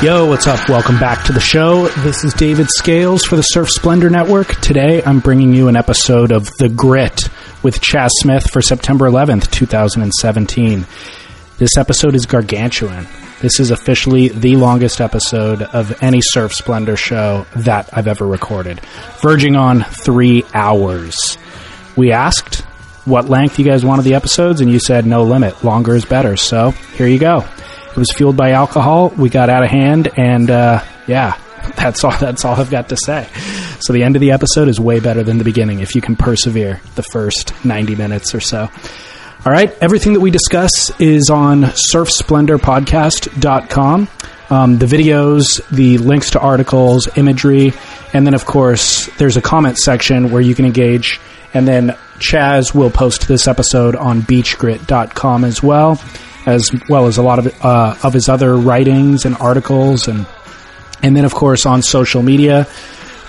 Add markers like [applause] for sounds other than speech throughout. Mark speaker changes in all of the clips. Speaker 1: Yo, what's up? Welcome back to the show. This is David Scales for the Surf Splendor Network. Today I'm bringing you an episode of The Grit with Chaz Smith for September 11th, 2017. This episode is gargantuan. This is officially the longest episode of any Surf Splendor show that I've ever recorded, verging on three hours. We asked what length you guys wanted the episodes, and you said no limit. Longer is better. So here you go. It was fueled by alcohol. We got out of hand, and uh, yeah, [laughs] that's all. That's all I've got to say. So the end of the episode is way better than the beginning if you can persevere the first ninety minutes or so. All right, everything that we discuss is on surfsplendorpodcast.com. Um, the videos, the links to articles, imagery, and then, of course, there's a comment section where you can engage. And then Chaz will post this episode on beachgrit.com as well, as well as a lot of, uh, of his other writings and articles. And, and then, of course, on social media,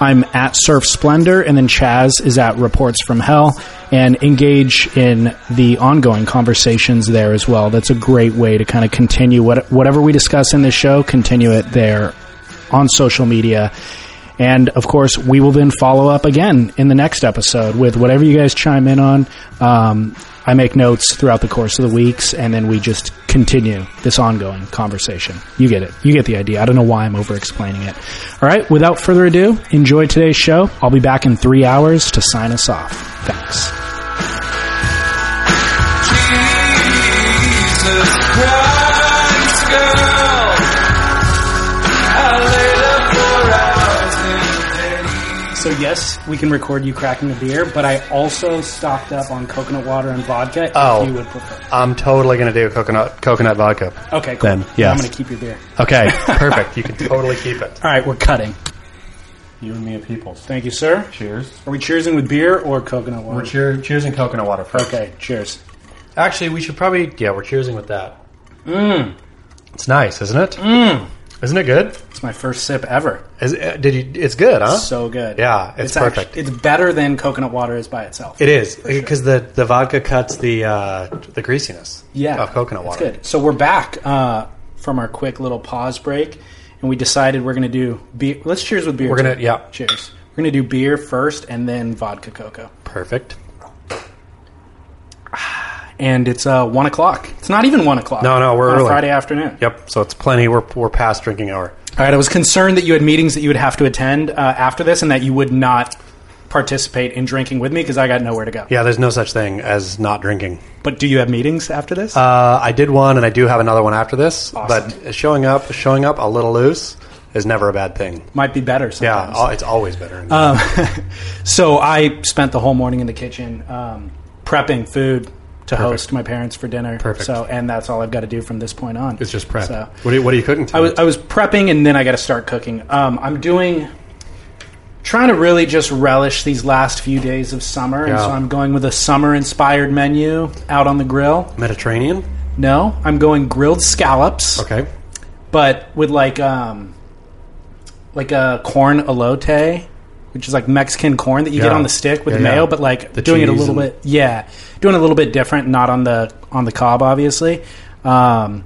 Speaker 1: I'm at Surf Splendor, and then Chaz is at Reports from Hell, and engage in the ongoing conversations there as well. That's a great way to kind of continue what, whatever we discuss in this show, continue it there on social media. And of course, we will then follow up again in the next episode with whatever you guys chime in on. Um, I make notes throughout the course of the weeks, and then we just continue this ongoing conversation. You get it. You get the idea. I don't know why I'm over explaining it. All right, without further ado, enjoy today's show. I'll be back in three hours to sign us off. Thanks.
Speaker 2: Jesus Christ, girl. I laid up four hours in bed.
Speaker 1: So yes, we can record you cracking a beer, but I also stocked up on coconut water and vodka if
Speaker 3: Oh.
Speaker 1: you would prefer.
Speaker 3: I'm totally gonna do coconut coconut vodka.
Speaker 1: Okay, cool.
Speaker 3: Then, yes.
Speaker 1: I'm going to keep your beer.
Speaker 3: [laughs] Okay, perfect. You can totally keep it.
Speaker 1: All right, we're cutting.
Speaker 3: You and me and peoples.
Speaker 1: Thank you, sir.
Speaker 3: Cheers.
Speaker 1: Are we cheersing with beer or coconut water?
Speaker 3: We're cheer- cheersing coconut water first.
Speaker 1: okay, cheers.
Speaker 3: Actually, we should probably yeah, we're cheersing with that. Mmm. It's nice, isn't it? Mmm. Isn't it good?
Speaker 1: It's my first sip ever.
Speaker 3: Is, uh, did you? It's good, huh?
Speaker 1: So good.
Speaker 3: Yeah, it's
Speaker 1: act-
Speaker 3: perfect.
Speaker 1: it's better than coconut water is by itself.
Speaker 3: it is because the the vodka cuts the uh, the greasiness.
Speaker 1: yeah,
Speaker 3: Of oh, coconut water.
Speaker 1: It's good. So we're back uh, from our quick little pause break, and we decided we're going to do beer. Let's cheers with beer.
Speaker 3: We're gonna
Speaker 1: too.
Speaker 3: yeah.
Speaker 1: Cheers. We're going to do beer first and then vodka cocoa.
Speaker 3: Perfect.
Speaker 1: and it's uh, one o'clock. It's not even one o'clock.
Speaker 3: No, no, we're
Speaker 1: on a
Speaker 3: early.
Speaker 1: Friday afternoon.
Speaker 3: Yep. So it's plenty. We're we're past drinking hour.
Speaker 1: All right, I was concerned that you had meetings that you would have to attend uh, after this, and that you would not participate in drinking with me because I got nowhere to go.
Speaker 3: Yeah. There's no such thing as not drinking.
Speaker 1: But do you have meetings after this?
Speaker 3: Uh, I did one, and I do have another one after this.
Speaker 1: Awesome.
Speaker 3: But showing up, showing up a little loose is never a bad thing.
Speaker 1: Might be better.
Speaker 3: Yeah,
Speaker 1: Sometimes.
Speaker 3: al- it's always better.
Speaker 1: Um, so I spent the whole morning in the kitchen um, prepping food to host my parents for dinner.
Speaker 3: Perfect.
Speaker 1: So, and that's all I've got to do from this point on.
Speaker 3: it's just prep.
Speaker 1: So,
Speaker 3: what, are you, what are you cooking?
Speaker 1: I was, I was prepping and then I got to start cooking. Um, I'm doing, trying to really just relish these last few days of summer. And
Speaker 3: Yeah.
Speaker 1: so I'm going with a summer inspired menu out on the grill.
Speaker 3: Mediterranean.
Speaker 1: No, I'm going grilled scallops,
Speaker 3: Okay.
Speaker 1: but with like, um, like a corn elote, which is like Mexican corn that you get
Speaker 3: Yeah.
Speaker 1: on the stick with
Speaker 3: Yeah,
Speaker 1: the mayo,
Speaker 3: yeah.
Speaker 1: but like
Speaker 3: The
Speaker 1: doing it a
Speaker 3: cheese
Speaker 1: little
Speaker 3: and-
Speaker 1: bit, yeah, doing it a little bit different, not on the, on the cob, obviously. Um,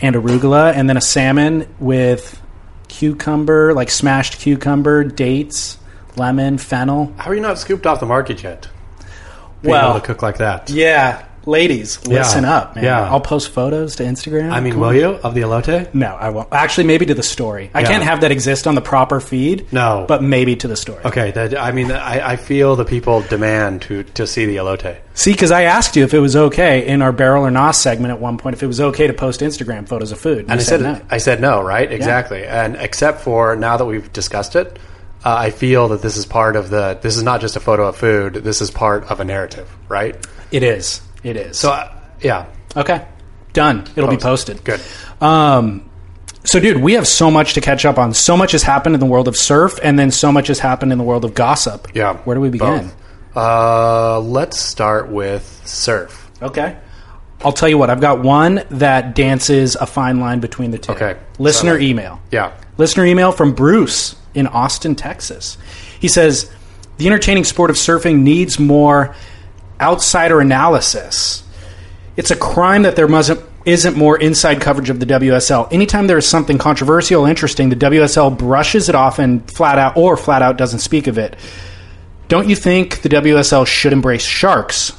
Speaker 1: and arugula, and then a salmon with cucumber, like smashed cucumber, dates, lemon, fennel.
Speaker 3: How are you not scooped off the market yet? Being
Speaker 1: Well-
Speaker 3: able to cook like that.
Speaker 1: Yeah, ladies, listen up, man.
Speaker 3: yeah.
Speaker 1: I'll post photos to Instagram.
Speaker 3: I mean,
Speaker 1: Cool.
Speaker 3: will you of the elote?
Speaker 1: no, I won't. Actually, maybe to the story. I
Speaker 3: Yeah.
Speaker 1: can't have that exist on the proper feed.
Speaker 3: No.
Speaker 1: but maybe to the story.
Speaker 3: Okay. That, I mean, I, I feel the people demand to to see the elote.
Speaker 1: See, because I asked you if it was okay in our barrel or nos segment at one point if it was okay to post Instagram photos of food, and, you
Speaker 3: And I
Speaker 1: said,
Speaker 3: said,
Speaker 1: no.
Speaker 3: I said no, right? Exactly. And except for now that we've discussed it, uh, I feel that this is part of the. This is not just a photo of food. This is part of a narrative, right?
Speaker 1: it is. It is.
Speaker 3: So, uh, yeah.
Speaker 1: okay. Done. It'll be posted.
Speaker 3: Posted. Good.
Speaker 1: Um, so, dude, we have so much to catch up on. So much has happened in the world of surf, and then so much has happened in the world of gossip.
Speaker 3: Yeah.
Speaker 1: Where do we begin?
Speaker 3: Both. Uh, let's start with surf.
Speaker 1: Okay. I'll tell you what, I've got one that dances a fine line between the two.
Speaker 3: Okay.
Speaker 1: Listener
Speaker 3: So-
Speaker 1: email.
Speaker 3: Yeah.
Speaker 1: Listener email from Bruce in Austin, Texas. He says, The entertaining sport of surfing needs more outsider analysis. It's a crime that there mustn't, isn't more inside coverage of the WSL. Anytime there is something controversial, interesting, the WSL brushes it off and flat out, or flat out doesn't speak of it. Don't you think the WSL should embrace sharks?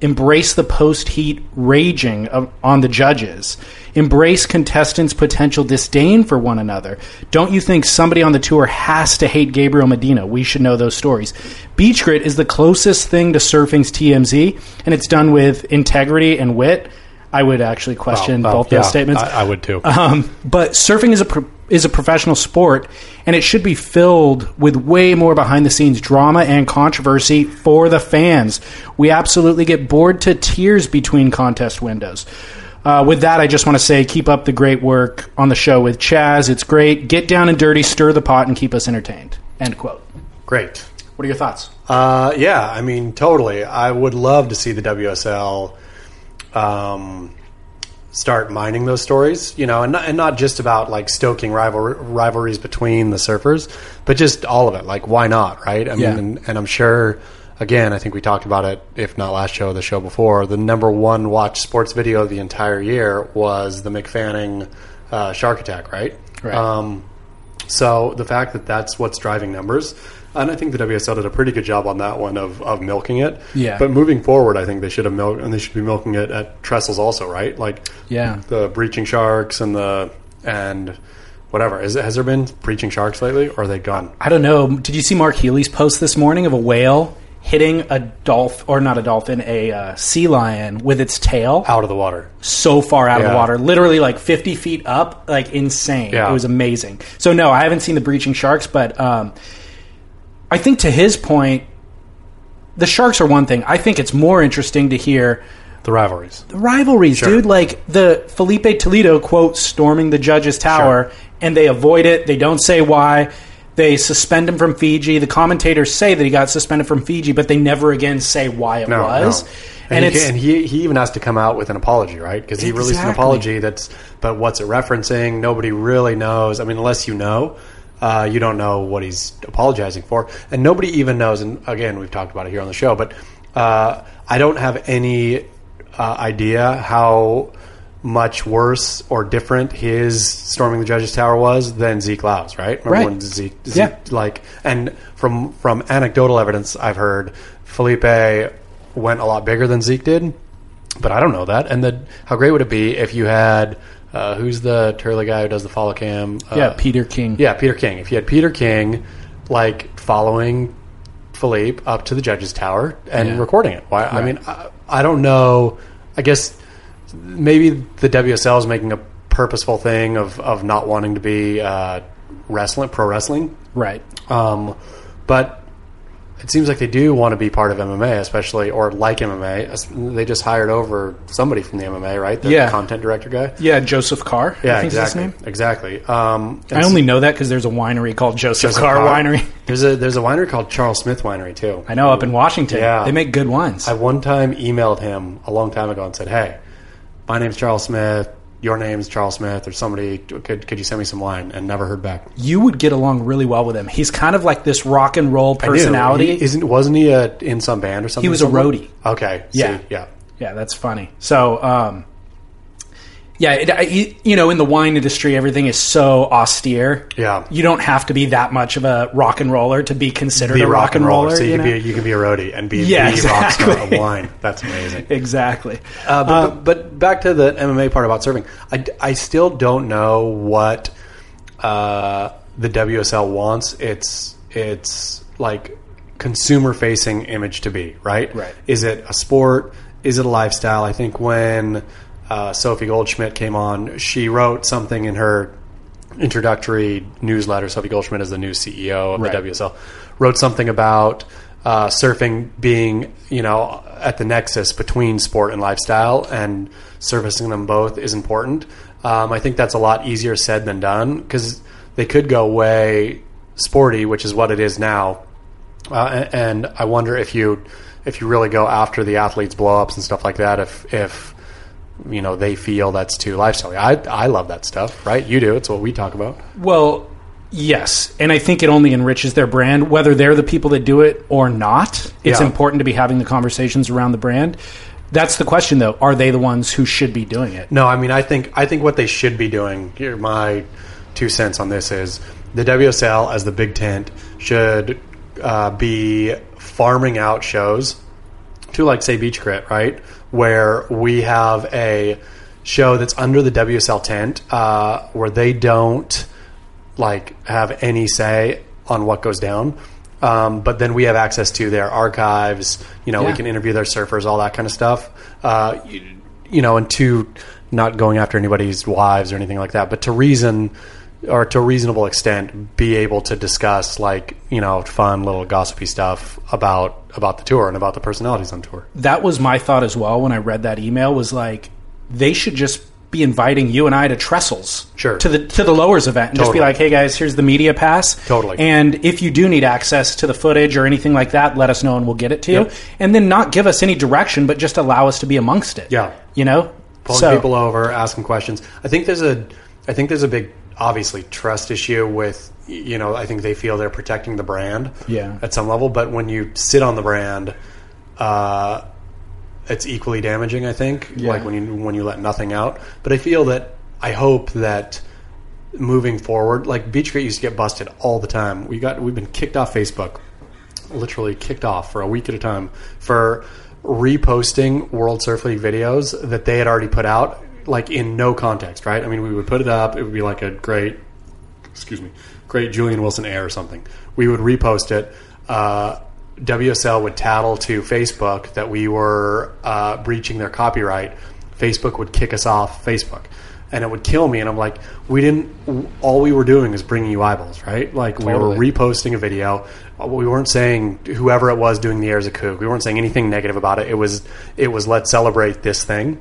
Speaker 1: Embrace the post heat raging of, on the judges. Embrace contestants' potential disdain for one another. Don't you think somebody on the tour has to hate Gabriel Medina? We should know those stories. Beach Grit is the closest thing to surfing's TMZ, and it's done with integrity and wit. I would actually question
Speaker 3: Oh,
Speaker 1: both
Speaker 3: yeah,
Speaker 1: those statements.
Speaker 3: I, I would too.
Speaker 1: Um, but surfing is a pro- is a professional sport, and it should be filled with way more behind the scenes drama and controversy for the fans. We absolutely get bored to tears between contest windows. Uh, with that, I just want to say, keep up the great work on the show with Chaz. It's great. Get down and dirty, stir the pot, and keep us entertained. End quote.
Speaker 3: Great.
Speaker 1: What are your thoughts?
Speaker 3: Uh, yeah, I mean, totally. I would love to see the WSL um, start mining those stories, you know, and not, and not just about like stoking rival, rivalries between the surfers, but just all of it. Like, why not, right? I mean,
Speaker 1: Yeah.
Speaker 3: and, and I'm sure, again, I think we talked about it, if not last show, the show before, the number one watched sports video of the entire year was the McFanning uh, shark attack, right?
Speaker 1: Right.
Speaker 3: Um, so the fact that that's what's driving numbers, and I think the WSL did a pretty good job on that one of, of milking it.
Speaker 1: Yeah.
Speaker 3: But moving forward, I think they should have milked, and they should be milking it at trestles also, right? Like
Speaker 1: Yeah.
Speaker 3: the breaching sharks and the and whatever. Is, has there been breaching sharks lately, or are they gone?
Speaker 1: I don't know. Did you see Mark Healy's post this morning of a whale hitting a dolphin, or not a dolphin, a uh, sea lion with its tail?
Speaker 3: Out of the water.
Speaker 1: so far out of the
Speaker 3: Yeah.
Speaker 1: water, literally like 50 feet up, like insane.
Speaker 3: Yeah.
Speaker 1: It was amazing. So, no, I haven't seen the breaching sharks, but um, I think to his point, the sharks are one thing. I think it's more interesting to hear
Speaker 3: The rivalries.
Speaker 1: the rivalries,
Speaker 3: Sure.
Speaker 1: dude. Like the Felipe Toledo quote storming the judge's tower, and they avoid it. They don't say why. They suspend him from Fiji. The commentators say that he got suspended from Fiji, but they never again say why it
Speaker 3: No,
Speaker 1: was.
Speaker 3: no.
Speaker 1: And,
Speaker 3: And, he,
Speaker 1: it's
Speaker 3: can- and he, he even has to come out with an apology, right? Because he released an
Speaker 1: Exactly.
Speaker 3: apology that's, but what's it referencing? Nobody really knows. I mean, unless you know, uh, you don't know what he's apologizing for. And nobody even knows. And again, we've talked about it here on the show, but uh, I don't have any uh, idea how much worse or different his storming the judge's tower was than Zeke Laus, right? Remember
Speaker 1: Right.
Speaker 3: when Zeke, Zeke
Speaker 1: Yeah.
Speaker 3: like and from from anecdotal evidence I've heard Felipe went a lot bigger than Zeke did, but I don't know that. And the how great would it be if you had uh, who's the Turley guy who does the follow cam? Uh,
Speaker 1: yeah, Peter King.
Speaker 3: yeah, Peter King. If you had Peter King like following Philippe up to the judge's tower and
Speaker 1: Yeah.
Speaker 3: recording it. Why? I mean, I, I don't know. I guess maybe the WSL is making a purposeful thing of of not wanting to be uh, wrestling, pro wrestling.
Speaker 1: Right.
Speaker 3: Um, but it seems like they do want to be part of MMA, especially or like MMA. As- They just hired over somebody from the MMA, right? The
Speaker 1: Yeah.
Speaker 3: content director guy.
Speaker 1: Yeah, Joseph Carr. I
Speaker 3: Yeah,
Speaker 1: think is his
Speaker 3: exactly.
Speaker 1: name.
Speaker 3: Exactly. Um,
Speaker 1: I only know that because there's a winery called Joseph, Carr, Winery. [laughs]
Speaker 3: There's a there's a winery called Charles Smith Winery too.
Speaker 1: I know up in Washington.
Speaker 3: Yeah.
Speaker 1: They make good wines.
Speaker 3: I one time emailed him a long time ago and said, "Hey, my name's Charles Smith. Your name's Charles Smith, or somebody. Could could you send me some wine?" And never heard back.
Speaker 1: you would get along really well with him. He's kind of like this rock and roll
Speaker 3: I knew.
Speaker 1: personality.
Speaker 3: He- isn't wasn't he uh in some band or something?
Speaker 1: He was a
Speaker 3: somewhere?
Speaker 1: roadie.
Speaker 3: Okay. see,
Speaker 1: Yeah.
Speaker 3: yeah.
Speaker 1: yeah, that's funny. So, um, yeah, it, I, you- you know, in the wine industry, everything is so austere.
Speaker 3: Yeah.
Speaker 1: You don't have to be that much of a rock and roller to be considered
Speaker 3: Be
Speaker 1: a rock, and roller.
Speaker 3: so you,
Speaker 1: you
Speaker 3: can
Speaker 1: know?
Speaker 3: be a, you can be a roadie and be
Speaker 1: Yeah,
Speaker 3: the rock star
Speaker 1: exactly.
Speaker 3: of wine. That's amazing.
Speaker 1: exactly.
Speaker 3: Uh, but,
Speaker 1: Um,
Speaker 3: but, but back to the MMA part about serving, I, I still don't know what uh, the WSL wants. It's it's like consumer facing image to be right.
Speaker 1: Right.
Speaker 3: Is it a sport? Is it a lifestyle? I think when uh, Sophie Goldschmidt came on, she wrote something in her introductory newsletter. Sophie Goldschmidt is the new CEO of
Speaker 1: Right.
Speaker 3: the WSL. Wrote something about uh, surfing being you know at the nexus between sport and lifestyle and servicing them both is important. Um, I think that's a lot easier said than done because they could go way sporty, which is what it is now. Uh, a- and I wonder if you if you really go after the athletes' blow ups and stuff like that, if if you know they feel that's too lifestyle. I I love that stuff, right? You do. It's what we talk about.
Speaker 1: Well, yes, and I think it only enriches their brand, whether they're the people that do it or not. It's
Speaker 3: Yeah.
Speaker 1: important to be having the conversations around the brand. That's the question, though. Are they the ones who should be doing it?
Speaker 3: No, I mean, I think I think what they should be doing. Here, my two cents on this is the WSL as the big tent should uh, be farming out shows to, like, say, Beach Crit, right? Where we have a show that's under the WSL tent, uh, where they don't like have any say on what goes down. Um, but then we have access to their archives. You know, we
Speaker 1: Yeah.
Speaker 3: can interview their surfers, all that kind of stuff. Uh, you, you know, and to not going after anybody's wives or anything like that, but to reason or to a reasonable extent, be able to discuss like you know fun little gossipy stuff about about the tour and about the personalities on tour.
Speaker 1: That was my thought as well when I read that email. Was like they should just be inviting you and I to trestles,
Speaker 3: Sure.
Speaker 1: to the to the lowers event, and just be
Speaker 3: Totally.
Speaker 1: like, hey guys, here's the media pass,
Speaker 3: Totally.
Speaker 1: And if you do need access to the footage or anything like that, let us know and we'll get it to you.
Speaker 3: Yep.
Speaker 1: And then not give us any direction, but just allow us to be amongst it.
Speaker 3: Yeah.
Speaker 1: you know,
Speaker 3: pulling
Speaker 1: So-
Speaker 3: people over, asking questions. I think there's a, I think there's a big, obviously trust issue with, y- you know, I think they feel they're protecting the brand,
Speaker 1: Yeah.
Speaker 3: at some level. But when you sit on the brand, uh, it's equally damaging. I think, like when you when you let nothing out. But I feel that I hope that moving forward, like Beach Grit used to get busted all the time. We got we've been kicked off Facebook literally kicked off for a week at a time for reposting World Surf League videos that they had already put out, like in no context, right? I mean, we would put it up, it would be like a great, excuse me, great Julian Wilson air or something. We would repost it. Uh, WSL would tattle to Facebook that we were uh, breaching their copyright. Facebook would kick us off Facebook. And it would kill me, and I'm like, we didn't. All we were doing is bringing you eyeballs, right? Like we were
Speaker 1: Totally.
Speaker 3: re- reposting a video. Uh, We weren't saying whoever it was doing the air is a kook. We weren't saying anything negative about it. It was it was let's celebrate this thing.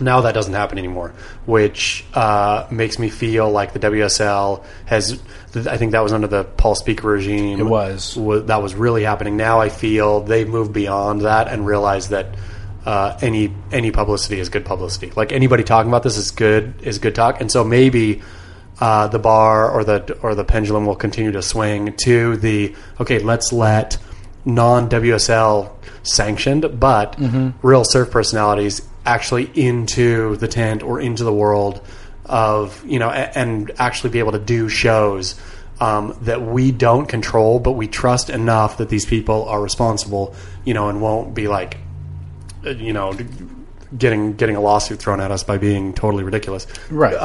Speaker 3: Now that doesn't happen anymore, which uh, makes me feel like the WSL has. th- I think that was under the Paul Speaker regime.
Speaker 1: It was.
Speaker 3: Wa- that was really happening. Now I feel they've moved beyond that and realized that uh, any any publicity is good publicity. Like anybody talking about this is good is good talk. And so maybe uh, the bar or the or the pendulum will continue to swing to the okay. Let's let non WSL sanctioned but real surf personalities actually into the tent or into the world of you know a- and actually be able to do shows um, that we don't control, but we trust enough that these people are responsible, you know, and won't be like, uh, you know, d- getting getting a lawsuit thrown at us by being totally ridiculous.
Speaker 1: Right.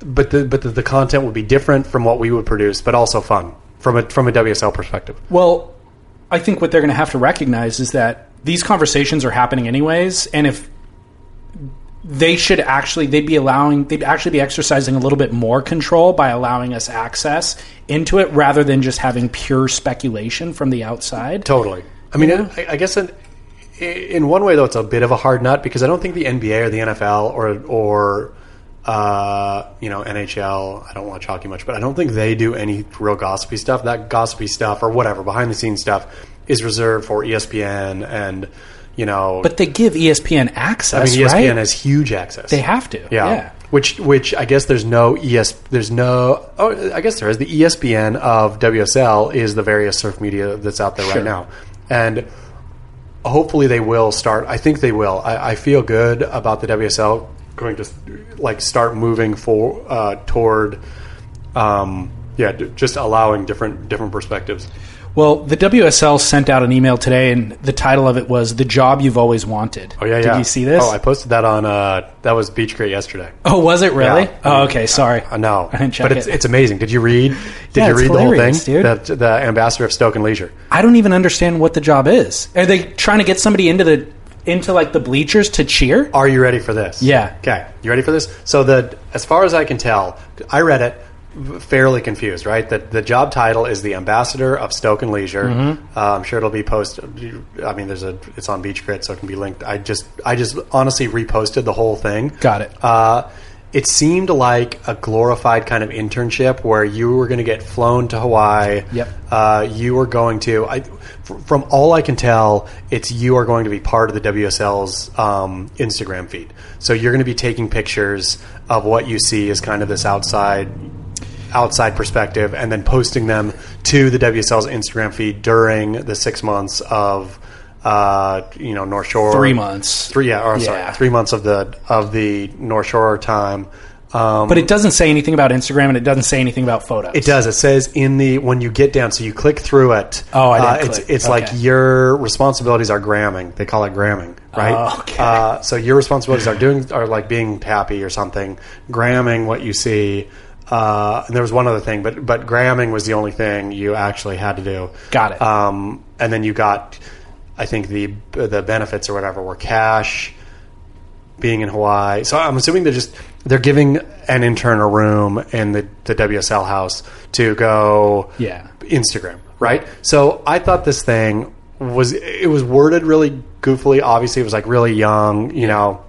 Speaker 3: But the but the, the content would be different from what we would produce, but also fun from a from a WSL perspective.
Speaker 1: Well, I think what they're going to have to recognize is that these conversations are happening anyways, and if they should actually they'd be allowing they'd actually be exercising a little bit more control by allowing us access into it rather than just having pure speculation from the outside.
Speaker 3: Totally. I mean, I, I guess in, in one way though, it's a bit of a hard nut because I don't think the NBA or the NFL or or uh, you know NHL. I don't watch hockey much, but I don't think they do any real gossipy stuff. That gossipy stuff or whatever behind the scenes stuff is reserved for E ESPN and you know.
Speaker 1: But they give E ESPN
Speaker 3: I mean, E
Speaker 1: access,
Speaker 3: ESPN
Speaker 1: right?
Speaker 3: has huge access.
Speaker 1: they have to.
Speaker 3: Yeah. Which, which I guess there's no ES, there's no. Oh, I guess there is. The ESPN of WSL is the various surf media that's out there
Speaker 1: Sure.
Speaker 3: right now, and hopefully they will start. I think they will. I, I feel good about the WSL going to like start moving for uh, toward, um, yeah, d- just allowing different different perspectives.
Speaker 1: Well, the WSL sent out an email today and the title of it was The Job You've Always Wanted.
Speaker 3: Oh yeah,
Speaker 1: Did
Speaker 3: yeah.
Speaker 1: you see this?
Speaker 3: Oh, I posted that on. Uh, that was Beach Crate yesterday.
Speaker 1: Oh, was it really?
Speaker 3: Yeah.
Speaker 1: Oh, okay, sorry.
Speaker 3: I know,
Speaker 1: [laughs] I didn't check
Speaker 3: but it's
Speaker 1: it.
Speaker 3: it's amazing. Did you read? Did
Speaker 1: Yeah,
Speaker 3: you
Speaker 1: it's
Speaker 3: read the whole thing?
Speaker 1: hilarious, dude.
Speaker 3: The, the ambassador of Stoke and Leisure.
Speaker 1: I don't even understand what the job is. Are they trying to get somebody into the into like the bleachers to cheer?
Speaker 3: Are you ready for this?
Speaker 1: Yeah.
Speaker 3: Okay. You ready for this? So the as far as I can tell, I read it. fairly confused, right? That the job title is the ambassador of Stoke and Leisure.
Speaker 1: Mm-hmm.
Speaker 3: Uh, I'm sure it'll be posted. I mean, there's a it's on Beach Grit, so it can be linked. I just I just honestly reposted the whole thing.
Speaker 1: Got it.
Speaker 3: Uh, it seemed like a glorified kind of internship where you were going to get flown to Hawaii.
Speaker 1: Yep.
Speaker 3: Uh, you were going to. I, fr- from all I can tell, it's you are going to be part of the WSL's um, Instagram feed. So you're going to be taking pictures of what you see as kind of this outside outside perspective and then posting them to the WSL's Instagram feed during the six months of uh, you know North Shore
Speaker 1: Three months.
Speaker 3: three yeah or
Speaker 1: Yeah.
Speaker 3: sorry three months of the of the North Shore time. Um,
Speaker 1: But it doesn't say anything about Instagram and it doesn't say anything about photos.
Speaker 3: it does. It says in the when you get down, so you click through it.
Speaker 1: Oh, I didn't
Speaker 3: uh, it's
Speaker 1: click.
Speaker 3: it's like
Speaker 1: Okay.
Speaker 3: your responsibilities are gramming. They call it gramming, right?
Speaker 1: Oh, okay.
Speaker 3: Uh, so your responsibilities are doing are like being happy or something, gramming what you see. Uh, and there was one other thing, but but gramming was the only thing you actually had to do.
Speaker 1: Got it.
Speaker 3: Um, and then you got, I think the the benefits or whatever were cash, being in Hawaii. So I'm assuming they're just they're giving an intern a room in the, the WSL house to go
Speaker 1: Yeah.
Speaker 3: Instagram, right? So I thought this thing was it was worded really goofily. Obviously, it was like really young, you know.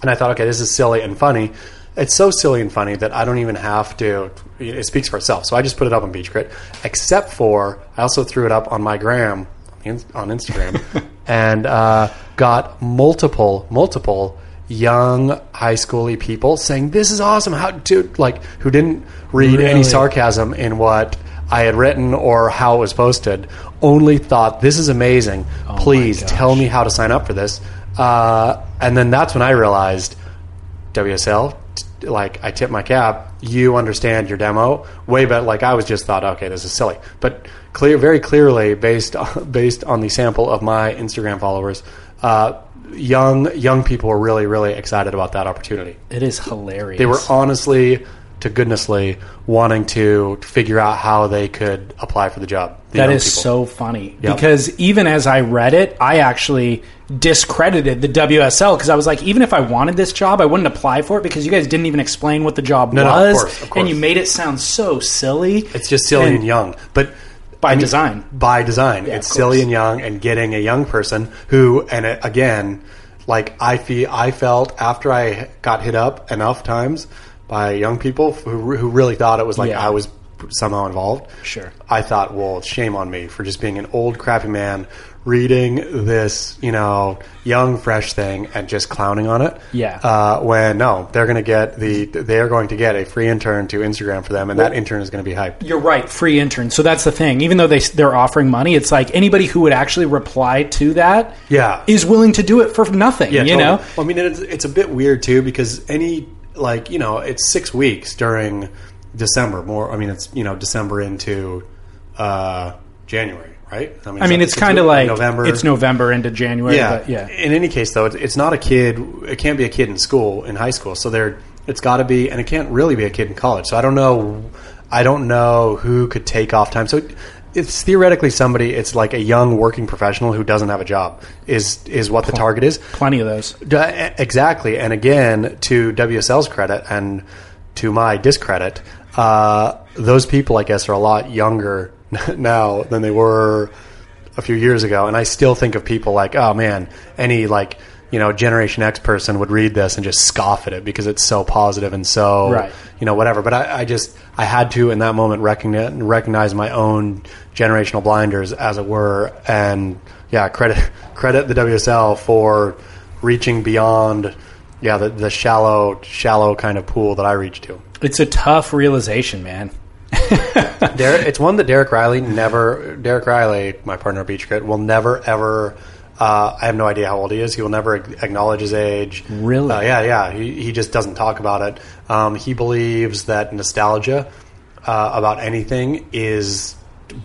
Speaker 3: And I thought, okay, this is silly and funny. It's so silly and funny that I don't even have to. It speaks for itself. So I just put it up on Beach Crit, except for I also threw it up on my gram in- on Instagram, and uh, got multiple multiple young high schooly people saying this is awesome how dude like who didn't read any
Speaker 1: Really?
Speaker 3: sarcasm in what I had written or how it was posted. Only thought, this is amazing. Please
Speaker 1: gosh.
Speaker 3: tell me how to sign up for this. Uh, and then that's when I realized WSL, t- like I tip my cap. You understand your demo way better. Like I was just thought, okay, this is silly, but clear, very clearly based [laughs] on, based on the sample of my Instagram followers, uh, young young people were really really excited about that opportunity.
Speaker 1: It is hilarious.
Speaker 3: They were honestly to goodnessly wanting to figure out how they could apply for the job. the
Speaker 1: That
Speaker 3: young
Speaker 1: is
Speaker 3: people.
Speaker 1: so funny
Speaker 3: Yep.
Speaker 1: because even as I read it, I actually discredited the WSL because I was like, even if I wanted this job, I wouldn't apply for it because you guys didn't even explain what the job
Speaker 3: no, of
Speaker 1: was,
Speaker 3: course, of
Speaker 1: and
Speaker 3: course.
Speaker 1: you made it sound so silly.
Speaker 3: It's just silly and,
Speaker 1: And-
Speaker 3: young, but
Speaker 1: By design.
Speaker 3: By design,
Speaker 1: of
Speaker 3: it's silly
Speaker 1: course.
Speaker 3: and young, and getting a young person who, and uh, again, like I feel, I felt after I got hit up enough times by young people who, who really thought it was like
Speaker 1: Yeah.
Speaker 3: I was somehow involved.
Speaker 1: Sure.
Speaker 3: I thought, well, shame on me for just being an old crappy man reading this, you know, young fresh thing and just clowning on it.
Speaker 1: Yeah.
Speaker 3: Uh, when no, they're going to get the they are going to get a free intern to Instagram for them, and that intern is going to be hyped.
Speaker 1: You're right, free intern. So that's the thing. Even though they they're offering money, it's like anybody who would actually reply to that is
Speaker 3: Yeah.
Speaker 1: willing to do it for nothing. you
Speaker 3: totally.
Speaker 1: know,
Speaker 3: Well, I mean, it's, it's a bit weird too because any like you know it's six weeks during December. More, I mean, it's you know December into uh, January, right? mean,
Speaker 1: I mean, it's kind of like
Speaker 3: November.
Speaker 1: It's November into January.
Speaker 3: Yeah.
Speaker 1: but yeah.
Speaker 3: In any case, though, it- it's not a kid. It can't be a kid in school in high school. So there, it's got to be, and it can't really be a kid in college. So I don't know. I don't know who could take off time. So it's theoretically somebody. It's like a young working professional who doesn't have a job is is what the target is.
Speaker 1: Plenty of those.
Speaker 3: D- e- Exactly. And again, to WSL's credit and to my discredit, uh, those people, I guess, are a lot younger [laughs] now than they were a few years ago. And I still think of people like, oh man, any like, you know, Generation X person would read this and just scoff at it because it's so positive and so,
Speaker 1: Right.
Speaker 3: you know, whatever. But I, I just, I had to in that moment recognize, recognize my own generational blinders, as it were, and yeah, credit [laughs] credit the WSL for reaching beyond, yeah, the, the shallow shallow kind of pool that I reached to.
Speaker 1: It's a tough realization, man.
Speaker 3: Derek, it's one that Derek Riley never. Derek Riley, my partner at Beach Grit, will never ever. Uh, I have no idea how old he is. He will never ag- acknowledge his age.
Speaker 1: Really?
Speaker 3: Uh, yeah, yeah. He, he just doesn't talk about it. Um, he believes that nostalgia uh, about anything is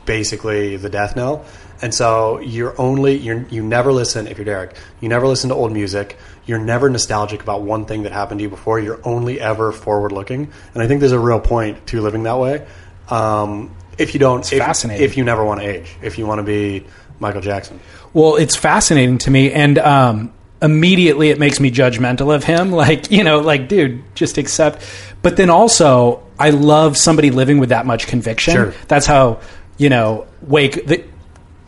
Speaker 3: basically the death knell. And so you're only you're, you never listen if you're Derek. You never listen to old music. You're never nostalgic about one thing that happened to you before. You're only ever forward looking. And I think there's a real point to living that way. Um, if you don't, if,
Speaker 1: fascinating.
Speaker 3: if you never want to age, if you want to be Michael Jackson,
Speaker 1: Well, it's fascinating to me, and um, immediately [laughs] it makes me judgmental of him. Like, you know, like, dude, just accept. But then also, I love somebody living with that much conviction.
Speaker 3: Sure.
Speaker 1: That's how you know Wake the,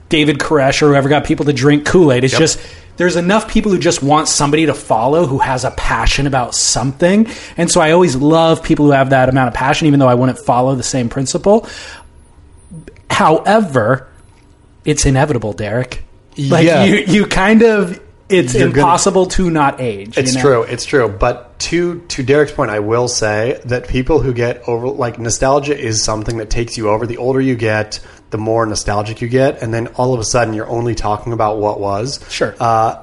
Speaker 1: David Koresh or whoever got people to drink Kool Aid. It's
Speaker 3: Yep.
Speaker 1: just there's enough people who just want somebody to follow who has a passion about something, and so I always love people who have that amount of passion, even though I wouldn't follow the same principle. However, it's inevitable, Derek. Like
Speaker 3: Yeah.
Speaker 1: you, you kind of it's
Speaker 3: You're gonna-
Speaker 1: impossible to not age.
Speaker 3: It's
Speaker 1: you know?
Speaker 3: true. It's true. But to to Derek's point, I will say that people who get over like nostalgia is something that takes you over. The older you get, the more nostalgic you get, and then all of a sudden you're only talking about what was.
Speaker 1: Sure.
Speaker 3: Uh,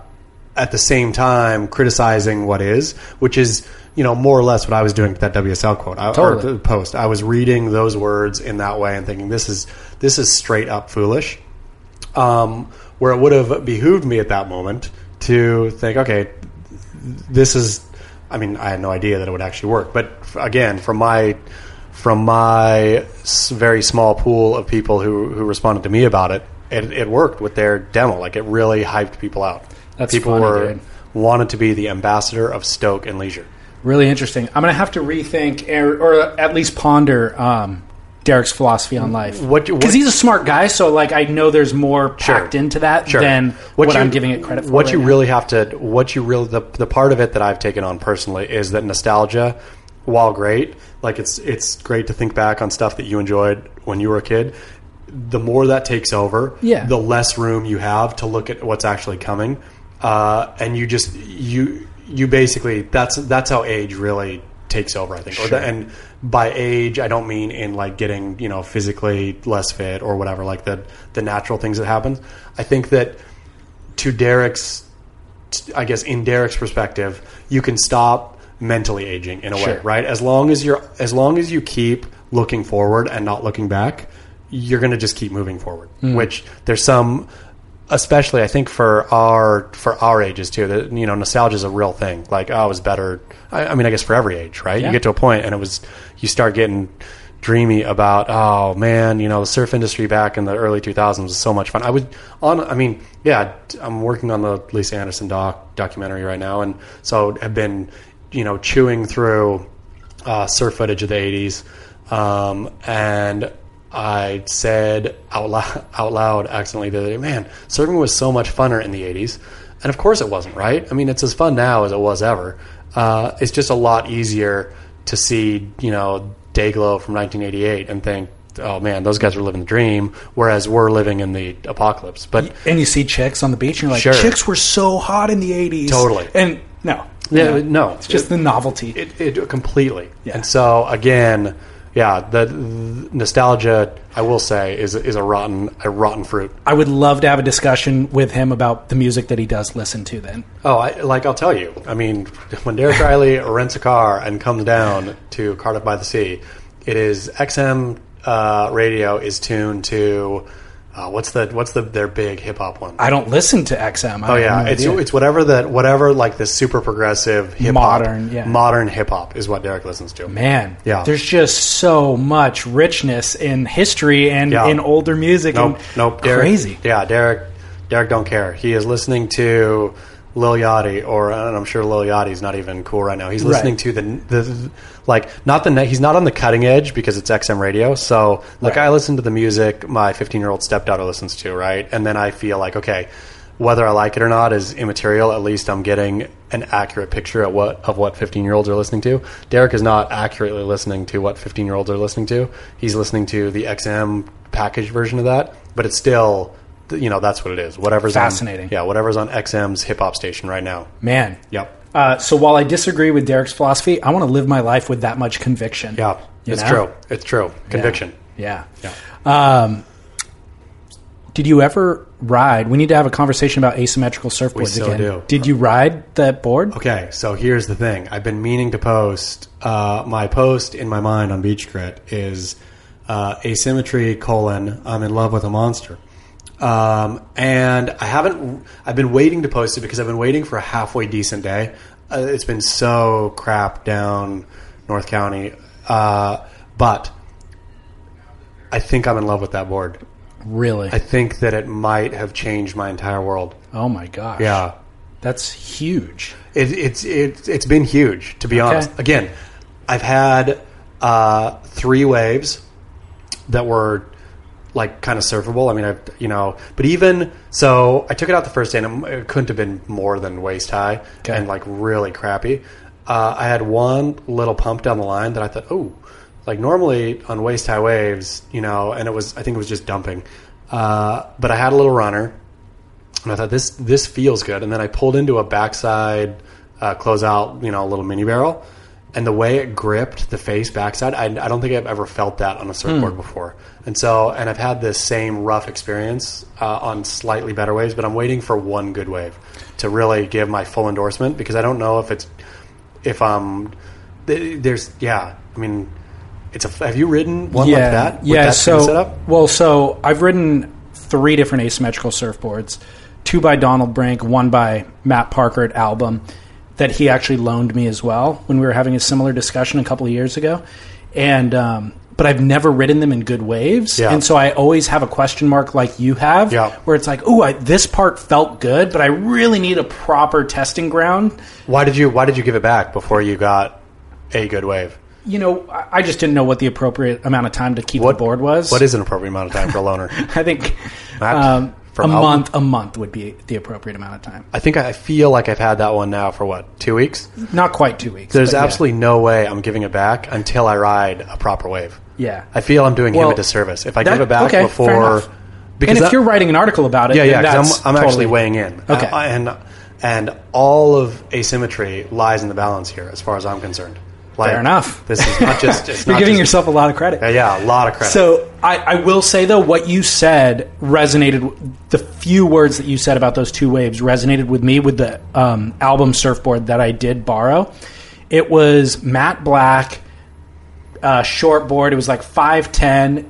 Speaker 3: at the same time, criticizing what is, which is you know more or less what I was doing with that WSL quote I,
Speaker 1: Totally.
Speaker 3: or the post. I was reading those words in that way and thinking this is this is straight up foolish um, where it would have behooved me at that moment to think, okay, this is. I mean, I had no idea that it would actually work, but f- again, from my from my s- very small pool of people who who responded to me about it, it, it worked with their demo. Like it really hyped people out.
Speaker 1: That's
Speaker 3: people
Speaker 1: funny,
Speaker 3: were
Speaker 1: dude.
Speaker 3: wanted to be the ambassador of Stoke and Leisure.
Speaker 1: Really interesting. I'm going to have to rethink or, or at least ponder um, Derek's philosophy on life.
Speaker 3: What you- what-
Speaker 1: Because he's a smart guy, so like I know there's more packed into that
Speaker 3: Sure.
Speaker 1: than what,
Speaker 3: you-
Speaker 1: I'm giving it credit for.
Speaker 3: What
Speaker 1: right
Speaker 3: you
Speaker 1: now.
Speaker 3: really have to, what you really, the, the part of it that I've taken on personally is that nostalgia, while great, like it's it's great to think back on stuff that you enjoyed when you were a kid. The more that takes over,
Speaker 1: Yeah.
Speaker 3: the less room you have to look at what's actually coming, uh, and you just you you basically that's that's how age really takes over. I think, or the, and by age I don't mean in like getting you know physically less fit or whatever, like the the natural things that happen. I think that to Derek's, I guess, in Derek's perspective, you can stop mentally aging in a
Speaker 1: Sure.
Speaker 3: way, right? As long as you're, as long as you keep looking forward and not looking back, you're going to just keep moving forward. Which there's some, especially I think for our for our ages too. That you know, nostalgia is a real thing. Like, oh, it was better. I, I mean, I guess for every age, right?
Speaker 1: Yeah.
Speaker 3: You get to a point, and it was, you start getting. Dreamy about oh man you know the surf industry back in the early 2000s was so much fun I would on I mean yeah I'm working on the Lisa Anderson doc documentary right now and so have been you know chewing through uh, surf footage of the 80s um, and I said out loud, [laughs] out loud accidentally the other day man surfing was so much funner in the 80s and of course it wasn't right I mean it's as fun now as it was ever uh, it's just a lot easier to see you know Dayglow from 1988 and think oh man those guys were living the dream whereas we're living in the apocalypse but
Speaker 1: and you see chicks on the beach, and you're like,
Speaker 3: Sure.
Speaker 1: chicks were so hot in the '80s.
Speaker 3: Totally.
Speaker 1: And no,
Speaker 3: yeah, no
Speaker 1: it's just the novelty.
Speaker 3: It, it completely.
Speaker 1: Yeah.
Speaker 3: And so again, yeah, the, the nostalgia I will say is is a rotten a rotten fruit.
Speaker 1: I would love to have a discussion with him about the music that he does listen to. Then
Speaker 3: Oh, I, like I'll tell you. I mean, [laughs] when Derek Riley [laughs] rents a car and comes down to Cardiff by the Sea, it is XM uh, radio is tuned to uh, what's the what's the their big hip hop one?
Speaker 1: I don't listen to XM.
Speaker 3: Oh yeah, it's it's whatever that whatever like the super progressive hip
Speaker 1: Modern, yeah.
Speaker 3: modern hip hop is what Derek listens to.
Speaker 1: man
Speaker 3: Yeah.
Speaker 1: there's just so much richness in history and
Speaker 3: Yeah.
Speaker 1: in older music
Speaker 3: Nope,
Speaker 1: and
Speaker 3: nope. Derek,
Speaker 1: crazy
Speaker 3: Yeah, Derek. Derek don't care. He is listening to Lil Yachty, or and I'm sure Lil Yachty's not even cool right now. He's listening
Speaker 1: Right.
Speaker 3: to the the like not the net. He's not on the cutting edge because it's XM radio. So like
Speaker 1: Right.
Speaker 3: I listen to the music my 15 year old stepdaughter listens to, right? And then I feel like okay. Whether I like it or not is immaterial. At least I'm getting an accurate picture of what of what 15 year olds are listening to. Derek is not accurately listening to what 15 year olds are listening to. He's listening to the XM packaged version of that, but it's still, you know, that's what it is. Whatever's on-
Speaker 1: Fascinating.
Speaker 3: yeah, whatever's on XM's hip hop station right now.
Speaker 1: man
Speaker 3: Yep.
Speaker 1: uh, so while i disagree with derek's philosophy i want to live my life with that much conviction
Speaker 3: Yeah,
Speaker 1: You
Speaker 3: it's
Speaker 1: know?
Speaker 3: true. It's true. Conviction.
Speaker 1: yeah, Um, did you ever ride we need to have a conversation about asymmetrical surfboards
Speaker 3: still
Speaker 1: again
Speaker 3: do.
Speaker 1: did you ride that board
Speaker 3: Okay, so here's the thing. I've been meaning to post. Uh, my post in my mind on Beach Grit is uh, asymmetry colon I'm in love with a monster, um, and I haven't. I've been waiting to post it because I've been waiting for a halfway decent day. Uh, it's been so crap down North County, uh, but I think I'm in love with that board.
Speaker 1: really
Speaker 3: I think that it might have changed my entire world.
Speaker 1: oh my gosh
Speaker 3: Yeah.
Speaker 1: that's huge
Speaker 3: It, it's it's it's been huge to be honest. Again, I've had uh, three waves that were like kind of surfable. I mean, I you know, but even so, I took it out the first day, and it, it couldn't have been more than waist high
Speaker 1: Okay.
Speaker 3: and like really crappy. Uh, I had one little pump down the line that I thought, oh, like normally on waist high waves, you know, and it was I think it was just dumping. Uh, but I had a little runner, and I thought this this feels good. And then I pulled into a backside uh, closeout, you know, little mini barrel, and the way it gripped the face backside, I, I don't think I've ever felt that on a
Speaker 1: Hmm.
Speaker 3: surfboard before. And so, and I've had this same rough experience uh, on slightly better waves, but I'm waiting for one good wave to really give my full endorsement because I don't know if it's if um th- there's yeah I mean. It's a. Have you ridden one like that? with
Speaker 1: Yeah.
Speaker 3: that kind
Speaker 1: so
Speaker 3: of setup?
Speaker 1: well, so I've ridden three different asymmetrical surfboards, two by Donald Brink, one by Matt Parker at Album, that he actually loaned me as well when we were having a similar discussion a couple of years ago, and um, but I've never ridden them in good waves,
Speaker 3: Yeah.
Speaker 1: and so I always have a question mark like you have,
Speaker 3: Yeah.
Speaker 1: where it's like, oh, this part felt good, but I really need a proper testing ground.
Speaker 3: Why did you Why did you give it back before you got a good wave?
Speaker 1: You know, I I just didn't know what the appropriate amount of time to keep the board was.
Speaker 3: What is an appropriate amount of time for a loaner?
Speaker 1: [laughs] I think
Speaker 3: Matt,
Speaker 1: um, a
Speaker 3: from Album?
Speaker 1: month. A month would be the appropriate amount of time.
Speaker 3: I think I feel like I've had that one now for what two weeks.
Speaker 1: Not quite two weeks.
Speaker 3: There's
Speaker 1: but yeah.
Speaker 3: absolutely no way I'm giving it back until I ride a proper wave.
Speaker 1: yeah.
Speaker 3: I feel I'm doing him
Speaker 1: Well,
Speaker 3: a disservice if I
Speaker 1: that-
Speaker 3: give it back
Speaker 1: okay, fair
Speaker 3: before.
Speaker 1: enough. and if
Speaker 3: that-
Speaker 1: you're writing an article about it,
Speaker 3: yeah,
Speaker 1: then
Speaker 3: yeah, 'cause
Speaker 1: that's
Speaker 3: I'm, I'm actually
Speaker 1: totally-
Speaker 3: weighing in.
Speaker 1: Okay.
Speaker 3: Uh, and and all of asymmetry lies in the balance here, as far as I'm concerned. Like,
Speaker 1: enough.
Speaker 3: This is not just.
Speaker 1: [laughs]
Speaker 3: It's
Speaker 1: You're
Speaker 3: not
Speaker 1: giving
Speaker 3: just-
Speaker 1: yourself a lot of credit.
Speaker 3: Yeah, yeah, a lot of credit.
Speaker 1: So I, I will say though, what you said resonated. w- The few words that you said about those two waves resonated with me with the um, album surfboard that I did borrow. It was matte black, uh, short board. It was like five ten,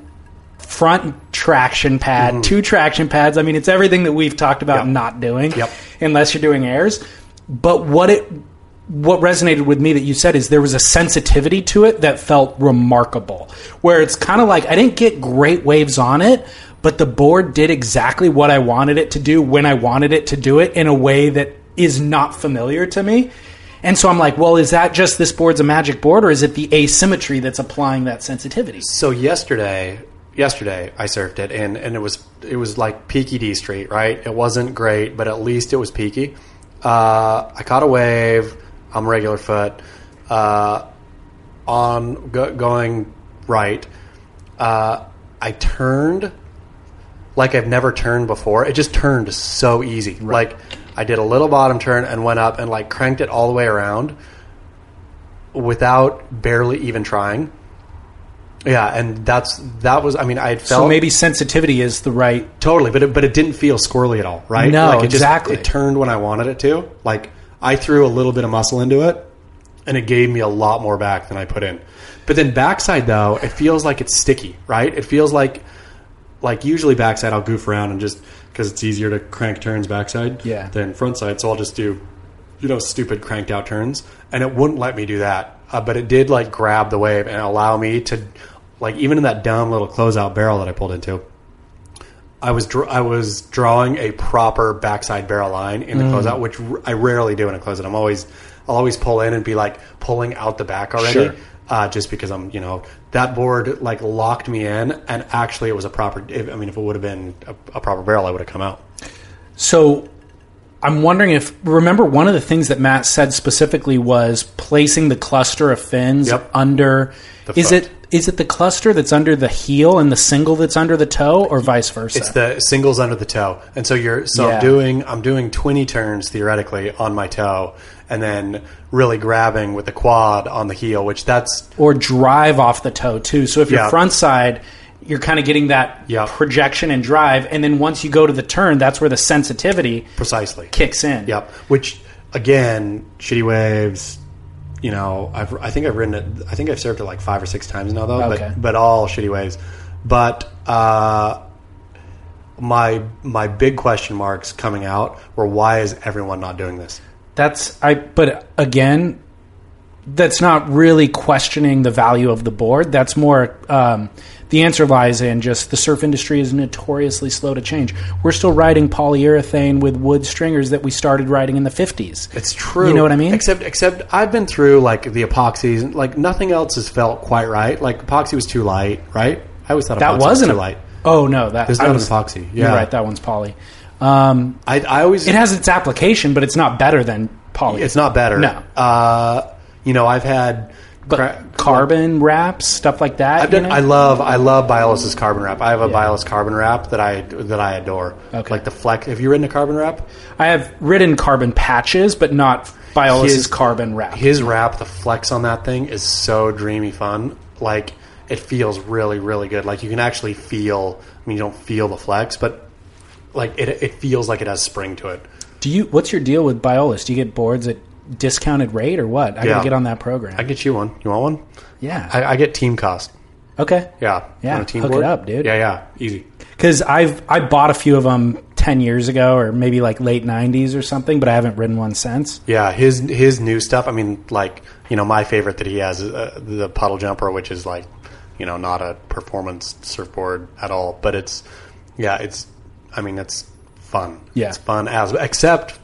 Speaker 1: front traction pad, two traction pads. I mean, it's everything that we've talked about
Speaker 3: Mm-hmm. Yep.
Speaker 1: not doing,
Speaker 3: Yep.
Speaker 1: unless you're doing airs. But what it what resonated with me that you said is there was a sensitivity to it that felt remarkable. Where it's kind of like I didn't get great waves on it, but the board did exactly what I wanted it to do when I wanted it to do it in a way that is not familiar to me. And so I'm like, well, is that just this board's a magic board, or is it the asymmetry that's applying that sensitivity?
Speaker 3: so yesterday yesterday I surfed it and and it was it was like peaky D Street, right? It wasn't great, but at least it was peaky. Uh, I caught a wave. I'm regular foot uh, on go, going right. Uh, I turned like I've never turned before. It just turned so easy. Like I did a little bottom turn and went up and like cranked it all the way around without barely even trying. Yeah, and that's that was. I mean, I had felt
Speaker 1: So maybe sensitivity is the right.
Speaker 3: totally, but it, but it didn't feel squirrely at all, right?
Speaker 1: No,
Speaker 3: like it
Speaker 1: exactly.
Speaker 3: Just, it turned when I wanted it to. Like I threw a little bit of muscle into it, and it gave me a lot more back than I put in. But then backside though, it feels like it's sticky, right? It feels like like usually backside I'll goof around and just because it's easier to crank turns backside
Speaker 1: Yeah.
Speaker 3: than front side, so I'll just do you know stupid cranked out turns, and it wouldn't let me do that. Uh, but it did like grab the wave and allow me to like even in that dumb little closeout barrel that I pulled into. I was dr- I was drawing a proper backside barrel line in the
Speaker 1: Mm.
Speaker 3: closeout, which r- I rarely do in a closeout. I'm always I'll always pull in and be like pulling out the back already,
Speaker 1: Sure.
Speaker 3: uh, just because I'm you know that board like locked me in, and actually it was a proper. If, I mean, if it would have been a, a proper barrel, I would have come out.
Speaker 1: So I'm wondering if remember one of the things that Matt said specifically was placing the cluster of fins
Speaker 3: Yep.
Speaker 1: under.
Speaker 3: The
Speaker 1: is
Speaker 3: foot.
Speaker 1: it is it the cluster that's under the heel and the single that's under the toe, or vice versa?
Speaker 3: It's the singles under the toe, and so you're so
Speaker 1: Yeah.
Speaker 3: I'm doing I'm doing 20 turns theoretically on my toe, and then really grabbing with the quad on the heel, which that's
Speaker 1: or drive off the toe too. So if you're
Speaker 3: Yeah.
Speaker 1: front side. You're kind of getting that
Speaker 3: Yeah.
Speaker 1: projection and drive, and then once you go to the turn, that's where the sensitivity
Speaker 3: precisely
Speaker 1: kicks in.
Speaker 3: Yep. Which again, shitty waves. You know, I've I think I've ridden it. I think I've surfed it like five or six times now, though.
Speaker 1: Okay.
Speaker 3: But but all shitty waves. But uh, my my big question marks coming out were why is everyone not doing this?
Speaker 1: That's I. But again, that's not really questioning the value of the board. That's more um, the answer lies in just the surf industry is notoriously slow to change. We're still riding polyurethane with wood stringers that we started riding in the fifties.
Speaker 3: It's true.
Speaker 1: You know what I mean?
Speaker 3: Except, except I've been through like the epoxies. and, Like nothing else has felt quite right. Like epoxy was too light, right? I always thought
Speaker 1: that
Speaker 3: epoxy
Speaker 1: wasn't
Speaker 3: was
Speaker 1: a-
Speaker 3: too light.
Speaker 1: Oh no, that
Speaker 3: There's
Speaker 1: I
Speaker 3: not an
Speaker 1: was-
Speaker 3: epoxy. Yeah,
Speaker 1: You're right. That one's poly. Um,
Speaker 3: I, I always
Speaker 1: it has its application, but it's not better than poly.
Speaker 3: It's not better.
Speaker 1: No.
Speaker 3: Uh, you know, I've had cra-
Speaker 1: carbon wraps, stuff like that.
Speaker 3: I've done,
Speaker 1: you know?
Speaker 3: I love I love Biolys's carbon wrap. I have a Biolis carbon wrap that I that I adore.
Speaker 1: Okay.
Speaker 3: Like the flex. Have you ridden a carbon wrap?
Speaker 1: I have ridden carbon patches, but not Biolis'
Speaker 3: His-
Speaker 1: carbon wrap.
Speaker 3: His wrap, the flex on that thing is so dreamy fun. Like it feels really really good. Like you can actually feel. I mean, you don't feel the flex, but like it it feels like it has spring to it.
Speaker 1: Do you? What's your deal with Biolis? Do you get boards at discounted rate or what? I
Speaker 3: Yeah.
Speaker 1: gotta get on that program.
Speaker 3: I get you one. You want one?
Speaker 1: yeah.
Speaker 3: I, I get team cost.
Speaker 1: okay.
Speaker 3: Yeah.
Speaker 1: Yeah,
Speaker 3: On a team
Speaker 1: hook it
Speaker 3: board?
Speaker 1: up, dude.
Speaker 3: Yeah, yeah. Easy.
Speaker 1: Because I've I bought a few of them ten years ago or maybe like late '90s or something, but I haven't ridden one since.
Speaker 3: Yeah, his his new stuff. I mean, like you know, my favorite that he has is uh, the puddle jumper, which is like you know not a performance surfboard at all, but it's yeah, it's I mean it's fun.
Speaker 1: Yeah.
Speaker 3: it's fun as except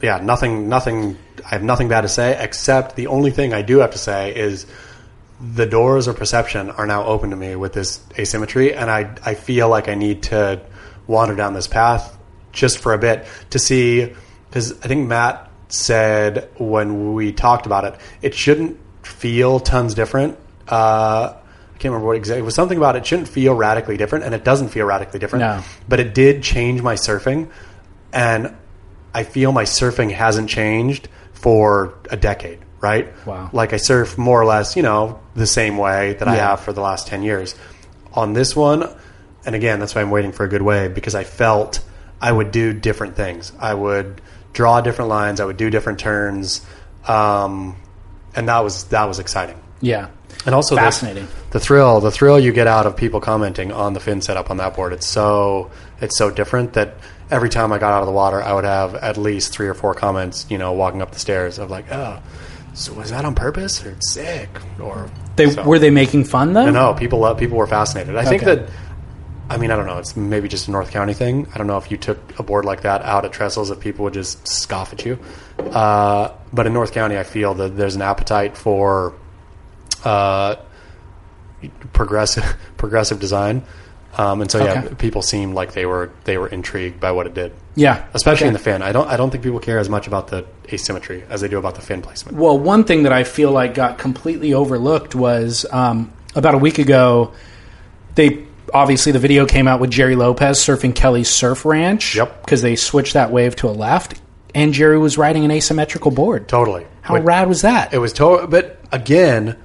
Speaker 3: yeah, nothing nothing. I have nothing bad to say except the only thing I do have to say is the doors of perception are now open to me with this asymmetry, and I, I feel like I need to wander down this path just for a bit to see. Because I think Matt said when we talked about it, it shouldn't feel tons different. Uh, I can't remember what exactly it was. Something about it shouldn't feel radically different, and it doesn't feel radically different.
Speaker 1: No.
Speaker 3: But it did change my surfing, and I feel my surfing hasn't changed for a decade. Right?
Speaker 1: Wow.
Speaker 3: Like I surf more or less, you know, the same way that I
Speaker 1: Yeah.
Speaker 3: have for the last 10 years. On this one, and again, that's why I'm waiting for a good wave because I felt I would do different things. I would draw different lines, I would do different turns. Um, and that was that was exciting.
Speaker 1: Yeah.
Speaker 3: And also the-
Speaker 1: Fascinating.
Speaker 3: The, thrill, the thrill you get out of people commenting on the fin setup on that board. It's so it's so different that every time I got out of the water, I would have at least three or four comments. You know, walking up the stairs of like, oh, so was that on purpose or sick or
Speaker 1: They
Speaker 3: so-
Speaker 1: were they making fun though?
Speaker 3: I know people love, people were fascinated. I think
Speaker 1: Okay.
Speaker 3: that. I mean, I don't know. It's maybe just a North County thing. I don't know if you took a board like that out at trestles, if people would just scoff at you. Uh, but in North County, I feel that there's an appetite for uh, progressive [laughs] progressive design, um, and so yeah,
Speaker 1: Okay.
Speaker 3: people seemed like they were they were intrigued by what it did,
Speaker 1: Yeah.
Speaker 3: especially
Speaker 1: Okay.
Speaker 3: in the fin. I don't I don't think people care as much about the asymmetry as they do about the fin placement.
Speaker 1: Well, one thing that I feel like got completely overlooked was um, about a week ago. They obviously the video came out with Jerry Lopez surfing Kelly's Surf Ranch.
Speaker 3: Yep.
Speaker 1: because they switched that wave to a left, and Jerry was riding an asymmetrical board.
Speaker 3: Totally.
Speaker 1: How
Speaker 3: Wait,
Speaker 1: rad was that?
Speaker 3: It was total, but again,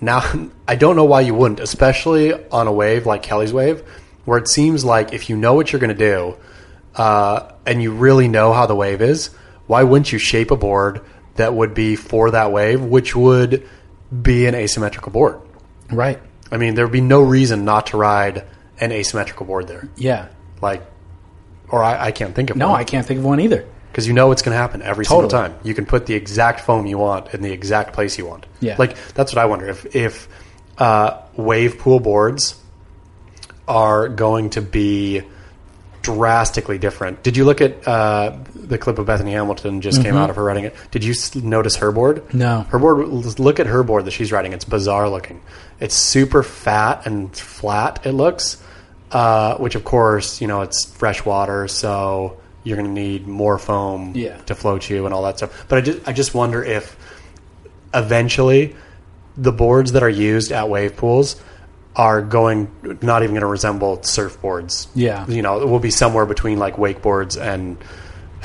Speaker 3: now [laughs] I don't know why you wouldn't, especially on a wave like Kelly's wave, where it seems like if you know what you're going to do, uh, and you really know how the wave is, why wouldn't you shape a board that would be for that wave, which would be an asymmetrical board?
Speaker 1: right.
Speaker 3: I mean, there would be no reason not to ride an asymmetrical board there,
Speaker 1: Yeah.
Speaker 3: like, or I, I can't think of
Speaker 1: No,
Speaker 3: one
Speaker 1: I can't think of one either.
Speaker 3: because you know it's going to happen every single
Speaker 1: Totally.
Speaker 3: time. You can put the exact foam you want in the exact place you want.
Speaker 1: Yeah.
Speaker 3: like that's what I wonder if if uh, wave pool boards are going to be drastically different. Did you look at uh, the clip of Bethany Hamilton just came out of her riding it? Did you s- notice her board?
Speaker 1: Mm-hmm. No.
Speaker 3: Her board. Look at her board that she's riding. It's bizarre looking. It's super fat and flat. It looks, uh, which of course you know it's fresh water, so you're going to need more foam
Speaker 1: Yeah.
Speaker 3: to float you and all that stuff. But I just I just wonder if eventually the boards that are used at wave pools are going not even going to resemble surfboards.
Speaker 1: Yeah.
Speaker 3: you know, it will be somewhere between like wakeboards and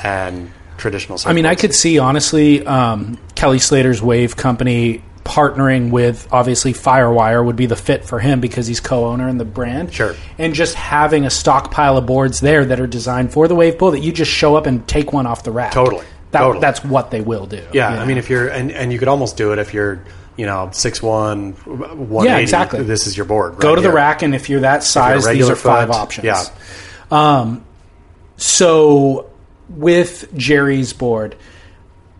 Speaker 3: and traditional. Surfboards.
Speaker 1: I mean, I could see honestly um, Kelly Slater's Wave Company partnering with obviously Firewire would be the fit for him because he's co-owner in the brand.
Speaker 3: Sure.
Speaker 1: And just having a stockpile of boards there that are designed for the wave pool that you just show up and take one off the rack.
Speaker 3: Totally.
Speaker 1: That,
Speaker 3: Totally.
Speaker 1: That's what they will do.
Speaker 3: Yeah,
Speaker 1: you
Speaker 3: I
Speaker 1: know?
Speaker 3: mean, if you're and, and you could almost do it if you're you know six one one
Speaker 1: Yeah, exactly.
Speaker 3: This is your board.
Speaker 1: go
Speaker 3: right
Speaker 1: to the
Speaker 3: here.
Speaker 1: rack, and if you're that
Speaker 3: Your
Speaker 1: size, these
Speaker 3: regular
Speaker 1: are five
Speaker 3: foot.
Speaker 1: options.
Speaker 3: Yeah,
Speaker 1: So with Jerry's board,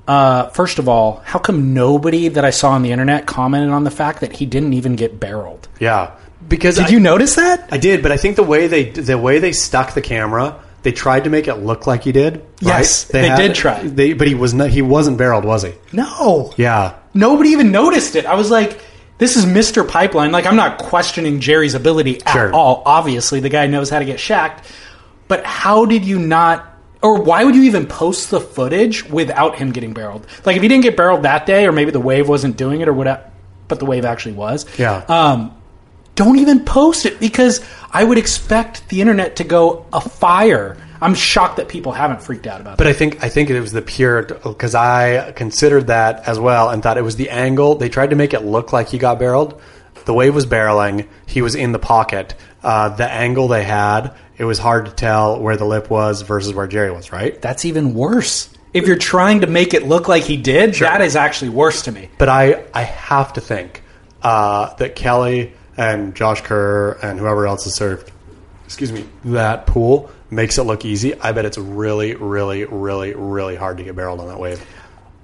Speaker 1: Uh, first of all, how come nobody that I saw on the internet commented on the fact that he didn't even get barreled?
Speaker 3: Yeah, because
Speaker 1: Did
Speaker 3: I,
Speaker 1: you notice that?
Speaker 3: I did, but I think the way they the way they stuck the camera, they tried to make it look like he did. right?
Speaker 1: Yes, they did try.
Speaker 3: They, but he was not, he wasn't barreled, was he?
Speaker 1: No.
Speaker 3: Yeah,
Speaker 1: Nobody even noticed it. I was like, this is Mr. Pipeline. Like, I'm not questioning Jerry's ability at
Speaker 3: Sure.
Speaker 1: all. Obviously, the guy knows how to get shacked. But how did you not, or why would you even post the footage without him getting barreled? Like, if he didn't get barreled that day, or maybe the wave wasn't doing it, or whatever, but the wave actually was.
Speaker 3: Yeah.
Speaker 1: Um, don't even post it because I would expect the internet to go afire. I'm shocked that people haven't freaked out about
Speaker 3: But I think I think it was the pure because I considered that as well and thought it was the angle they tried to make it look like he got barreled. The wave was barreling. He was in the pocket. Uh, the angle they had, it was hard to tell where the lip was versus where Jerry was. Right.
Speaker 1: That's even worse. If you're trying to make it look like he did, that is actually worse to me.
Speaker 3: But I I have to think uh, that Kelly and Josh Kerr and whoever else has served, excuse me, that pool makes it look easy. I bet it's really really really really hard to get barreled on that wave.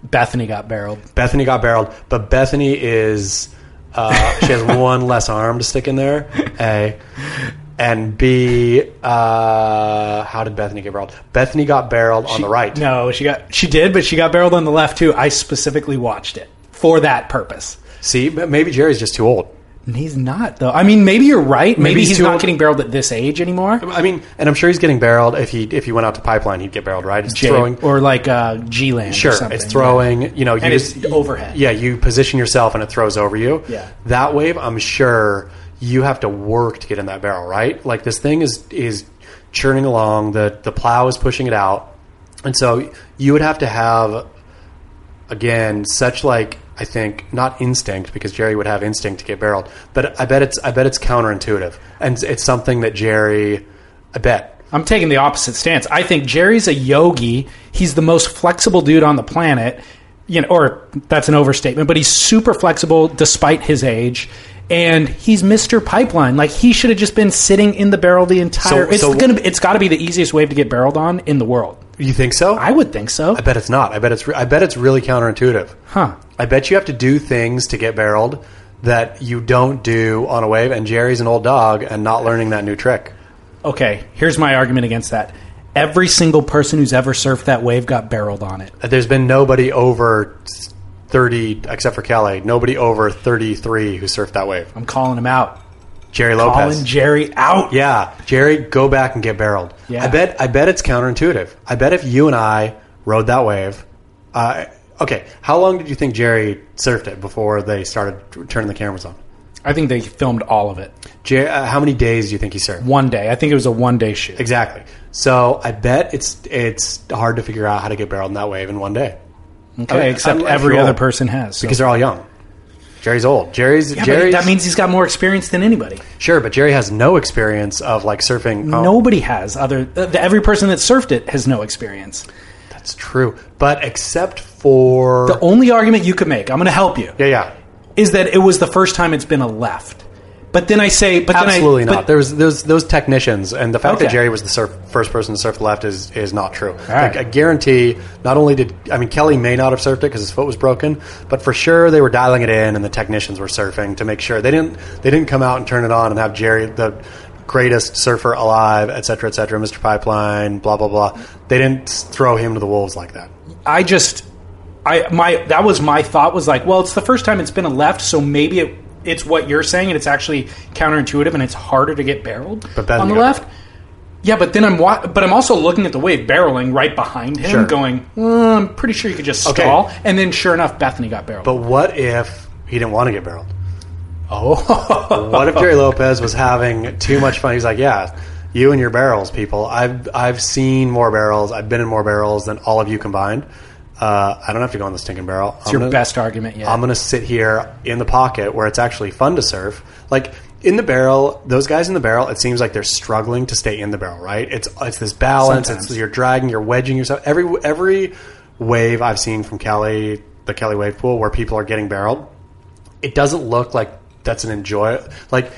Speaker 1: Bethany got barreled.
Speaker 3: Bethany got barreled, but Bethany is uh,
Speaker 1: [laughs]
Speaker 3: she has one less arm to stick in there. A and B. Uh, how did Bethany get barreled? Bethany got barreled on the right.
Speaker 1: No, she got she did, but she got barreled on the left too. I specifically watched it for that purpose.
Speaker 3: See, but maybe Jerry's just too old.
Speaker 1: And he's not though. I mean, maybe you're right. Maybe,
Speaker 3: Maybe he's
Speaker 1: he's
Speaker 3: too
Speaker 1: not
Speaker 3: old.
Speaker 1: getting barreled at this age anymore.
Speaker 3: I mean, and I'm sure he's getting barreled. If he if he went out to pipeline, he'd get barreled, right? It's
Speaker 1: Jay-
Speaker 3: throwing.
Speaker 1: or like uh, G Land.
Speaker 3: Sure,
Speaker 1: or something.
Speaker 3: it's throwing. You know, you
Speaker 1: And it's overhead.
Speaker 3: Yeah, you position yourself and it throws over you.
Speaker 1: Yeah.
Speaker 3: that wave, I'm sure you have to work to get in that barrel, right? Like this thing is is churning along. The the plow is pushing it out, and so you would have to have again such like I think not instinct because Jerry would have instinct to get barreled, but I bet it's I bet it's counterintuitive, and it's something that Jerry, I bet
Speaker 1: I'm taking the opposite stance. I think Jerry's a yogi. He's the most flexible dude on the planet. You know, or that's an overstatement, but he's super flexible despite his age. And he's Mr. Pipeline. Like he should have just been sitting in the barrel the entire.
Speaker 3: So-
Speaker 1: it's
Speaker 3: so-
Speaker 1: gonna. Be, it's got to be the easiest wave to get barreled on in the world.
Speaker 3: you think so.
Speaker 1: I would think so.
Speaker 3: I bet it's not. I bet it's. Re- I bet it's really counterintuitive.
Speaker 1: Huh.
Speaker 3: I bet you have to do things to get barreled that you don't do on a wave. And Jerry's an old dog and not learning that new trick.
Speaker 1: Okay. Here's my argument against that. Every single person who's ever surfed that wave got barreled on it.
Speaker 3: There's been nobody over thirty, except for Kelly. Nobody over thirty-three who surfed that wave.
Speaker 1: I'm calling him out.
Speaker 3: Jerry
Speaker 1: Calling
Speaker 3: Lopez.
Speaker 1: Jerry out.
Speaker 3: yeah, Jerry, go back and get barreled.
Speaker 1: Yeah.
Speaker 3: I bet. I bet it's counterintuitive. I bet if you and I rode that wave, uh, okay. How long did you think Jerry surfed it before they started turning the cameras on?
Speaker 1: I think they filmed all of it
Speaker 3: Jer- uh, how many days do you think he served?
Speaker 1: one day. I think it was a one day shoot.
Speaker 3: Exactly. So I bet it's it's hard to figure out how to get barreled in that wave in one day
Speaker 1: Okay,
Speaker 3: I'm-
Speaker 1: except
Speaker 3: I'm- I
Speaker 1: every
Speaker 3: feel-
Speaker 1: other person has. so-
Speaker 3: because they're all young. Jerry's old. Jerry's
Speaker 1: Yeah, but
Speaker 3: Jerry's
Speaker 1: that means he's got more experience than anybody.
Speaker 3: sure, but Jerry has no experience of like surfing. Oh,
Speaker 1: Nobody has other. Uh, the, every person that surfed it has no experience.
Speaker 3: that's true. But except for
Speaker 1: The only argument you could make, I'm going to help you,
Speaker 3: yeah, yeah,
Speaker 1: is that it was the first time it's been a left. But then I say, but then I-
Speaker 3: absolutely
Speaker 1: but-
Speaker 3: not. there was those those technicians, and the fact
Speaker 1: Okay.
Speaker 3: that Jerry was the surf, first person to surf the left is is not true.
Speaker 1: right.
Speaker 3: Like I guarantee, not only did I mean Kelly may not have surfed it because his foot was broken, but for sure they were dialing it in, and the technicians were surfing to make sure they didn't they didn't come out and turn it on and have Jerry the greatest surfer alive, et cetera, et cetera, Mr. Pipeline, blah blah blah. They didn't throw him to the wolves like that.
Speaker 1: I just, I my that was my thought was like, well, it's the first time it's been a left, so maybe it, it's what you're saying, and it's actually counterintuitive, and it's harder to get barreled
Speaker 3: But Bethany
Speaker 1: on the
Speaker 3: got
Speaker 1: left. Yeah, but then I'm wa- but I'm also looking at the wave barreling right behind him,
Speaker 3: Sure.
Speaker 1: going, "Uh, I'm pretty sure you could just
Speaker 3: Okay.
Speaker 1: stall, and then sure enough, Bethany got barreled.
Speaker 3: But what if he didn't want to get barreled?
Speaker 1: oh, [laughs]
Speaker 3: What if Jerry Lopez was having too much fun? He's like, yeah, you and your barrels, people. I've I've seen more barrels. I've been in more barrels than all of you combined. Uh, I don't have to go on the stinking barrel.
Speaker 1: it's
Speaker 3: [laughs]
Speaker 1: your best argument yet.
Speaker 3: I'm gonna sit here in the pocket where it's actually fun to surf. Like in the barrel, those guys in the barrel, it seems like they're struggling to stay in the barrel. Right? It's it's this balance. It's
Speaker 1: Sometimes.
Speaker 3: you're dragging, you're wedging yourself. Every every wave I've seen from Kelly, the Kelly wave pool, where people are getting barreled, it doesn't look like that's an enjoy. Like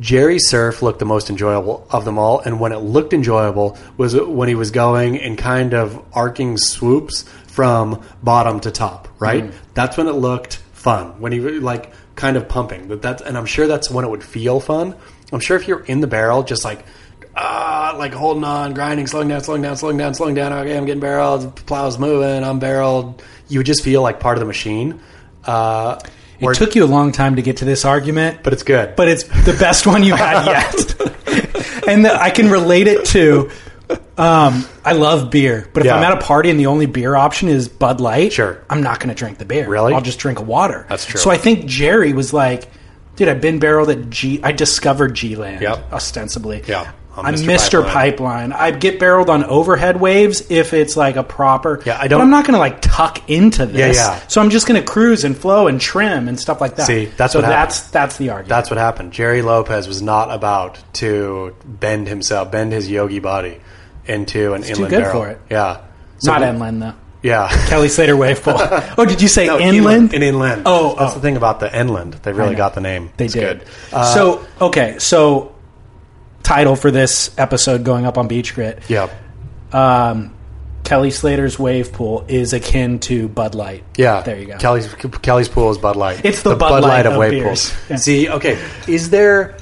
Speaker 3: Jerry Surf looked the most enjoyable of them all, and when it looked enjoyable was when he was going in kind of arcing swoops from bottom to top. Right, that's when it looked fun. When he really, like kind of pumping. That that's and I'm sure that's when it would feel fun. I'm sure if you're in the barrel, just like ah, like holding on, grinding, slowing down, slowing down, slowing down, slowing down. Okay, I'm getting barreled. Plow's moving. I'm barreled. You would just feel like part of the machine. Uh,
Speaker 1: It took you a long time to get to this argument,
Speaker 3: but it's good.
Speaker 1: but it's the best one you had
Speaker 3: [laughs]
Speaker 1: yet. and the, I can relate it to. Um, I love beer, but if
Speaker 3: Yeah.
Speaker 1: I'm at a party and the only beer option is Bud Light,
Speaker 3: Sure.
Speaker 1: I'm not going to drink the beer.
Speaker 3: Really?
Speaker 1: I'll just drink water.
Speaker 3: That's true.
Speaker 1: So I think Jerry was like, "Dude, I've been barreled at G. I discovered G Land,
Speaker 3: Yep.
Speaker 1: ostensibly.
Speaker 3: Yeah, I'm
Speaker 1: I'm
Speaker 3: Mr.
Speaker 1: Mr. Pipeline. I get barreled on overhead waves if it's like a proper.
Speaker 3: Yeah, I don't-
Speaker 1: But I'm not going to like tuck into this.
Speaker 3: yeah.
Speaker 1: So I'm just going to cruise and flow and trim and stuff like that.
Speaker 3: See, that's
Speaker 1: so
Speaker 3: what happened.
Speaker 1: that's that's the argument.
Speaker 3: That's what happened. Jerry Lopez was not about to bend himself, bend his yogi body into an inland
Speaker 1: good
Speaker 3: barrel.
Speaker 1: for it.
Speaker 3: Yeah,
Speaker 1: not
Speaker 3: we-
Speaker 1: inland though.
Speaker 3: Yeah,
Speaker 1: Kelly Slater wave pool. [laughs] oh, did you say
Speaker 3: [laughs] No,
Speaker 1: inland?
Speaker 3: In inland.
Speaker 1: Oh,
Speaker 3: that's
Speaker 1: oh.
Speaker 3: the thing about the inland. They really
Speaker 1: know.
Speaker 3: got the name.
Speaker 1: They
Speaker 3: It's
Speaker 1: did.
Speaker 3: good. Uh,
Speaker 1: so okay, so title for this episode going up on Beach Grit.
Speaker 3: Yeah,
Speaker 1: Um, Kelly Slater's wave pool is akin to Bud Light.
Speaker 3: yeah.
Speaker 1: there you go.
Speaker 3: Kelly's Kelly's pool is Bud Light.
Speaker 1: It's the Bud Light of
Speaker 3: wave
Speaker 1: beers.
Speaker 3: pools.
Speaker 1: Yeah.
Speaker 3: See, okay, is there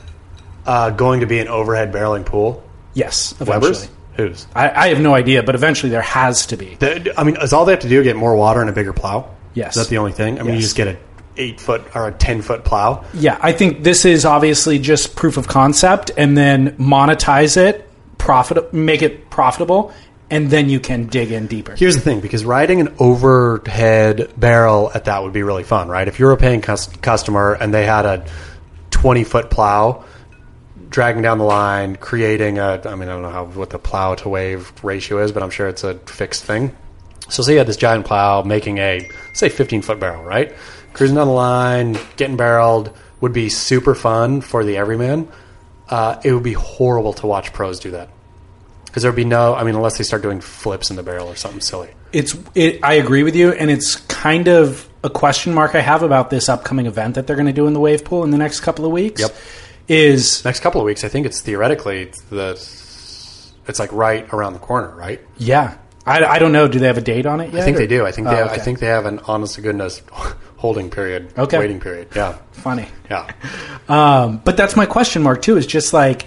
Speaker 3: uh, going to be an overhead barreling pool?
Speaker 1: yes, eventually.
Speaker 3: Weber's. Whose?
Speaker 1: I, I have no idea, but eventually there has to be.
Speaker 3: The- I mean, is all they have to do get more water and a bigger plow?
Speaker 1: Yes.
Speaker 3: Is that the only thing? I mean, you
Speaker 1: Yes.
Speaker 3: just get a eight foot or a ten foot plow.
Speaker 1: Yeah, I think this is obviously just proof of concept, and then monetize it, profit, make it profitable, and then you can dig in deeper.
Speaker 3: Here's the thing, because riding an overhead barrel at that would be really fun, right? If you're a paying cus- customer and they had a 20 foot plow dragging down the line, creating a, I mean, I don't know how what the plow to wave ratio is, but I'm sure it's a fixed thing. So say you had this giant plow making a say 15 foot barrel, right? Cruising down the line, getting barreled would be super fun for the everyman. Uh, it would be horrible to watch pros do that. Because there would be no, I mean, unless they start doing flips in the barrel or something silly.
Speaker 1: it's it, I agree with you, and it's kind of a question mark I have about this upcoming event that they're going to do in the wave pool in the next couple of weeks.
Speaker 3: Yep.
Speaker 1: Is
Speaker 3: Next couple of weeks, I think it's theoretically it's the, it's like right around the corner, right?
Speaker 1: yeah, I, I don't know. Do they have a date on it yet?
Speaker 3: I think
Speaker 1: or-
Speaker 3: they do. I think they
Speaker 1: Oh,
Speaker 3: have, I
Speaker 1: okay.
Speaker 3: think they have an honest to goodness [laughs] holding period,
Speaker 1: Okay.
Speaker 3: waiting period. Yeah,
Speaker 1: funny.
Speaker 3: yeah.
Speaker 1: Um, but that's my question mark too. Is just like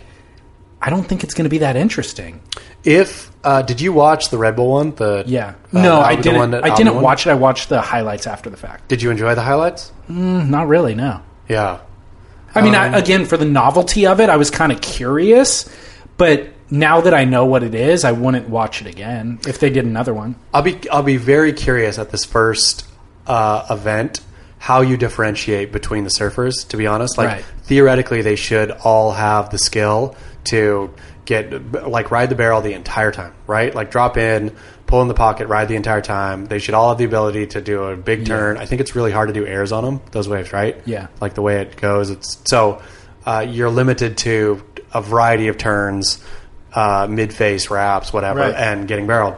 Speaker 1: I don't think it's going to be that interesting.
Speaker 3: If uh, did you watch the Red Bull one? The
Speaker 1: Yeah.
Speaker 3: uh,
Speaker 1: no, I
Speaker 3: the
Speaker 1: didn't.
Speaker 3: one that
Speaker 1: I
Speaker 3: Alvin
Speaker 1: didn't
Speaker 3: won?
Speaker 1: watch it. I watched the highlights after the fact.
Speaker 3: Did you enjoy the highlights? Mm-hmm.
Speaker 1: Mm, Not really. No.
Speaker 3: Yeah,
Speaker 1: I mean, I, again, for the novelty of it, I was kind of curious, but now that I know what it is, I wouldn't watch it again if they did another one.
Speaker 3: I'll be I'll be very curious at this first uh, event how you differentiate between the surfers. To be honest, like
Speaker 1: Right.
Speaker 3: theoretically, they should all have the skill to get like ride the barrel the entire time, right? Like drop in, pull in the pocket, ride the entire time. They should all have the ability to do a big turn. I think it's really hard to do airs on them those waves, right?
Speaker 1: Yeah.
Speaker 3: like the way it goes. It's so uh, you're limited to a variety of turns, uh, mid face wraps, whatever,
Speaker 1: Right.
Speaker 3: and getting barreled.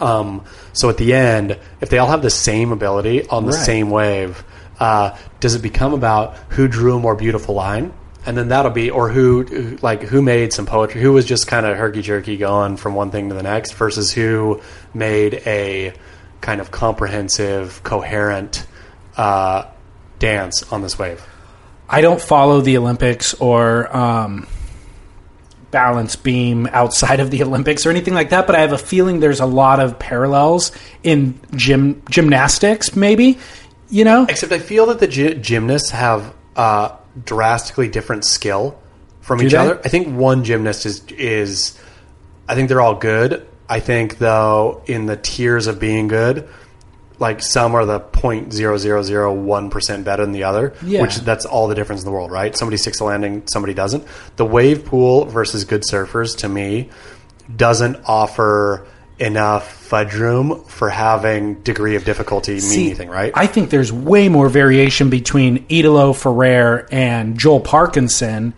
Speaker 3: Um, so at the end, if they all have the same ability on the
Speaker 1: Right.
Speaker 3: same wave, uh, does it become about who drew a more beautiful line? And then that'll be, or who, like, who made some poetry? Who was just kind of herky jerky going from one thing to the next versus who made a kind of comprehensive, coherent uh, dance on this wave?
Speaker 1: I don't follow the Olympics or um, balance beam outside of the [laughs] Olympics or anything like that, but I have a feeling there's a lot of parallels in gym gymnastics, maybe. You know,
Speaker 3: Except I feel that the gy- gymnasts have uh, drastically different skill from each
Speaker 1: they?
Speaker 3: other. I think one gymnast is is I think they're all good. I think though in the tiers of being good, like some are the point zero zero zero one percent better than the other,
Speaker 1: Yeah.
Speaker 3: which that's all the difference in the world, right? Somebody sticks a landing, somebody doesn't. The wave pool versus good surfers to me doesn't offer enough fudge room for having degree of difficulty mean
Speaker 1: See,
Speaker 3: anything, right?
Speaker 1: I think there's way more variation between Idolo Ferrer and Joel Parkinson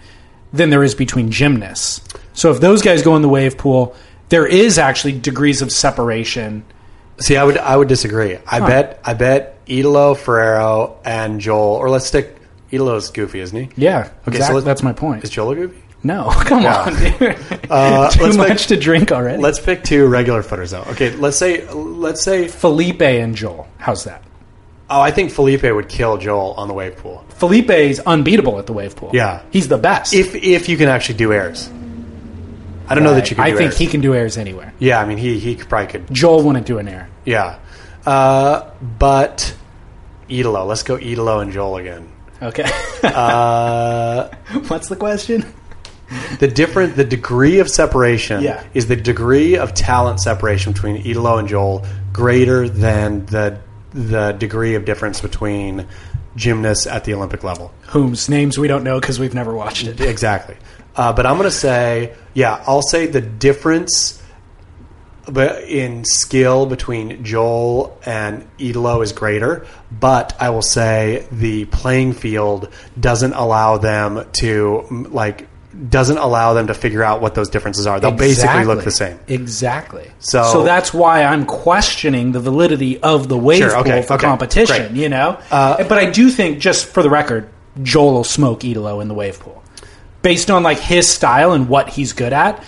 Speaker 1: than there is between gymnasts. So if those guys go in the wave pool, there is actually degrees of separation.
Speaker 3: See, I would I would disagree. I bet I bet Idolo Ferrero and Joel, or let's stick Idolo's goofy, isn't he?
Speaker 1: Yeah,
Speaker 3: Okay,
Speaker 1: exact-
Speaker 3: so let's-
Speaker 1: that's my point.
Speaker 3: Is Joel a goofy?
Speaker 1: No, [laughs] come
Speaker 3: Yeah.
Speaker 1: on, dude.
Speaker 3: Uh,
Speaker 1: [laughs] Too
Speaker 3: let's
Speaker 1: much
Speaker 3: pick,
Speaker 1: to drink already.
Speaker 3: let's pick two regular footers though. Okay, let's say let's say.
Speaker 1: Felipe and Joel. How's that?
Speaker 3: Oh, I think Felipe would kill Joel on the wave pool
Speaker 1: Felipe's unbeatable at the wave pool.
Speaker 3: Yeah.
Speaker 1: he's the best.
Speaker 3: if if you can actually do airs. I don't know that you can.
Speaker 1: I
Speaker 3: do
Speaker 1: think
Speaker 3: airs.
Speaker 1: he can do airs anywhere.
Speaker 3: Yeah, I mean he he probably could
Speaker 1: Joel wouldn't do an air.
Speaker 3: Yeah. Uh, but Idolo. Let's go Idolo and Joel again.
Speaker 1: Okay.
Speaker 3: Uh,
Speaker 1: [laughs] What's the question?
Speaker 3: The different the degree of separation
Speaker 1: Yeah.
Speaker 3: is the degree of talent separation between Idolo and Joel greater than the the degree of difference between gymnasts at the Olympic level.
Speaker 1: Whom's names we don't know because we've never watched it.
Speaker 3: Exactly. Uh, but I'm going to say, yeah, I'll say the difference be- in skill between Joel and Idolo is greater, but I will say the playing field doesn't allow them to, mm, like, doesn't allow them to figure out what those differences are. They'll basically look the same.
Speaker 1: Exactly.
Speaker 3: So-
Speaker 1: that's why I'm questioning the validity of the wave
Speaker 3: Sure, okay,
Speaker 1: pool for
Speaker 3: okay,
Speaker 1: competition.
Speaker 3: great. Uh,
Speaker 1: You know, but I do think, just for the record, Joel will smoke Idolo in the wave pool, based on like his style and what he's good at,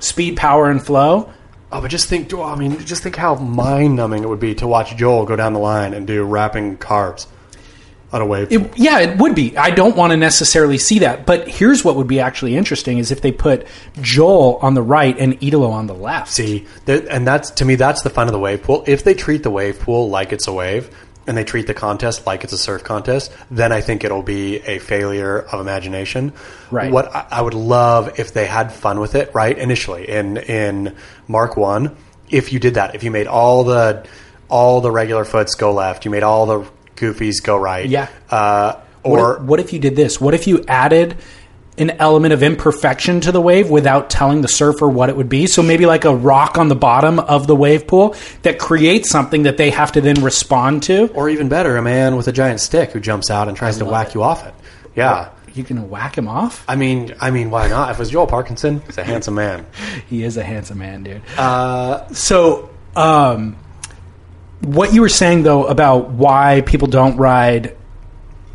Speaker 1: speed, power, and flow.
Speaker 3: Oh, but just think, I mean, just think how mind numbing it would be to watch Joel go down the line and do wrapping carbs on a wave.
Speaker 1: It, yeah, it would be. I don't want to necessarily see that, but here's what would be actually interesting: is if they put Joel on the right and Idolo on the left.
Speaker 3: See, that- and that's to me, that's the fun of the wave pool. If they treat the wave pool like it's a wave, and they treat the contest like it's a surf contest, then I think it'll be a failure of imagination.
Speaker 1: Right.
Speaker 3: What I, I would love if they had fun with it, right? Initially, in in Mark One, if you did that, if you made all the all the regular foots go left, you made all the goofies go right.
Speaker 1: Yeah.
Speaker 3: Uh,
Speaker 1: What if-
Speaker 3: or
Speaker 1: what if, you did this? What if you added an element of imperfection to the wave without telling the surfer what it would be? So maybe like a rock on the bottom of the wave pool that creates something that they have to then respond to.
Speaker 3: or even better, a man with a giant stick who jumps out and tries to whack you off it. Yeah.
Speaker 1: You can whack him off.
Speaker 3: I mean, I mean, why not? If it was Joel Parkinson, he's a handsome man.
Speaker 1: He is a handsome man, dude. Uh, so, um, what you were saying though about why people don't ride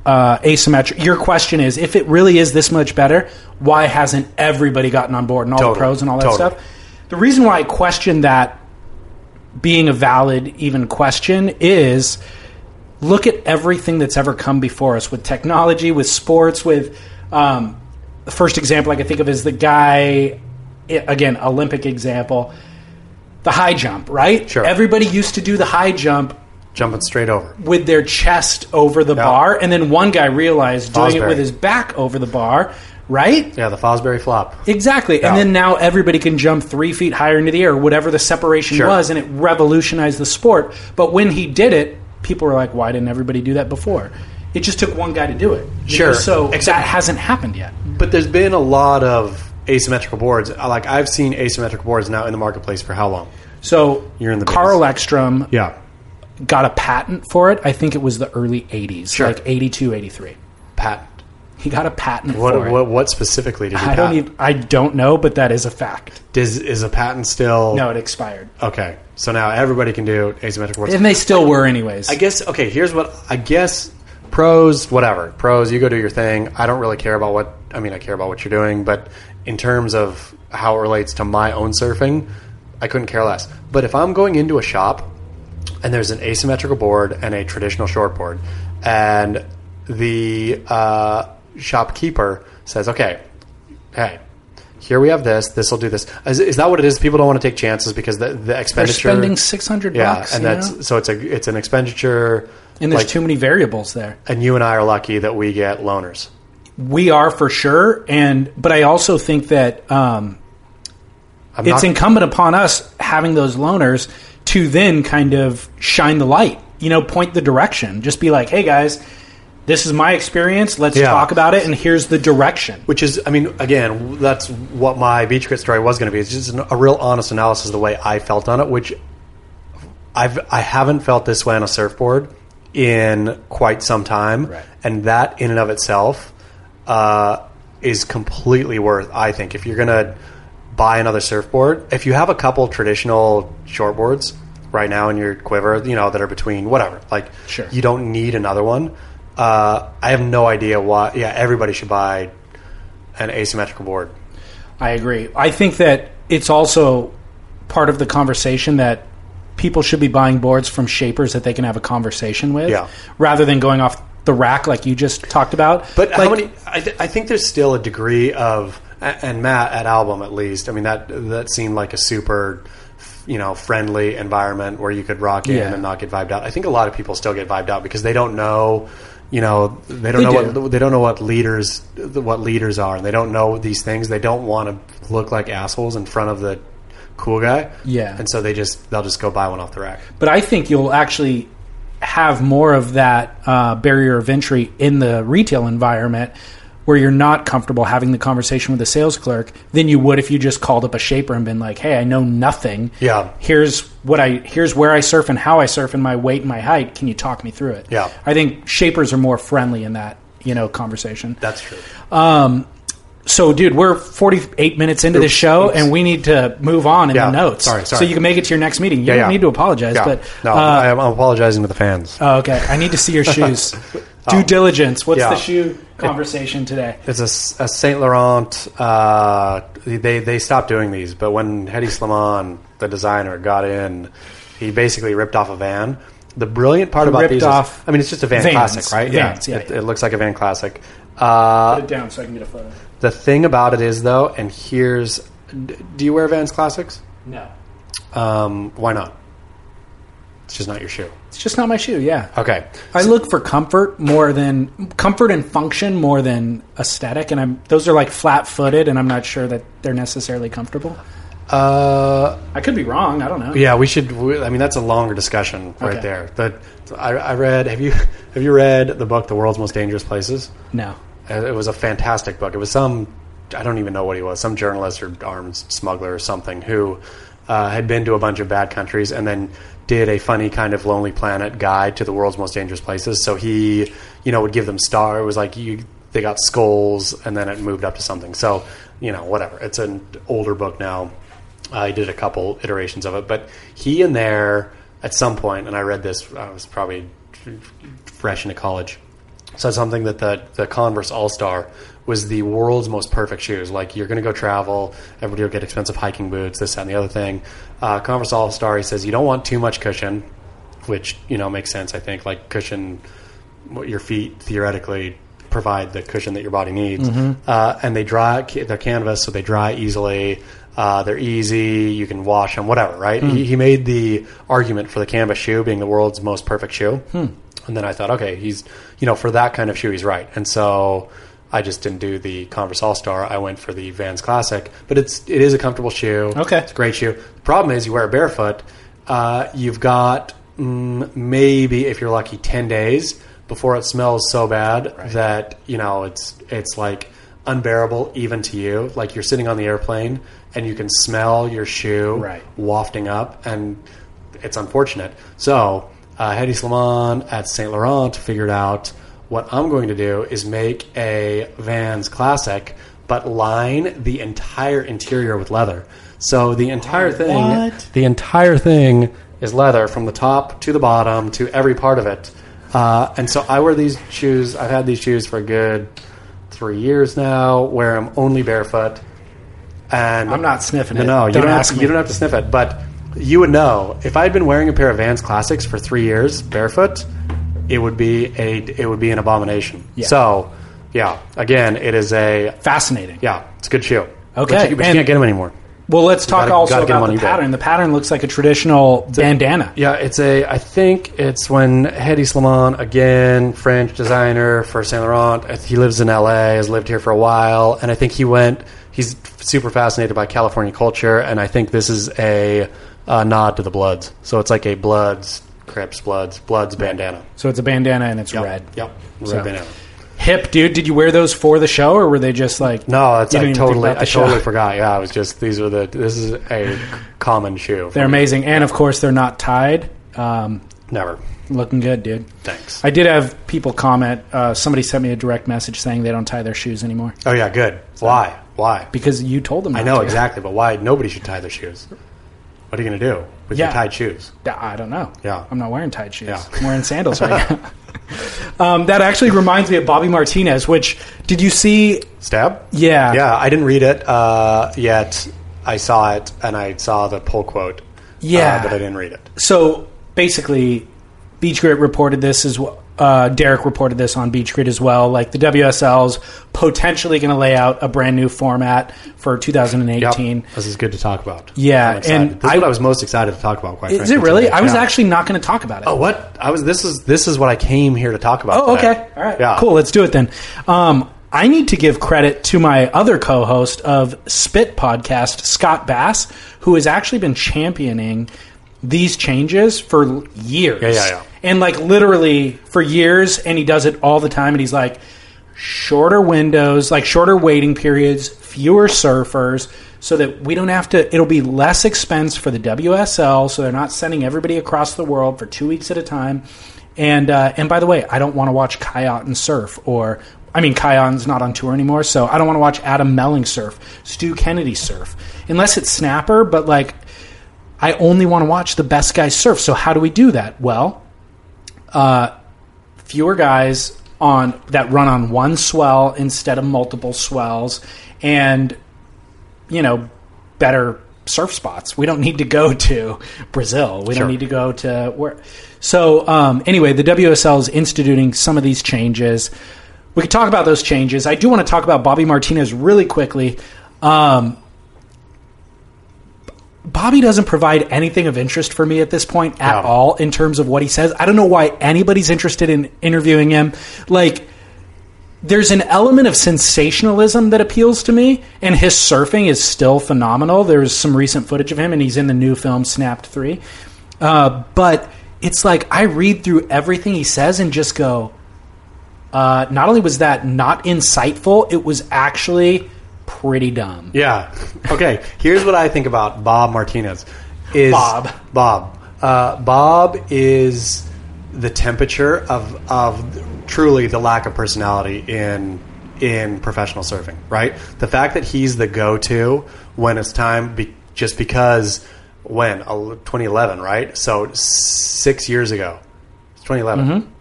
Speaker 1: uh, asymmetric, your question is: if it really is this much better, why hasn't everybody gotten on board and all
Speaker 3: Totally.
Speaker 1: the pros and all that
Speaker 3: Totally.
Speaker 1: stuff? The reason why I question that being a valid even question is look at everything that's ever come before us with technology, with sports, with um, the first example I can think of is the guy, i- again, Olympic example, the high jump, right?
Speaker 3: Sure.
Speaker 1: Everybody used to do the high jump
Speaker 3: Jumping straight over.
Speaker 1: with their chest over the bar, and then one guy realized doing it
Speaker 3: Fosbury.
Speaker 1: with his back over the bar, right?
Speaker 3: Yeah, the Fosbury flop.
Speaker 1: Exactly. And
Speaker 3: Yeah.
Speaker 1: then now everybody can jump three feet higher into the air, whatever the separation
Speaker 3: Sure.
Speaker 1: was, and it revolutionized the sport. But when he did it, people were like, why didn't everybody do that before? It just took one guy to do it. You
Speaker 3: Sure.
Speaker 1: know, So
Speaker 3: Except-
Speaker 1: that hasn't happened yet.
Speaker 3: But there's been a lot of asymmetrical boards. Like I've seen asymmetrical boards now in the marketplace for how long?
Speaker 1: So
Speaker 3: You're in the
Speaker 1: Carl Ekstrom
Speaker 3: Yeah.
Speaker 1: got a patent for it. I think it was the early 80s,
Speaker 3: Sure.
Speaker 1: like 82, 83.
Speaker 3: Patent.
Speaker 1: He got a patent
Speaker 3: What
Speaker 1: for
Speaker 3: what,
Speaker 1: it.
Speaker 3: what specifically did you
Speaker 1: I don't
Speaker 3: patent?
Speaker 1: even, I don't know, but that is a fact.
Speaker 3: Does, is a patent still
Speaker 1: No, it expired.
Speaker 3: Okay. So now everybody can do asymmetrical boards.
Speaker 1: And they still were anyways.
Speaker 3: I guess okay, here's what I guess pros whatever. Pros, you go do your thing. I don't really care about what I mean, I care about what you're doing, but in terms of how it relates to my own surfing, I couldn't care less. But if I'm going into a shop and there's an asymmetrical board and a traditional short board, and the uh, shopkeeper says, "Okay, hey, here we have this. This will do this." Is, is that what it is? People don't want to take chances because the, the
Speaker 1: They're
Speaker 3: expenditure
Speaker 1: spending 600
Speaker 3: yeah,
Speaker 1: bucks.
Speaker 3: and
Speaker 1: you
Speaker 3: that's
Speaker 1: know?
Speaker 3: so it's a it's an expenditure.
Speaker 1: And there's
Speaker 3: like-
Speaker 1: too many variables there.
Speaker 3: and you and I are lucky that we get loners.
Speaker 1: We are for sure, and but I also think that um,
Speaker 3: I'm
Speaker 1: it's
Speaker 3: not,
Speaker 1: incumbent upon us having those loners to then kind of shine the light, you know, point the direction. Just be like, hey guys, this is my experience. Let's
Speaker 3: Yeah.
Speaker 1: talk about it, and here's the direction.
Speaker 3: which is I mean again that's what my beach crit story was going to be. It's just an, a real honest analysis of the way I felt on it, which I've I haven't felt this way on a surfboard in quite some time,
Speaker 1: Right.
Speaker 3: and that in and of itself uh, is completely worth. I think if you're gonna buy another surfboard, if you have a couple traditional shortboards right now in your quiver, you know that are between whatever, like
Speaker 1: Sure.
Speaker 3: you don't need another one. Uh, I have no idea why. Yeah, everybody should buy an asymmetrical board.
Speaker 1: I agree. I think that it's also part of the conversation that people should be buying boards from shapers that they can have a conversation with,
Speaker 3: Yeah.
Speaker 1: rather than going off the rack like you just talked about.
Speaker 3: But
Speaker 1: Like,
Speaker 3: how many? I, th- I think there's still a degree of, a- and Matt at Album at least. I mean that that seemed like a super, you know, friendly environment where you could rock in
Speaker 1: Yeah.
Speaker 3: and not get vibed out. I think a lot of people still get vibed out because they don't know, you know, they don't
Speaker 1: They
Speaker 3: know
Speaker 1: do.
Speaker 3: what they don't know what leaders what leaders are, and they don't know these things. They don't want to look like assholes in front of the cool guy.
Speaker 1: Yeah.
Speaker 3: and so they just they'll just go buy one off the rack.
Speaker 1: But I think you'll actually have more of that uh, barrier of entry in the retail environment where you're not comfortable having the conversation with the sales clerk than you would if you just called up a shaper and been like, "Hey, I know nothing.
Speaker 3: Yeah.
Speaker 1: here's what I here's where I surf and how I surf and my weight and my height. Can you talk me through it?"
Speaker 3: Yeah.
Speaker 1: I think shapers are more friendly in that you know conversation.
Speaker 3: That's true.
Speaker 1: So, dude, we're 48 minutes into this
Speaker 3: Oops,
Speaker 1: show,
Speaker 3: oops.
Speaker 1: and we need to move on in
Speaker 3: Yeah,
Speaker 1: the notes.
Speaker 3: sorry, sorry.
Speaker 1: So you can make it to your next meeting. You don't
Speaker 3: yeah.
Speaker 1: need to apologize,
Speaker 3: Yeah.
Speaker 1: but
Speaker 3: no,
Speaker 1: uh,
Speaker 3: I, I'm apologizing to the fans.
Speaker 1: Oh, okay. I need to see
Speaker 3: [laughs]
Speaker 1: your shoes. Due diligence. What's
Speaker 3: Um, Yeah.
Speaker 1: the shoe conversation today?
Speaker 3: It's a, S- a Saint Laurent. Uh, they they stopped doing these, but when Hedy Slimane, the designer, got in, he basically ripped off a van. The brilliant part about
Speaker 1: ripped
Speaker 3: these,
Speaker 1: off
Speaker 3: is, I mean, it's just a van
Speaker 1: Vans.
Speaker 3: classic, right?
Speaker 1: Vans, yeah.
Speaker 3: It, it looks like a van classic. Uh,
Speaker 1: Put it down so I can get a photo.
Speaker 3: the thing about it is, though, and here's, d- do you wear Vans classics?
Speaker 1: No.
Speaker 3: Um, why not? It's just not your shoe.
Speaker 1: It's just not my shoe, yeah.
Speaker 3: Okay,
Speaker 1: I look for comfort more than comfort and function more than aesthetic, and I'm those are like flat-footed, and I'm not sure that they're necessarily comfortable.
Speaker 3: uh,
Speaker 1: I could be wrong. I don't know.
Speaker 3: Yeah, we should. We, I mean, that's a longer discussion right
Speaker 1: Okay.
Speaker 3: there. But I, I read. Have you have you read the book, The World's Most Dangerous Places?
Speaker 1: No.
Speaker 3: Uh, It was a fantastic book. It was some I don't even know what he was, some journalist or arms smuggler or something who uh, had been to a bunch of bad countries and then did a funny kind of Lonely Planet guide to the world's most dangerous places. So he, you know, would give them star. It was like you they got skulls and then it moved up to something. So you know, whatever. It's an older book now. I did a couple iterations of it, but he in there at some point, and I read this. I was probably fresh into college said something that the, the Converse All Star was the world's most perfect shoes. Like, you're going to go travel, everybody will get expensive hiking boots, this, that, and the other thing. Uh, Converse All Star, he says, you don't want too much cushion, which, you know, makes sense, I think. Like, cushion, what your feet theoretically provide the cushion that your body needs. Uh, and they dry, they're canvas, so they dry easily. Uh, they're easy. You can wash them, whatever, right? He, he made the argument for the canvas shoe being the world's most perfect shoe. And then I thought, okay, he's, you know, for that kind of shoe, he's right. And so I just didn't do the Converse All Star. I went for the Vans Classic, but it's it is a comfortable shoe.
Speaker 1: Okay.
Speaker 3: it's a great shoe. The problem is you wear it barefoot. Uh, you've got mm, maybe, if you're lucky, ten days before it smells so bad that you know it's it's like unbearable even to you. Like you're sitting on the airplane and you can smell your shoe
Speaker 1: Right.
Speaker 3: wafting up, and it's unfortunate. So, uh, Hedy Slimane at Saint Laurent figured out what I'm going to do is make a Vans Classic, but line the entire interior with leather. So the entire thing,
Speaker 1: What?
Speaker 3: the entire thing is leather from the top to the bottom to every part of it. Uh, and so I wear these shoes. I've had these shoes for a good three years now. Wear them only barefoot. And
Speaker 1: I'm not sniffing
Speaker 3: no,
Speaker 1: it.
Speaker 3: No, you
Speaker 1: Don't
Speaker 3: don't,
Speaker 1: ask
Speaker 3: have, to-
Speaker 1: me.
Speaker 3: you don't have to sniff it. But you would know if I had been wearing a pair of Vans Classics for three years barefoot, it would be a it would be an abomination.
Speaker 1: Yeah.
Speaker 3: So, yeah, again, it is a
Speaker 1: Fascinating.
Speaker 3: yeah, it's a good shoe.
Speaker 1: Okay,
Speaker 3: but you, but you
Speaker 1: and-
Speaker 3: can't get them anymore.
Speaker 1: Well, let's talk
Speaker 3: gotta-
Speaker 1: also
Speaker 3: gotta get 'em
Speaker 1: about
Speaker 3: on
Speaker 1: the
Speaker 3: eBay.
Speaker 1: pattern. The pattern looks like a traditional bandana.
Speaker 3: Yeah, it's a. I think it's when Hedy Slimane, again, French designer for Saint Laurent. uh, He lives in L.A. has lived here for a while, and I think he went. He's super fascinated by California culture, and I think this is a, uh nod to the Bloods. So it's like a Bloods, Crips, Bloods, Bloods bandana.
Speaker 1: So it's a bandana and it's red.
Speaker 3: Yep. Red
Speaker 1: So-
Speaker 3: bandana.
Speaker 1: Hip, dude. Did you wear those for the show, or were they just like
Speaker 3: No, that's
Speaker 1: You didn't
Speaker 3: I
Speaker 1: even think
Speaker 3: totally.
Speaker 1: about the
Speaker 3: I totally
Speaker 1: show.
Speaker 3: forgot. Yeah, I was just. These are the. This is a common shoe.
Speaker 1: They're amazing, and of course they're not tied. Um,
Speaker 3: Never.
Speaker 1: looking good, dude.
Speaker 3: Thanks.
Speaker 1: I did have people comment. Uh, somebody sent me a direct message saying they don't tie their shoes anymore
Speaker 3: oh yeah, good. Why? Why?
Speaker 1: because you told them.
Speaker 3: I
Speaker 1: not
Speaker 3: know
Speaker 1: to.
Speaker 3: exactly, but why nobody should tie their shoes? What are you going to do with
Speaker 1: Yeah.
Speaker 3: your tied shoes?
Speaker 1: I don't know.
Speaker 3: Yeah.
Speaker 1: I'm not wearing tied shoes.
Speaker 3: Yeah. [laughs]
Speaker 1: I'm wearing sandals right now. Um, that actually reminds me of Bobby Martinez, which did you see?
Speaker 3: Stab?
Speaker 1: Yeah.
Speaker 3: Yeah, I didn't read it uh, yet. I saw it and I saw the pull quote. uh,
Speaker 1: Yeah.
Speaker 3: but I didn't read it.
Speaker 1: So basically, Beach Grit reported this as well. Uh, Derek reported this on Beach Grit as well. Like the WSL's potentially going to lay out a brand new format for 2018.
Speaker 3: Yep. This is good to talk about.
Speaker 1: Yeah,
Speaker 3: I'm excited.
Speaker 1: and
Speaker 3: this is
Speaker 1: I-
Speaker 3: what I was most excited to talk about. Quite
Speaker 1: Is
Speaker 3: frankly,
Speaker 1: it really?
Speaker 3: today.
Speaker 1: I was
Speaker 3: Yeah.
Speaker 1: actually not going to talk about it.
Speaker 3: Oh, what I was. This is this is what I came here to talk about.
Speaker 1: Oh,
Speaker 3: today.
Speaker 1: okay. All right.
Speaker 3: Yeah.
Speaker 1: Cool. Let's do it then. Um, I need to give credit to my other co host of Spit Podcast, Scott Bass, who has actually been championing these changes for l- years.
Speaker 3: Yeah, yeah, yeah.
Speaker 1: And like literally for years, and he does it all the time, and he's like, shorter windows, like shorter waiting periods, fewer surfers, so that we don't have to. It'll be less expense for the WSL, so they're not sending everybody across the world for two weeks at a time. And uh, and by the way, I don't want to watch Kayot surf, or I mean, Kayon's not on tour anymore, so I don't want to watch Adam Melling surf, Stu Kennedy surf, unless it's Snapper. But like, I only want to watch the best guys surf. So how do we do that? Well, fewer guys on that run on one swell instead of multiple swells and you know better surf spots we don't need to go to brazil we
Speaker 3: Sure.
Speaker 1: don't need to go to where so um, anyway the wsl is instituting some of these changes we could talk about those changes i do want to talk about bobby martinez really quickly um, Bobby doesn't provide anything of interest for me at this point at
Speaker 3: No.
Speaker 1: all in terms of what he says. I don't know why anybody's interested in interviewing him. Like, there's an element of sensationalism that appeals to me, and his surfing is still phenomenal. There's some recent footage of him, and he's in the new film Snapped 3. Uh, but it's like I read through everything he says and just go, uh, not only was that not insightful, it was actually pretty dumb.
Speaker 3: Yeah. Okay. Here's what I think about Bob Martinez. Is
Speaker 1: Bob.
Speaker 3: Bob. Uh, Bob is the temperature of of truly the lack of personality in in professional surfing. Right. The fact that he's the go to when it's time, be, just because when Uh, 2011, right? So six years ago, it's 2011.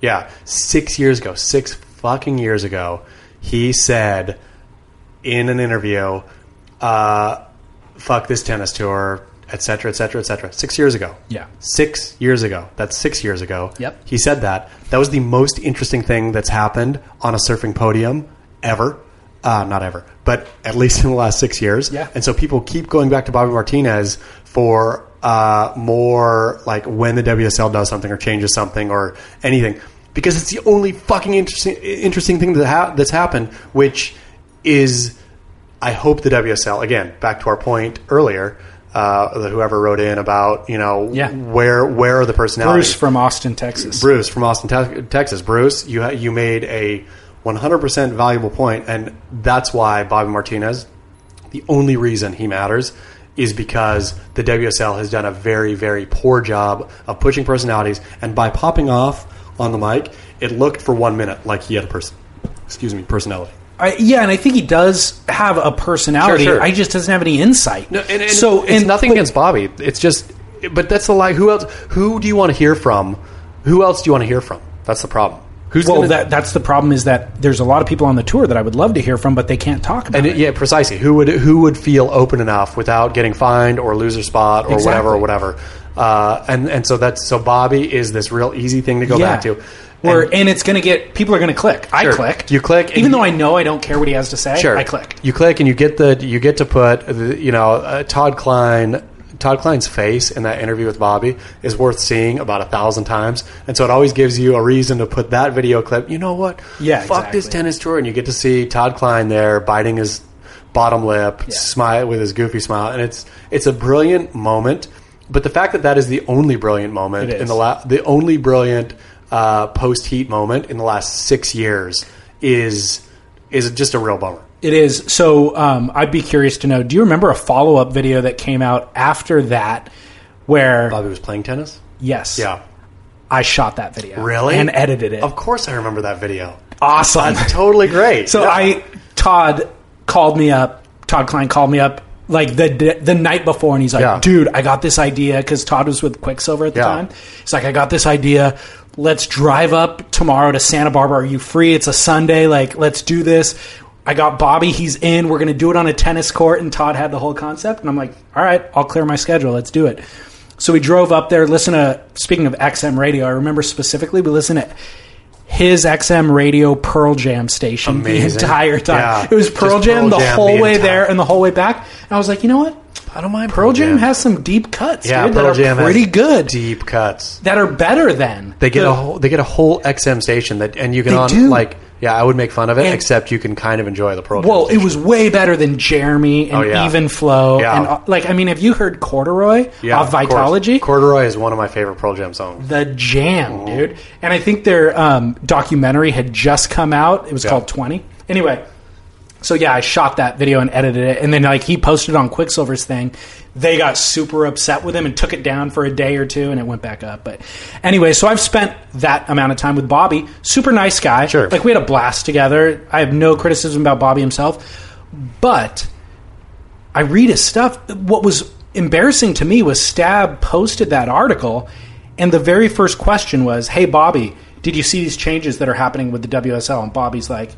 Speaker 3: Yeah, six years ago, six fucking years ago, he said in an interview, uh, "Fuck this tennis tour," et cetera, et cetera, et cetera. Six years ago.
Speaker 1: Yeah.
Speaker 3: Six years ago. That's six years ago.
Speaker 1: Yep.
Speaker 3: He said that. That was the most interesting thing that's happened on a surfing podium ever. Uh, not ever, but at least [laughs] in the last six years.
Speaker 1: Yeah.
Speaker 3: And so people keep going back to Bobby Martinez for uh, more like when the WSL does something or changes something or anything because it's the only fucking interesting interesting thing that ha- that's happened, which is I hope the WSL again back to our point earlier. Uh, that whoever wrote in about you know
Speaker 1: Yeah.
Speaker 3: where where are the personalities
Speaker 1: Bruce from Austin, Texas.
Speaker 3: Bruce from Austin, Te- Texas. Bruce, you ha- you made a 100% valuable point, and that's why Bobby Martinez, the only reason he matters, is because the WSL has done a very very poor job of pushing personalities, and by popping off on the mic, it looked for one minute like he had a person, excuse me, personality.
Speaker 1: I, yeah, and I think he does have a personality.
Speaker 3: Sure, sure.
Speaker 1: I just doesn't have any insight.
Speaker 3: No, and, and
Speaker 1: so
Speaker 3: it's
Speaker 1: and-
Speaker 3: nothing
Speaker 1: but-
Speaker 3: against Bobby. It's just, but that's the lie. Who else? Who do you want to hear from? Who else do you want to hear from? That's the problem. Who's
Speaker 1: Well,
Speaker 3: gonna-
Speaker 1: that, that's the problem is that there's a lot of people on the tour that I would love to hear from, but they can't talk about
Speaker 3: And
Speaker 1: it.
Speaker 3: it- yeah, precisely. Who would who would feel open enough without getting fined or lose their spot or whatever or
Speaker 1: Exactly.
Speaker 3: whatever? Uh, and and so that's so Bobby is this real easy thing to go
Speaker 1: Yeah.
Speaker 3: back to.
Speaker 1: Or,
Speaker 3: And-
Speaker 1: and, it's going to get people are going to click. I
Speaker 3: Sure.
Speaker 1: clicked.
Speaker 3: You click and
Speaker 1: even
Speaker 3: you-
Speaker 1: though I know I don't care what he has to say.
Speaker 3: Sure.
Speaker 1: I clicked.
Speaker 3: You click and you get the you get to put the, you know uh, Todd Klein. Todd Klein's face in that interview with Bobby is worth seeing about a thousand times, and so it always gives you a reason to put that video clip. You know what?
Speaker 1: Yeah,
Speaker 3: fuck this
Speaker 1: exactly.
Speaker 3: tennis tour, and you get to see Todd Klein there biting his bottom lip, smile with his goofy smile, and it's it's a brilliant moment. But the fact that that is the only brilliant moment
Speaker 1: It
Speaker 3: in the
Speaker 1: is.
Speaker 3: la- the only brilliant uh, post heat moment in the last six years is is just a real bummer.
Speaker 1: It is. So um, I'd be curious to know. Do you remember a follow up video that came out after that where?
Speaker 3: Bobby was playing tennis.
Speaker 1: yes. I shot that video.
Speaker 3: really,
Speaker 1: And edited it.
Speaker 3: Of course, I remember that video.
Speaker 1: awesome.
Speaker 3: Totally
Speaker 1: [laughs]
Speaker 3: great.
Speaker 1: So
Speaker 3: Yeah.
Speaker 1: I Todd called me up. Todd Klein called me up like the d- the night before, and he's like,
Speaker 3: Yeah.
Speaker 1: "Dude, I got this idea because Todd was with Quicksilver at the
Speaker 3: Yeah.
Speaker 1: time. He's like, I got this idea let's drive up tomorrow to Santa Barbara. Are you free? It's a Sunday. Like, let's do this. I got Bobby. He's in. We're going to do it on a tennis court. And Todd had the whole concept. And I'm like, all right, I'll clear my schedule. Let's do it. So we drove up there, listened to, speaking of XM radio, I remember specifically, we listened to his XM radio Pearl Jam station the
Speaker 3: Amazing.
Speaker 1: entire time.
Speaker 3: Yeah.
Speaker 1: it was Pearl
Speaker 3: Just
Speaker 1: Jam
Speaker 3: Pearl
Speaker 1: the
Speaker 3: Jam
Speaker 1: whole
Speaker 3: the
Speaker 1: way
Speaker 3: entire-
Speaker 1: there and the whole way back. And I was like, you know what?
Speaker 3: I don't mind
Speaker 1: Pearl Jam has some deep cuts
Speaker 3: yeah,
Speaker 1: dude,
Speaker 3: Pearl
Speaker 1: that are
Speaker 3: Jam has
Speaker 1: pretty good.
Speaker 3: deep cuts.
Speaker 1: That are better than
Speaker 3: They get
Speaker 1: the-
Speaker 3: a whole they get a whole XM station that and you can
Speaker 1: They
Speaker 3: on
Speaker 1: do.
Speaker 3: like yeah I would make fun of it
Speaker 1: And-
Speaker 3: except you can kind of enjoy the Pearl Jam.
Speaker 1: Well, it
Speaker 3: station.
Speaker 1: was way better than Jeremy and
Speaker 3: Oh, yeah.
Speaker 1: Even Flow.
Speaker 3: Yeah.
Speaker 1: And uh, like, I mean, have you heard Corduroy
Speaker 3: yeah,
Speaker 1: off
Speaker 3: of course.
Speaker 1: Vitology?
Speaker 3: Corduroy is one of my favorite Pearl Jam songs.
Speaker 1: the jam,
Speaker 3: Oh.
Speaker 1: dude. And I think their um, documentary had just come out. It was
Speaker 3: Yeah.
Speaker 1: called Twenty. Anyway, so yeah, I shot that video and edited it, and then like he posted it on Quicksilver's thing. They got super upset with him and took it down for a day or two, and it went back up. But anyway, so I've spent that amount of time with Bobby. Super nice guy.
Speaker 3: Sure.
Speaker 1: Like we had a blast together. I have no criticism about Bobby himself, but I read his stuff. What was embarrassing to me was Stab posted that article, and the very first question was, "Hey Bobby, did you see these changes that are happening with the WSL?" And Bobby's like,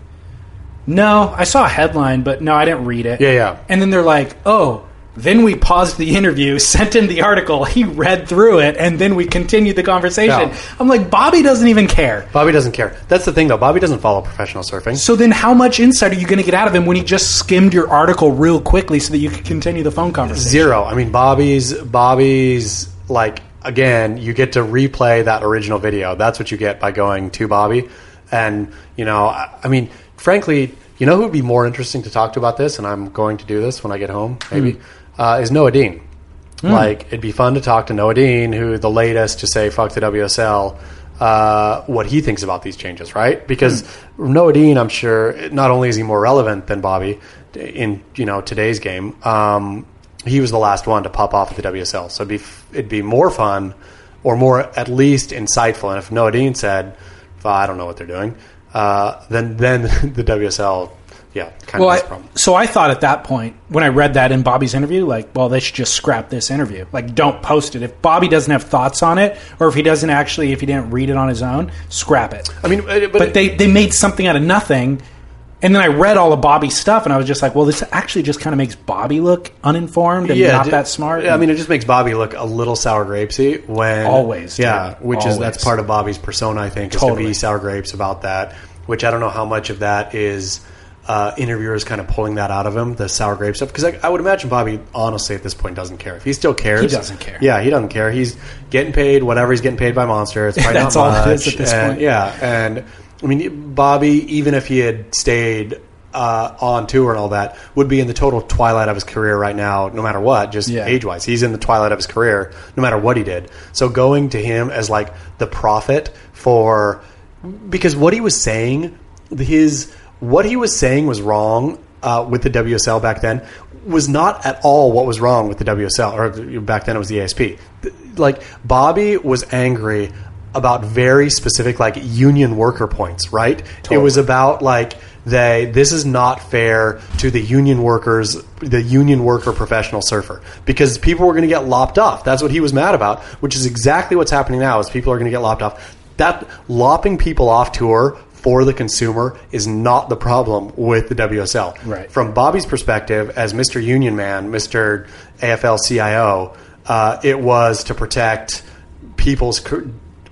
Speaker 1: "No, I saw a headline, but no, I didn't read it."
Speaker 3: Yeah, yeah.
Speaker 1: And then they're like, "Oh." Then we paused the interview, [laughs] sent him the article, he read through it, and then we continued the conversation.
Speaker 3: Yeah.
Speaker 1: I'm like, Bobby doesn't even care.
Speaker 3: Bobby doesn't care. That's the thing though. Bobby doesn't follow professional surfing.
Speaker 1: So then, how much insight are you going to get out of him when he just skimmed your article real quickly so that you could continue the phone conversation?
Speaker 3: Zero. I mean, Bobby's Bobby's like again. You get to replay that original video. That's what you get by going to Bobby. And you know, I, I mean, frankly, you know who would be more interesting to talk to about this? And I'm going to do this when I get home. Maybe uh, is Noah Dean.
Speaker 1: Hmm.
Speaker 3: Like it'd be fun to talk to Noah Dean, who the latest to say fuck the WSL. Uh, what he thinks about these changes, right? Because
Speaker 1: Hmm.
Speaker 3: Noah Dean, I'm sure, not only is he more relevant than Bobby in you know today's game, um, he was the last one to pop off at the WSL. So it'd be f- it'd be more fun, or more at least insightful. And if Noah Dean said, "Well, "I don't know what they're doing," uh, then then [laughs] the WSL, yeah, kind
Speaker 1: Well,
Speaker 3: of has a
Speaker 1: I,
Speaker 3: problem.
Speaker 1: so I thought at that point when I read that in Bobby's interview, like, well, they should just scrap this interview. Like, don't post it. If Bobby doesn't have thoughts on it, or if he doesn't actually, if he didn't read it on his own, scrap it.
Speaker 3: I mean, uh, but,
Speaker 1: But they they made something out of nothing, and then I read all of Bobby's stuff, and I was just like, well, this actually just kind of makes Bobby look uninformed and not
Speaker 3: d-
Speaker 1: that smart.
Speaker 3: I mean, it just makes Bobby look a little sour grapesy when
Speaker 1: Always, dude.
Speaker 3: yeah, which is that's
Speaker 1: Always.
Speaker 3: part of Bobby's persona. I think is to
Speaker 1: Totally.
Speaker 3: be sour grapes about that. Which I don't know how much of that is uh, interviewers kind of pulling that out of him, the sour grape stuff. Because I, I would imagine Bobby, honestly, at this point, doesn't care if he still cares.
Speaker 1: He doesn't care.
Speaker 3: Yeah, he doesn't care. He's getting paid whatever he's getting paid by Monster. It's probably
Speaker 1: [laughs] That's
Speaker 3: not
Speaker 1: all
Speaker 3: much.
Speaker 1: it is at this
Speaker 3: and-
Speaker 1: point.
Speaker 3: Yeah, and I mean, Bobby, even if he had stayed uh, on tour and all that, would be in the total twilight of his career right now, no matter what, just
Speaker 1: Yeah.
Speaker 3: age wise. He's in the twilight of his career, no matter what he did. So going to him as like the prophet for. Because what he was saying, his. What he was saying was wrong uh, with the WSL back then was not at all what was wrong with the WSL, or back then it was the ASP. Th- Like, Bobby was angry about very specific, like, union worker points, right? It was about, like, they, this is not fair to the union workers, the union worker professional surfer, because people were going to get lopped off. That's what he was mad about, which is exactly what's happening now, is people are going to get lopped off. That lopping people off tour for the consumer is not the problem with the WSL
Speaker 1: Right.
Speaker 3: from Bobby's perspective, as Mr. Union Man, Mr. AFL CIO, uh, it was to protect people's ca-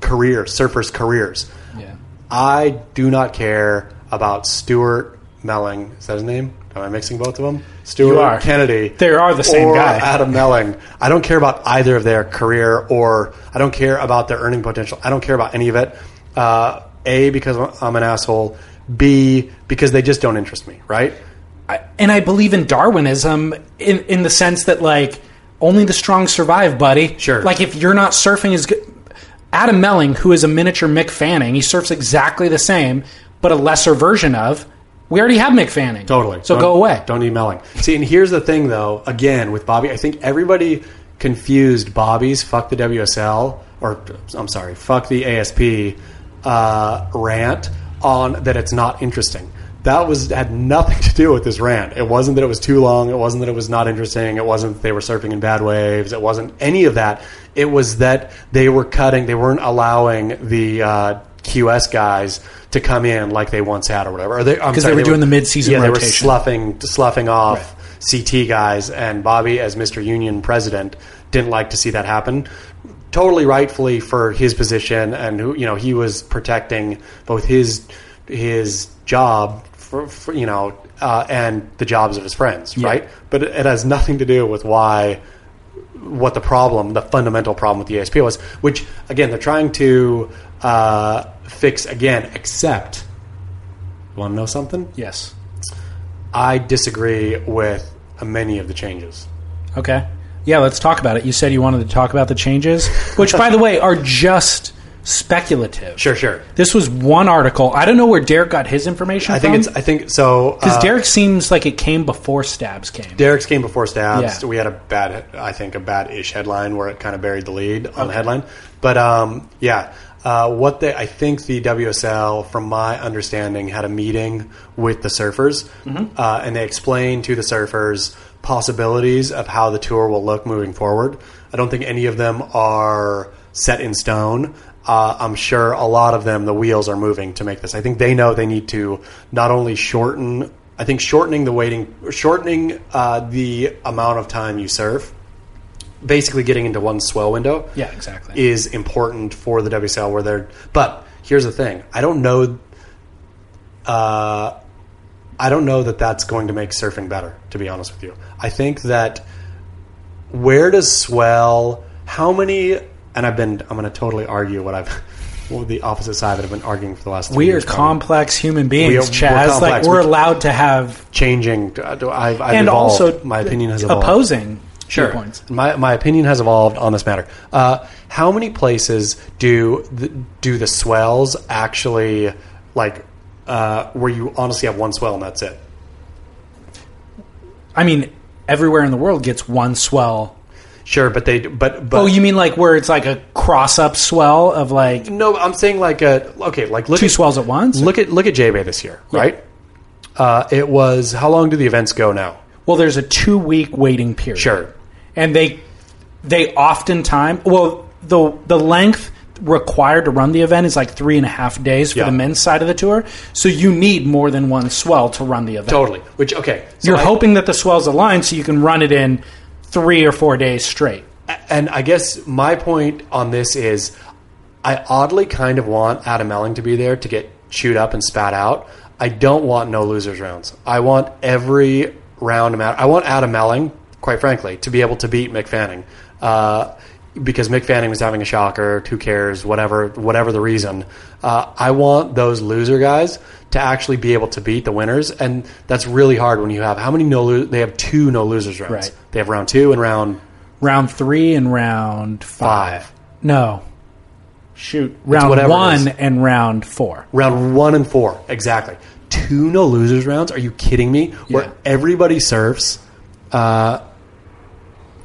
Speaker 3: careers, surfers' careers.
Speaker 1: yeah.
Speaker 3: I do not care about Stuart Melling. Is that his name? Am I mixing both of them? Stuart
Speaker 1: are.
Speaker 3: Kennedy.
Speaker 1: They are the same
Speaker 3: or
Speaker 1: guy.
Speaker 3: Adam Melling. I don't care about either of their career, or I don't care about their earning potential. I don't care about any of it. Uh, A because I'm an asshole. B because they just don't interest me. Right.
Speaker 1: I, and I believe in Darwinism in in the sense that like only the strong survive, buddy.
Speaker 3: Sure.
Speaker 1: Like if you're not surfing as good, Adam Melling, who is a miniature Mick Fanning, he surfs exactly the same, but a lesser version of. We already have Mick Fanning.
Speaker 3: Totally.
Speaker 1: So
Speaker 3: Don't-
Speaker 1: go away.
Speaker 3: Don't need Melling. See, and here's the thing, though. Again, with Bobby, I think everybody confused Bobby's "fuck the WSL" or I'm sorry, "fuck the ASP" uh, rant on that it's not interesting. that was had nothing to do with this rant. It wasn't that it was too long. It wasn't that it was not interesting. It wasn't that they were surfing in bad waves. It wasn't any of that. It was that they were cutting. They weren't allowing the uh, QS guys to come in like they once had or whatever. Or they- I'm
Speaker 1: 'Cause they
Speaker 3: sorry,
Speaker 1: were doing the mid-season
Speaker 3: Yeah, they were
Speaker 1: rotation.
Speaker 3: sloughing sloughing off CT guys, and Bobby, as Mr. Union president, didn't like to see that happen. Totally rightfully for his position, and who you know he was protecting both his his job, for, for you know, uh, and the jobs of his friends, right? But it, it has nothing to do with why what the problem, the fundamental problem with the ASP was, which again they're trying to uh, fix again. Except, want to know something?
Speaker 1: Yes.
Speaker 3: I disagree with many of the changes.
Speaker 1: Okay. Yeah, let's talk about it. You said you wanted to talk about the changes, which, by the way, are just speculative.
Speaker 3: Sure, sure.
Speaker 1: This was one article. I don't know where Derek got his information
Speaker 3: I think it's. I think so.
Speaker 1: Because
Speaker 3: uh,
Speaker 1: Derek seems like it came before Stabs came.
Speaker 3: Derek's came before Stabs.
Speaker 1: Yeah.
Speaker 3: We had a bad, I think, a bad-ish headline where it kind of buried the lead on the headline. But um, yeah, uh, what they, I think the WSL, from my understanding, had a meeting with the surfers, uh, and they explained to the surfers possibilities of how the tour will look moving forward. I don't think any of them are set in stone. Uh, I'm sure a lot of them, the wheels are moving to make this. I think they know they need to not only shorten. I think shortening the waiting, shortening uh, the amount of time you surf, basically getting into one swell window
Speaker 1: Yeah, exactly.
Speaker 3: is important for the WSL where they're. But here's the thing: I don't know. Uh, I don't know that that's going to make surfing better. To be honest with you, I think that where does swell? How many? And I've been. I'm going to totally argue what I've. [laughs] Well, the opposite side that I've been arguing for the last. three
Speaker 1: we are
Speaker 3: years, probably.
Speaker 1: complex human beings,
Speaker 3: We are- we're
Speaker 1: Chaz. like
Speaker 3: complex.
Speaker 1: we're
Speaker 3: We-
Speaker 1: allowed to have
Speaker 3: changing. I've, I've
Speaker 1: and
Speaker 3: evolved.
Speaker 1: also
Speaker 3: my opinion has evolved.
Speaker 1: opposing viewpoints.
Speaker 3: My, my opinion has evolved on this matter. Uh, how many places do the, do the swells actually like uh, where you honestly have one swell and that's it?
Speaker 1: I mean, everywhere in the world gets one swell.
Speaker 3: Sure, but they but but
Speaker 1: Oh, you mean like where it's like a cross up swell of like
Speaker 3: no, I'm saying like a okay like look
Speaker 1: two
Speaker 3: at,
Speaker 1: swells at once?
Speaker 3: Look at look at J Bay this year, right? Uh, it was how long do the events go now?
Speaker 1: Well, there's a two week waiting period.
Speaker 3: Sure.
Speaker 1: and they they oftentimes well the the length required to run the event is like three and a half days for
Speaker 3: Yeah.
Speaker 1: the men's side of the tour. So you need more than one swell to run the event.
Speaker 3: Totally. Which okay, so
Speaker 1: You're
Speaker 3: I-
Speaker 1: hoping that the swells align so you can run it in three or four days straight.
Speaker 3: and I guess my point on this is I oddly kind of want Adam Elling to be there to get chewed up and spat out. I don't want no losers rounds. I want every round. amount- I want Adam Elling, quite frankly, to be able to beat Mick Fanning. Uh, because Mick Fanning was having a shocker, who cares, whatever, whatever the reason. Uh, I want those loser guys to actually be able to beat the winners, and that's really hard when you have how many no lo- they have two no losers rounds.
Speaker 1: Right.
Speaker 3: They have round two and round
Speaker 1: Round three and round five.
Speaker 3: five.
Speaker 1: No. Shoot. Round
Speaker 3: whatever it
Speaker 1: one
Speaker 3: is.
Speaker 1: and round four.
Speaker 3: Round one and four, exactly. Two no losers rounds? Are you kidding me?
Speaker 1: Yeah.
Speaker 3: Where everybody surfs,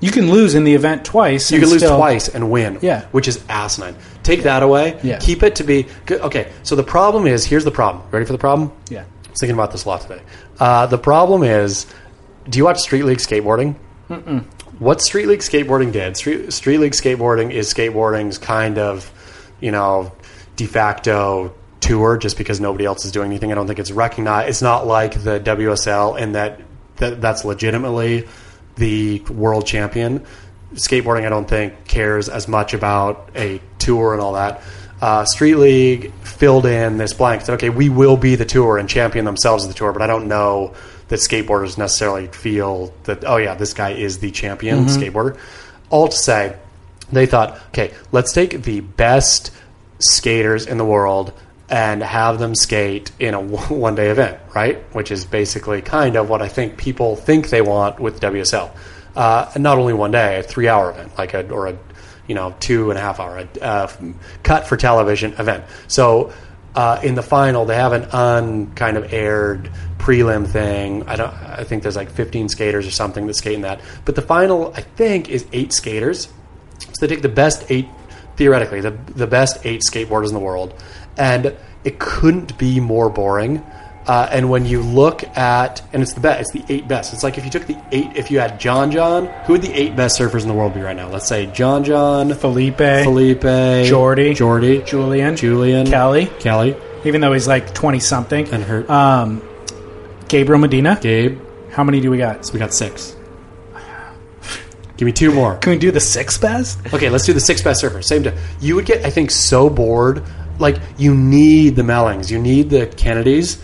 Speaker 1: You can lose in the event twice.
Speaker 3: you
Speaker 1: and
Speaker 3: can lose
Speaker 1: still-
Speaker 3: twice and win.
Speaker 1: Yeah.
Speaker 3: which is asinine. Take that away.
Speaker 1: Yeah.
Speaker 3: keep it to be okay. So the problem is here's the problem. Ready for the problem?
Speaker 1: Yeah.
Speaker 3: I was thinking about this a lot today. Uh, the problem is, do you watch Street League skateboarding? Mm-mm. What Street League skateboarding did, Street, Street League skateboarding is skateboarding's kind of, you know, de facto tour just because nobody else is doing anything. I don't think it's recognized. It's not like the WSL in that, that that's legitimately the world champion. Skateboarding, I don't think, cares as much about a tour and all that uh, Street League filled in this blank. Said, okay, we will be the tour and champion themselves as the tour, but I don't know that skateboarders necessarily feel that, oh, yeah, this guy is the champion skateboarder. All to say, they thought, okay, let's take the best skaters in the world and have them skate in a [laughs] one day event, right? Which is basically kind of what I think people think they want with WSL. Uh, and not only one day, a three hour event, like a, or a you know, two and a half hour uh, cut for television event. So uh, in the final, they have an un kind of aired prelim thing. I don't. I think there's like 15 skaters or something that skate in that. But the final, I think, is eight skaters. So they take the best eight, theoretically, the the best eight skateboarders in the world, and it couldn't be more boring. Uh, and when you look at, and it's the best, it's the eight best. It's like if you took the eight, if you had John John, who would the eight best surfers in the world be right now? Let's say John John,
Speaker 1: Felipe,
Speaker 3: Felipe,
Speaker 1: Jordy.
Speaker 3: Jordy,
Speaker 1: Julian,
Speaker 3: Julian,
Speaker 1: Kelly,
Speaker 3: Kelly,
Speaker 1: even though he's like twenty something,
Speaker 3: and Hurt,
Speaker 1: um, Gabriel Medina.
Speaker 3: Gabe.
Speaker 1: How many do we got?
Speaker 3: So we got six. Give me two more.
Speaker 1: Can we do the six best?
Speaker 3: Okay, let's do the six best surfers. Same day. You would get, I think, so bored. Like you need the Mellings, you need the Kennedys.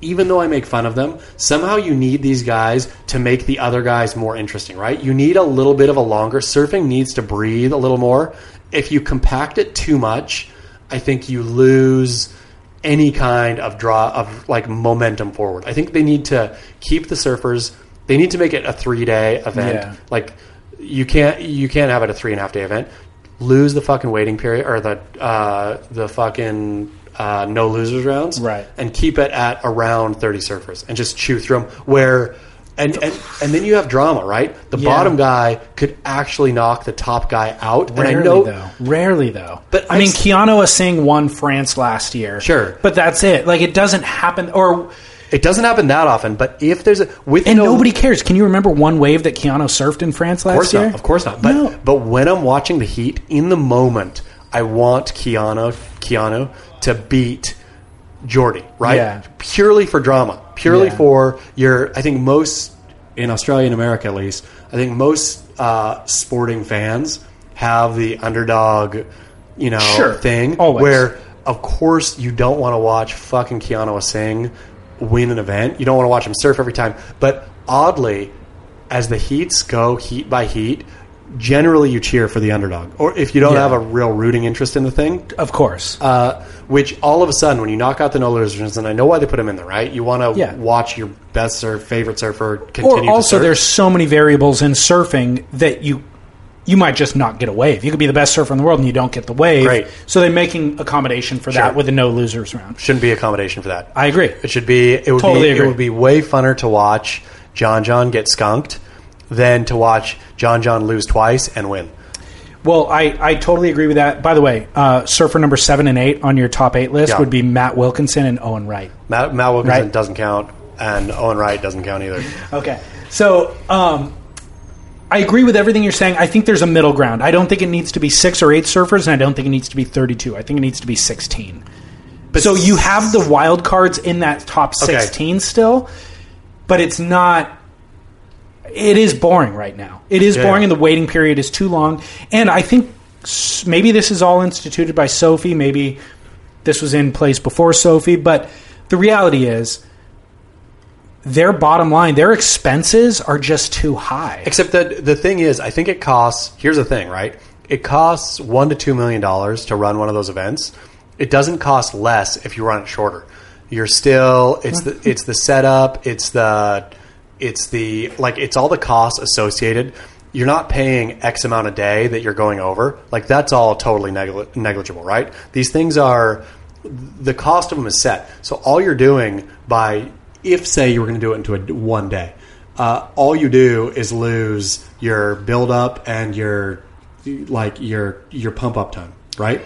Speaker 3: Even though I make fun of them, somehow you need these guys to make the other guys more interesting, right? You need a little bit of a longer surfing needs to breathe a little more. If you compact it too much, I think you lose any kind of draw of like momentum forward. I think they need to keep the surfers. They need to make it a three day event.
Speaker 1: Yeah.
Speaker 3: Like you can't you can't have it a three and a half day event. Lose the fucking waiting period or the uh, the fucking uh, no losers rounds,
Speaker 1: Right.
Speaker 3: And keep it at around thirty surfers and just chew through them. Where and and, and then you have drama, right? The
Speaker 1: Yeah.
Speaker 3: bottom guy could actually knock the top guy out, and
Speaker 1: Rarely
Speaker 3: I know
Speaker 1: though. Rarely though.
Speaker 3: But
Speaker 1: I
Speaker 3: I
Speaker 1: mean,
Speaker 3: s-
Speaker 1: Keanu Singh won France last year.
Speaker 3: Sure.
Speaker 1: but that's it. Like it doesn't happen, or
Speaker 3: it doesn't happen that often. But if there's a with
Speaker 1: and
Speaker 3: no-
Speaker 1: nobody cares. Can you remember one wave that Keanu surfed in France last
Speaker 3: Of course
Speaker 1: year?
Speaker 3: not. Of course not. But
Speaker 1: No.
Speaker 3: but when I'm watching the Heat in the moment, I want Keanu Keanu to beat Jordy, right?
Speaker 1: Yeah.
Speaker 3: Purely for drama. Purely
Speaker 1: Yeah.
Speaker 3: for your. I think most in Australia and America, at least, I think most uh, sporting fans have the underdog, you know,
Speaker 1: Sure.
Speaker 3: thing
Speaker 1: Always.
Speaker 3: where of course you don't want to watch fucking Keanu Singh win an event. You don't want to watch him surf every time. But oddly, as the heats go heat by heat, generally you cheer for the underdog. Or if you don't
Speaker 1: Yeah.
Speaker 3: have a real rooting interest in the thing,
Speaker 1: Of course.
Speaker 3: uh, which all of a sudden when you knock out the no losers, and I know why they put him in there, right? You want to
Speaker 1: Yeah.
Speaker 3: watch your best surf, favorite surfer
Speaker 1: or
Speaker 3: continue.
Speaker 1: also,
Speaker 3: to surf.
Speaker 1: there's so many variables in surfing that you you might just not get a wave. You could be the best surfer in the world and you don't get the wave.
Speaker 3: Great.
Speaker 1: So they're making accommodation for
Speaker 3: Sure.
Speaker 1: that with a no losers round.
Speaker 3: shouldn't be accommodation for that.
Speaker 1: I agree.
Speaker 3: It should be. It would
Speaker 1: Totally
Speaker 3: be.
Speaker 1: agree.
Speaker 3: It would be way funner to watch John John get skunked than to watch John John lose twice and win.
Speaker 1: Well, I, I totally agree with that. By the way, uh, surfer number seven and eight on your top eight list
Speaker 3: Yeah.
Speaker 1: would be Matt Wilkinson and Owen Wright.
Speaker 3: Matt, Matt Wilkinson
Speaker 1: Right.
Speaker 3: doesn't count, and Owen Wright doesn't count either.
Speaker 1: Okay. So um, I agree with everything you're saying. I think there's a middle ground. I don't think it needs to be six or eight surfers, and I don't think it needs to be 32. I think it needs to be 16.
Speaker 3: But
Speaker 1: so you have the wild cards in that top
Speaker 3: Okay.
Speaker 1: 16 still, but it's not. It is boring right now. It is
Speaker 3: Yeah.
Speaker 1: boring, and the waiting period is too long. And I think s- maybe this is all instituted by Sophie. Maybe this was in place before Sophie, but the reality is their bottom line, their expenses are just too high.
Speaker 3: Except that the thing is, I think it costs. Here's the thing, right? It costs one to two million dollars to run one of those events. It doesn't cost less if you run it shorter. You're still it's the it's the setup, it's the it's the like it's all the costs associated. You're not paying X amount a day that you're going over. Like that's all totally negli- negligible, right? These things are the cost of them is set. So all you're doing by if say you were going to do it into a one day, uh, all you do is lose your build up and your like your your pump up time, right?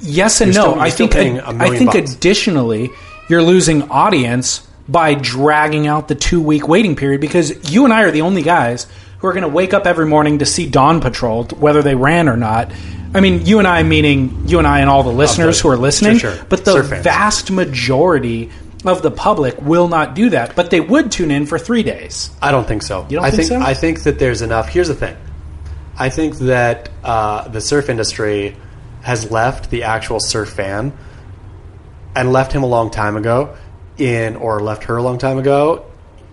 Speaker 1: Yes and
Speaker 3: You're
Speaker 1: no.
Speaker 3: still- you're
Speaker 1: I
Speaker 3: still
Speaker 1: think
Speaker 3: paying
Speaker 1: ad-
Speaker 3: a
Speaker 1: I
Speaker 3: million
Speaker 1: think
Speaker 3: bucks.
Speaker 1: additionally you're losing audience by dragging out the 2 week waiting period because you and I are the only guys who are going to wake up every morning to see Dawn Patrol whether they ran or not. I mean, you and I meaning you and I and all the listeners who are listening,
Speaker 3: Sure, sure.
Speaker 1: but the
Speaker 3: Surf fans.
Speaker 1: vast majority of the public will not do that, but they would tune in for 3 days.
Speaker 3: I don't think so.
Speaker 1: You don't
Speaker 3: I
Speaker 1: think so?
Speaker 3: I think that there's enough. Here's the thing. I think that uh, the surf industry has left the actual surf fan and left him a long time ago in or left her a long time ago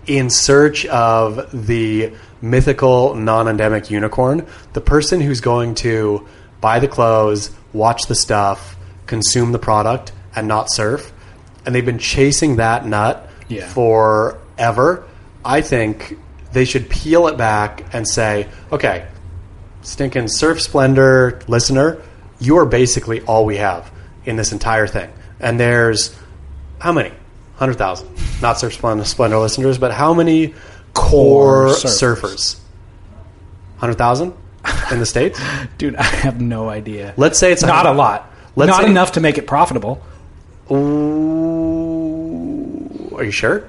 Speaker 3: in search of the mythical non-endemic unicorn, the person who's going to buy the clothes, watch the stuff, consume the product and not surf. And they've been chasing that nut
Speaker 1: Yeah.
Speaker 3: for forever, I think they should peel it back and say, okay, stinking Surf Splendor listener, you are basically all we have in this entire thing. And there's how many? 100,000. Not Surf Splendor, Splendor listeners, but how many core,
Speaker 1: Core surfers.
Speaker 3: surfers? 100,000 in the States?
Speaker 1: Dude, [laughs] I have no idea.
Speaker 3: Let's say it's
Speaker 1: not a lot.
Speaker 3: Let's
Speaker 1: not
Speaker 3: say-
Speaker 1: enough to make it profitable.
Speaker 3: Ooh, are you sure?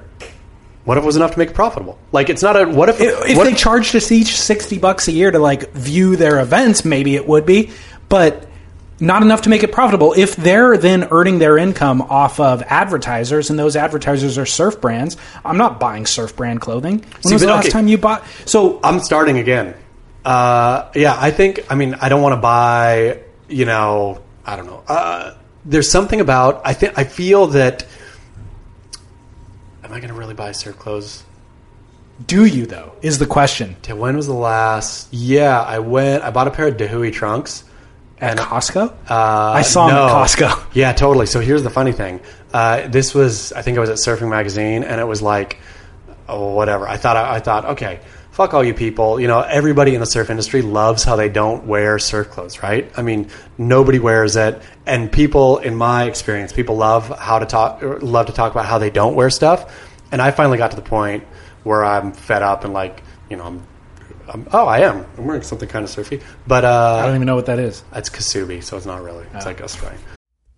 Speaker 3: What if it was enough to make it profitable? Like, it's not a what if
Speaker 4: If
Speaker 3: what
Speaker 4: they charged us each sixty bucks a year to like view their events, maybe it would be, but not enough to make it profitable. If they're then earning their income off of advertisers, and those advertisers are surf brands, I'm not buying surf brand clothing. When
Speaker 3: See,
Speaker 4: was the
Speaker 3: but-
Speaker 4: last
Speaker 3: okay.
Speaker 4: time you bought? So
Speaker 3: I'm starting again. Uh, yeah, I think. I mean, I don't want to buy. You know, I don't know. Uh, there's something about. I think. I feel that. Am I going to really buy surf clothes?
Speaker 4: do you though? Is the question
Speaker 3: Ta- When was the last? Yeah, I went. I bought a pair of Dahui trunks. And
Speaker 4: Costco?
Speaker 3: Uh,
Speaker 4: I saw 'em at
Speaker 3: no.
Speaker 4: Costco.
Speaker 3: [laughs] Yeah, totally. So here's the funny thing. Uh, this was, I think I was at Surfing Magazine, and it was like, oh, whatever. I thought, I, thought, okay, fuck all you people. You know, everybody in the surf industry loves how they don't wear surf clothes, right? I mean, nobody wears it, and people, in my experience, people love how to talk, or love to talk about how they don't wear stuff. And I finally got to the point where I'm fed up and like, you know, I'm, I'm oh, I am. I'm wearing something kind of surfy, but
Speaker 4: I don't
Speaker 3: uh,
Speaker 4: even know what that is.
Speaker 3: it's kasubi, so it's not really. It's like Australian.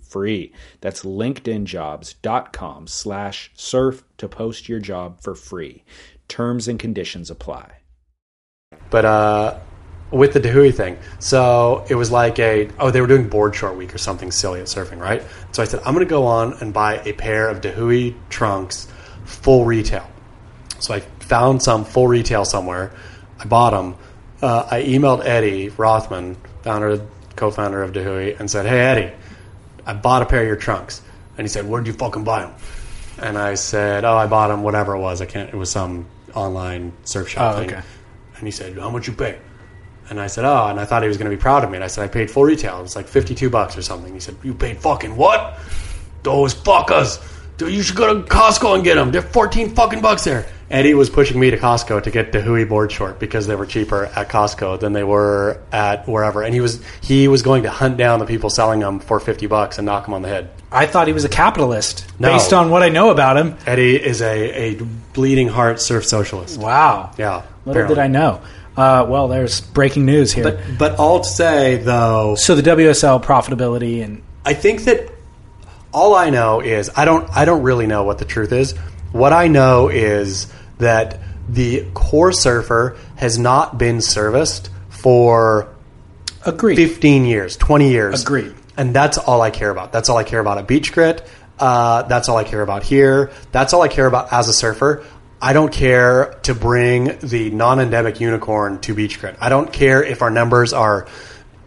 Speaker 1: free that's linkedinjobs.com slash surf to post your job for free terms and conditions apply
Speaker 3: but uh, with the Dahui thing, so it was like a oh they were doing board short week or something silly at surfing, right? So I said I'm going to go on and buy a pair of Dahui trunks, full retail. So I found some full retail somewhere. I bought them. Uh, I emailed Eddie Rothman, founder, co-founder of Dahui, and said, "Hey Eddie, I bought a pair of your trunks." And he said, "Where'd you fucking buy them?" And I said, "Oh, I bought them. Whatever it was, I can't. It was some online surf shop
Speaker 4: Oh,
Speaker 3: thing."
Speaker 4: okay.
Speaker 3: And he said, "How much you pay?" And I said, "Oh," and I thought he was going to be proud of me. And I said, "I paid full retail. It was like fifty-two bucks or something." He said, "You paid fucking what? Those fuckers! Dude, you should go to Costco and get them. They're fourteen fucking bucks there." Eddie was pushing me to Costco to get the Hui board short because they were cheaper at Costco than they were at wherever. And he was he was going to hunt down the people selling them for fifty bucks and knock them on the head.
Speaker 4: I thought he was a capitalist
Speaker 3: No.
Speaker 4: based on what I know about him.
Speaker 3: Eddie is a, a bleeding heart surf socialist.
Speaker 4: Wow.
Speaker 3: Yeah,
Speaker 4: Little
Speaker 3: apparently.
Speaker 4: did I know. Uh, well, there's breaking news here.
Speaker 3: But but all to say though,
Speaker 4: so the WSL profitability and
Speaker 3: I think that all I know is I don't I don't really know what the truth is. What I know is that the core surfer has not been serviced for
Speaker 4: agreed.
Speaker 3: 15 years, 20 years.
Speaker 4: Agreed.
Speaker 3: And that's all I care about. That's all I care about at Beach Grit. Uh, that's all I care about here. That's all I care about as a surfer. I don't care to bring the non endemic unicorn to Beach Grit. I don't care if our numbers are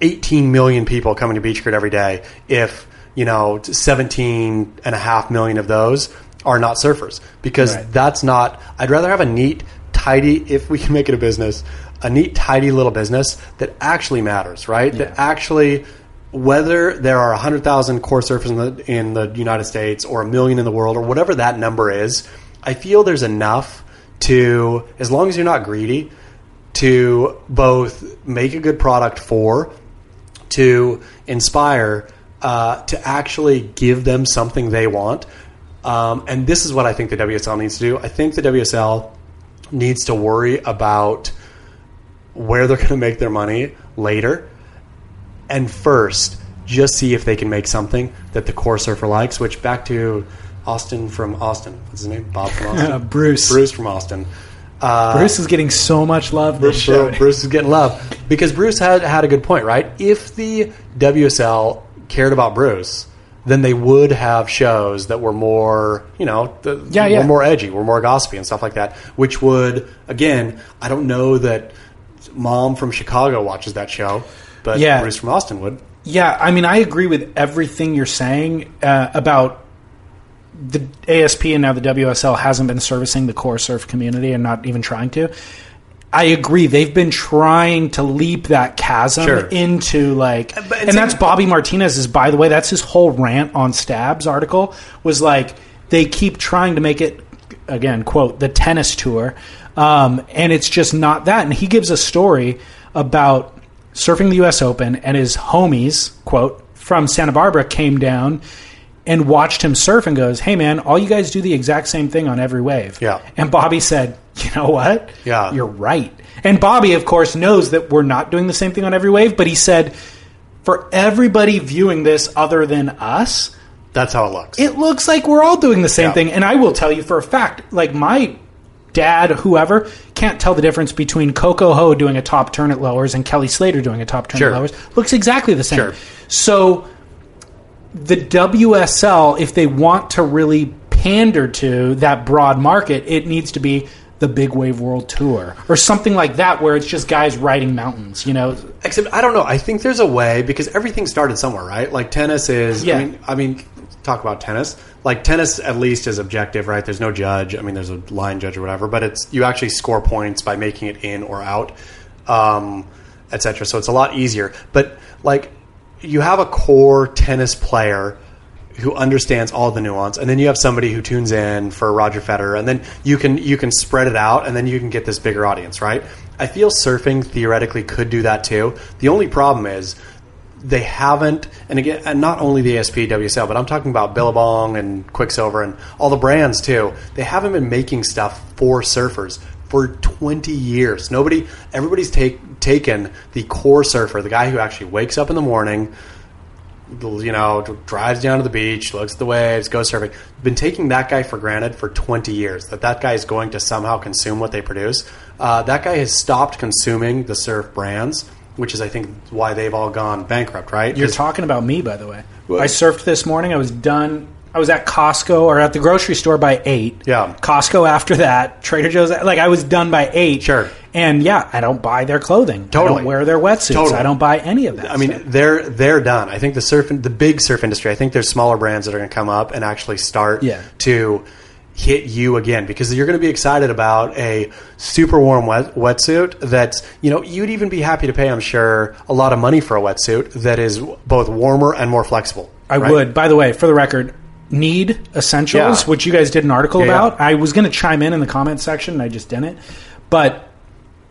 Speaker 3: 18 million people coming to Beach Grit every day, if, you know, 17 and a half million of those are not surfers because
Speaker 4: Right.
Speaker 3: that's not, I'd rather have a neat, tidy, if we can make it a business, a neat, tidy little business that actually matters, right? That actually, whether there are 100,000 core surfers in the, in the United States or a million in the world or whatever that number is, I feel there's enough to, as long as you're not greedy, to both make a good product for, to inspire, uh, to actually give them something they want. Um, and this is what I think the WSL needs to do. I think the WSL needs to worry about [laughs] where they're going to make their money later and first just see if they can make something that the core surfer likes. Which back to Austin from Austin. What's his name? Bob from Austin.
Speaker 4: Uh, Bruce. Bruce.
Speaker 3: Bruce from Austin. Uh,
Speaker 4: is getting so much love
Speaker 3: Bru-
Speaker 4: this show.
Speaker 3: Bru- Bruce is getting love because Bruce had had a good point, right? If the WSL cared about Bruce, then they would have shows that were more, you know, the,
Speaker 4: Yeah, yeah.
Speaker 3: were more edgy, were more gossipy and stuff like that. Which would, again, I don't know that mom from Chicago watches that show, but
Speaker 4: Yeah.
Speaker 3: Bruce from Austin would.
Speaker 4: Yeah, I mean, I agree with everything you're saying uh, about the ASP and now the WSL hasn't been servicing the core surf community and not even trying to. I agree. They've been trying to leap that chasm
Speaker 3: Sure.
Speaker 4: into like,
Speaker 3: but
Speaker 4: and
Speaker 3: it's-
Speaker 4: that's Bobby Martinez's. By the way, that's his whole rant on Stabs article was like they keep trying to make it again quote the tennis tour, um, and it's just not that. And he gives a story about surfing the U.S. Open and his homies quote from Santa Barbara came down and watched him surf and goes, "Hey man, all you guys do the exact same thing on every wave."
Speaker 3: Yeah.
Speaker 4: And Bobby said, "You know what?
Speaker 3: Yeah.
Speaker 4: you're right." And Bobby, of course, knows that we're not doing the same thing on every wave, but he said, "For everybody viewing this other than us,
Speaker 3: That's how it looks.
Speaker 4: it looks like we're all doing the same
Speaker 3: Yeah.
Speaker 4: thing." And I will tell you for a fact, like my dad, whoever, can't tell the difference between Coco Ho doing a top turn at lowers and Kelly Slater doing a top turn
Speaker 3: Sure.
Speaker 4: at lowers. Looks exactly the same.
Speaker 3: Sure.
Speaker 4: So the WSL, if they want to really pander to that broad market, it needs to be the Big Wave World Tour or something like that, where it's just guys riding mountains. You know,
Speaker 3: Except I don't know. I think there's a way because everything started somewhere, right? Like tennis is.
Speaker 4: Yeah.
Speaker 3: I mean, I mean, talk about tennis. Like tennis, at least is objective, right? There's no judge. I mean, there's a line judge or whatever, but it's you actually score points by making it in or out, um, etc. So it's a lot easier. But like, you have a core tennis player who understands all the nuance, and then you have somebody who tunes in for Roger Federer, and then you can you can spread it out, and then you can get this bigger audience, right? I feel surfing theoretically could do that too. The only problem is they haven't, and again, and not only the ASP WSL, but I'm talking about Billabong and Quicksilver and all the brands too. They haven't been making stuff for surfers for 20 years. Nobody, everybody's take, taken the core surfer, the guy who actually wakes up in the morning, you know, dr- drives down to the beach, looks at the waves, goes surfing. Been taking that guy for granted for 20 years, that that guy is going to somehow consume what they produce. Uh, that guy has stopped consuming the surf brands, which is, I think, why they've all gone bankrupt, right?
Speaker 4: You're
Speaker 3: 'Cause-
Speaker 4: talking about me, by the way. I surfed this morning. I was done. I was at Costco or at the grocery store by eight.
Speaker 3: Yeah.
Speaker 4: Costco after that. Trader Joe's. Like I was done by eight.
Speaker 3: Sure.
Speaker 4: And yeah, I don't buy their clothing. I
Speaker 3: Totally.
Speaker 4: don't wear their wetsuits.
Speaker 3: Totally.
Speaker 4: I don't buy any of that.
Speaker 3: I mean, they're they're done. I think the surf, the big surf industry. I think there's smaller brands that are going to come up and actually start
Speaker 4: Yeah.
Speaker 3: to hit you again because you're going to be excited about a super warm wet, wetsuit that's you know you'd even be happy to pay I'm sure a lot of money for a wetsuit that is both warmer and more flexible.
Speaker 4: I
Speaker 3: right?
Speaker 4: would. By the way, for the record, Need Essentials,
Speaker 3: Yeah.
Speaker 4: which you guys did an article
Speaker 3: Yeah, yeah.
Speaker 4: about. I was going to chime in in the comments section, and I just didn't. But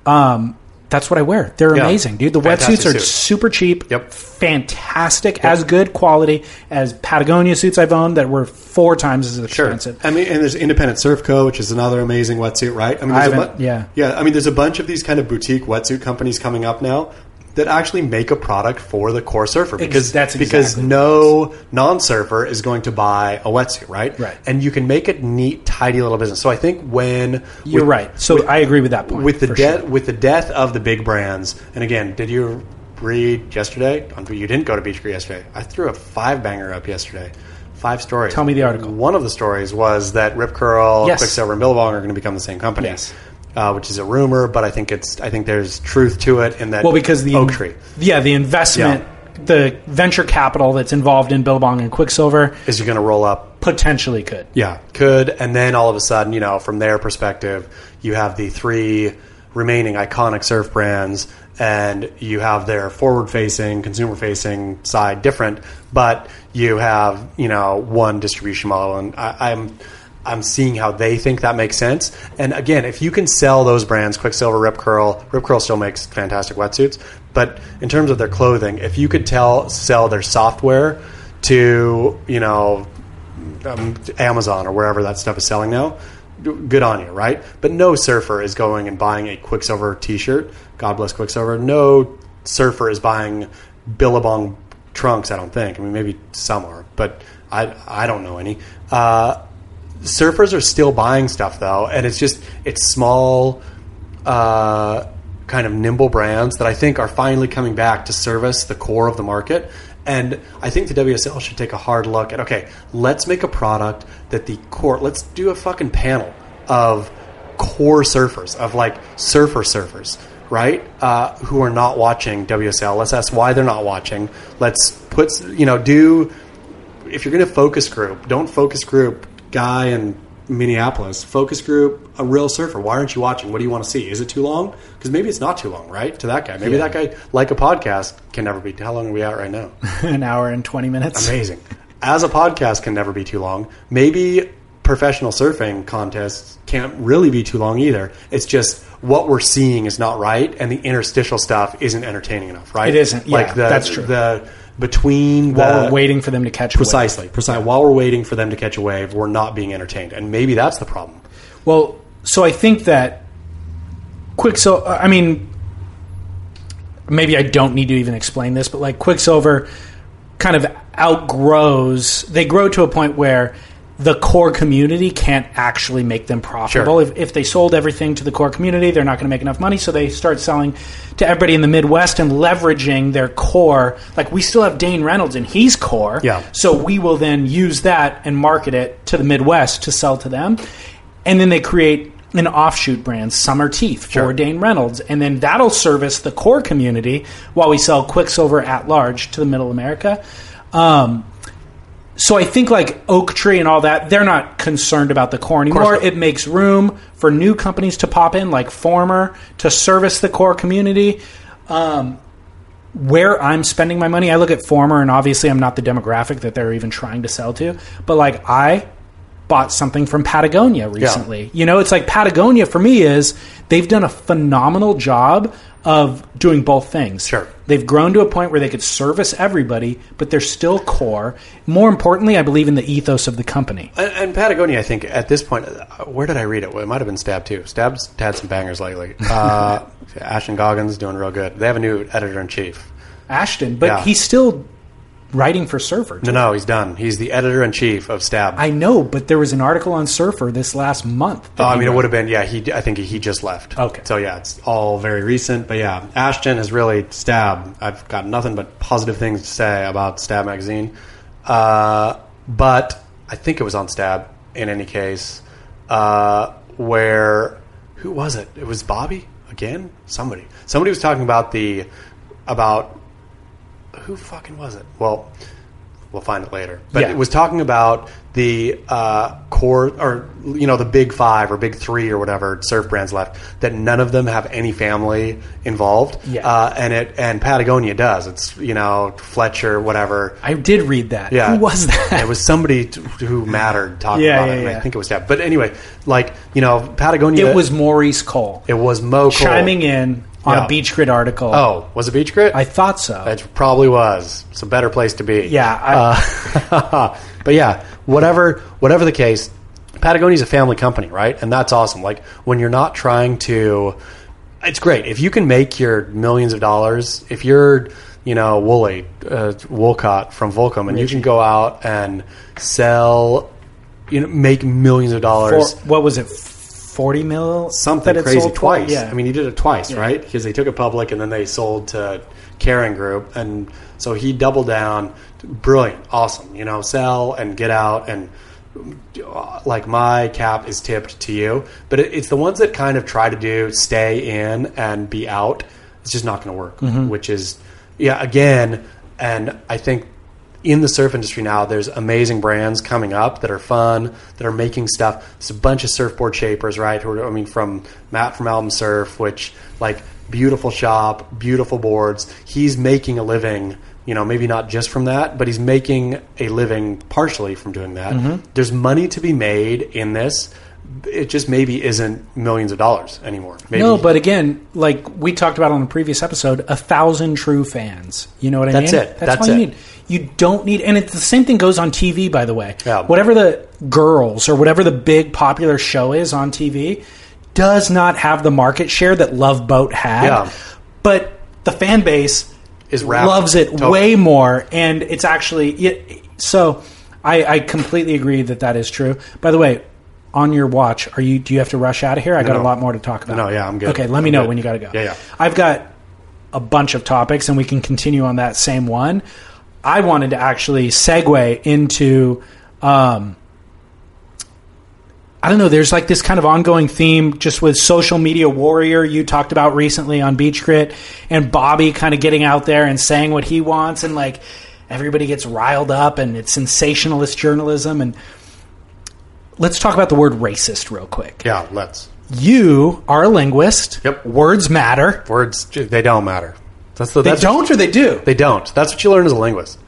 Speaker 4: um, that's what I wear. They're
Speaker 3: Yeah.
Speaker 4: amazing, dude. The
Speaker 3: Fantastic
Speaker 4: wetsuits are
Speaker 3: suit.
Speaker 4: super cheap.
Speaker 3: Yep.
Speaker 4: Fantastic, as good quality as Patagonia suits I've owned that were four times as expensive.
Speaker 3: I mean, and there's Independent Surf Co., which is another amazing wetsuit, right? I mean, there's
Speaker 4: I
Speaker 3: a
Speaker 4: haven't- yeah.
Speaker 3: yeah. I mean, there's a bunch of these kind of boutique wetsuit companies coming up now that actually make a product for the core surfer because
Speaker 4: that's
Speaker 3: because
Speaker 4: exactly
Speaker 3: no non-surfer is going to buy a wetsuit, right?
Speaker 4: Right.
Speaker 3: And you can make it neat, tidy little business. So I think when
Speaker 4: You're
Speaker 3: with-
Speaker 4: right. So I agree with that point.
Speaker 3: with the
Speaker 4: for
Speaker 3: death
Speaker 4: sure.
Speaker 3: with the death of the big brands. And again, did you read yesterday? You didn't go to Beach Creek yesterday. I threw a five banger up yesterday. Five stories.
Speaker 4: Tell me the article.
Speaker 3: One of the stories was that Rip Curl,
Speaker 4: Yes.
Speaker 3: Quicksilver, and Billabong are going to become the same company.
Speaker 4: Yes.
Speaker 3: Uh, which is a rumor, but I think it's I think there's truth to it in that.
Speaker 4: well because the
Speaker 3: oak tree
Speaker 4: yeah, the investment, the venture capital that's involved in Billabong and Quicksilver
Speaker 3: is going to roll up.
Speaker 4: potentially could. [laughs]
Speaker 3: Yeah, could and then all of a sudden, you know, from their perspective, you have the three remaining iconic surf brands, and you have their forward-facing, consumer-facing side different, but you have you know one distribution model, and I, I'm. I'm seeing how they think that makes sense. And again, if you can sell those brands, Quicksilver, Rip Curl, Rip Curl still makes fantastic wetsuits. But in terms of their clothing, if you could tell sell their software to you know um, Amazon or wherever that stuff is selling now, d- good on you, right? But no surfer is going and buying a Quicksilver T-shirt. God bless Quicksilver. No surfer is buying Billabong trunks. I don't think. I mean, maybe some are, but I I don't know any. Uh, surfers are still buying stuff though, and it's just it's small, uh, kind of nimble brands that I think are finally coming back to service the core of the market. And I think the WSL should take a hard look at okay, let's make a product that the core. Let's do a fucking panel of core surfers of like surfer surfers right uh, who are not watching WSL. Let's ask why they're not watching. Let's put you know do if you're going to focus group, don't focus group guy in Minneapolis. Focus group a real surfer. Why aren't you watching? What do you want to see? Is it too long? Because maybe it's not too long, right? To that guy, maybe that guy like a podcast can never be. How long are we at right
Speaker 4: [laughs]
Speaker 3: now?
Speaker 4: an hour and 20 minutes.
Speaker 3: Amazing. As a podcast can never be too long. Maybe professional surfing contests can't really be too long either. It's just what we're seeing is not right, and the interstitial stuff isn't entertaining enough. Right?
Speaker 4: It isn't, yeah,
Speaker 3: the,
Speaker 4: that's true.
Speaker 3: The between
Speaker 4: While
Speaker 3: the,
Speaker 4: we're waiting for them to catch a wave.
Speaker 3: precisely, precisely. While we're waiting for them to catch a wave, we're not being entertained, and maybe that's the problem.
Speaker 4: Well, so I think that Quicksilver. I mean, maybe I don't need to even explain this, but like Quicksilver kind of outgrows. They grow to a point where the core community can't actually make them profitable.
Speaker 3: Sure.
Speaker 4: If, if they sold everything to the core community, they're not going to make enough money. So they start selling to everybody in the Midwest and leveraging their core. Like we still have Dane Reynolds and he's core.
Speaker 3: Yeah.
Speaker 4: So we will then use that and market it to the Midwest to sell to them. And then they create an offshoot brand, Summer Teeth, for
Speaker 3: Sure.
Speaker 4: Dane Reynolds. And then that'll service the core community while we sell Quicksilver at large to the middle America. Um, so I think like Oak Tree and all that, they're not concerned about the core anymore.
Speaker 3: not.
Speaker 4: It makes room for new companies to pop in, like Former, to service the core community. Um, where I'm spending my money, I look at Former, and obviously I'm not the demographic that they're even trying to sell to. But like I bought something from Patagonia recently. You know, it's like Patagonia for me is they've done a phenomenal job of doing both things.
Speaker 3: Sure.
Speaker 4: They've grown to a point where they could service everybody, but they're still core. More importantly, I believe in the ethos of the company.
Speaker 3: And, and Patagonia, I think at this point, uh, where did I read it? Well, it might have been Stab too. Stab's had some bangers lately. Uh, Ashton Goggins doing real good. They have a new editor in chief.
Speaker 4: Ashton, but
Speaker 3: Yeah.
Speaker 4: he's still writing for Surfer.
Speaker 3: No, no, he's done. He's the editor in chief of Stab.
Speaker 4: I know, but there was an article on Surfer this last month. that
Speaker 3: Oh, I
Speaker 4: he
Speaker 3: mean, it
Speaker 4: wrote.
Speaker 3: would have been yeah. He, I think he just left.
Speaker 4: Okay.
Speaker 3: So yeah, it's all very recent. But yeah, Ashton has really Stab. I've got nothing but positive things to say about Stab magazine. Uh, but I think it was on Stab. In any case, uh, where who was it? It was Bobby again. Somebody. Somebody was talking about the about who fucking was it? Well, we'll find it later. But
Speaker 4: Yeah.
Speaker 3: it was talking about the uh, core, or you know, the big five or big three or whatever surf brands left. That none of them have any family involved.
Speaker 4: Yeah.
Speaker 3: Uh, and it and Patagonia does. It's you know Fletcher, whatever.
Speaker 4: I did read that.
Speaker 3: Yeah.
Speaker 4: Who was that?
Speaker 3: It was somebody t- who mattered talking
Speaker 4: Yeah,
Speaker 3: about
Speaker 4: yeah,
Speaker 3: it. and
Speaker 4: yeah.
Speaker 3: I think it was that. But anyway, like you know, Patagonia.
Speaker 4: It was Maurice Cole
Speaker 3: it was Mo Cole.
Speaker 4: chiming in on
Speaker 3: Yeah.
Speaker 4: a Beach Grid article.
Speaker 3: Oh, was it Beach Grit?
Speaker 4: I thought so.
Speaker 3: It probably was. It's a better place to be.
Speaker 4: Yeah, I-
Speaker 3: Uh, [laughs] but yeah, whatever, whatever the case, Patagonia's a family company, right? And that's awesome. Like when you're not trying to, it's great if you can make your millions of dollars. If you're, you know, Wooly uh, Woolcott from Volcom, and you can go out and sell, you know, make millions of
Speaker 4: For,
Speaker 3: dollars
Speaker 4: what was it? Forty mil?
Speaker 3: something
Speaker 4: that it
Speaker 3: crazy
Speaker 4: sold for?
Speaker 3: twice.
Speaker 4: Yeah.
Speaker 3: I mean, he did it twice, right? Because they took it public and then they sold to Caring Group, and so he doubled down. Brilliant, awesome. You know, sell and get out, and uh, like my cap is tipped to you. But it, it's the ones that kind of try to do stay in and be out. It's just not going to work. Which is, yeah, again, and I think in the surf industry now, there's amazing brands coming up that are fun, that are making stuff. There's a bunch of surfboard shapers, right? Who are, I mean, from Matt from Album Surf, which like beautiful shop, beautiful boards. He's making a living, you know, maybe not just from that, but he's making a living partially from doing that.
Speaker 4: Mm-hmm.
Speaker 3: There's money to be made in this. It just maybe isn't millions of dollars anymore. Maybe
Speaker 4: no, but again, like we talked about on the previous episode, a thousand true fans. You know what I
Speaker 3: That's
Speaker 4: mean?
Speaker 3: it.
Speaker 4: That's,
Speaker 3: That's
Speaker 4: all you
Speaker 3: it.
Speaker 4: need. You don't need, and it's the same thing goes on TV. By the way,
Speaker 3: Yeah.
Speaker 4: whatever the girls or whatever the big popular show is on TV does not have the market share that Love Boat had.
Speaker 3: Yeah.
Speaker 4: But the fan base
Speaker 3: is Rapid.
Speaker 4: loves it
Speaker 3: Totally.
Speaker 4: way more, and it's actually it, so. I, I completely agree that that is true. By the way, on your watch, are you? Do you have to rush out of here? I got
Speaker 3: no.
Speaker 4: a lot more to talk about.
Speaker 3: No, yeah, I'm good.
Speaker 4: Okay, let me
Speaker 3: I'm
Speaker 4: know
Speaker 3: good.
Speaker 4: when you got to go.
Speaker 3: Yeah, yeah.
Speaker 4: I've got a bunch of topics, and we can continue on that same one. I wanted to actually segue into. Um, I don't know. There's like this kind of ongoing theme just with social media warrior you talked about recently on Beach Grit and Bobby kind of getting out there and saying what he wants and like everybody gets riled up and it's sensationalist journalism and let's talk about the word racist real quick.
Speaker 3: Yeah, let's.
Speaker 4: You are a linguist.
Speaker 3: Yep.
Speaker 4: Words matter.
Speaker 3: Words, they don't matter. That's the,
Speaker 4: They
Speaker 3: that's
Speaker 4: don't or they do.
Speaker 3: They don't. That's what you learn as a linguist.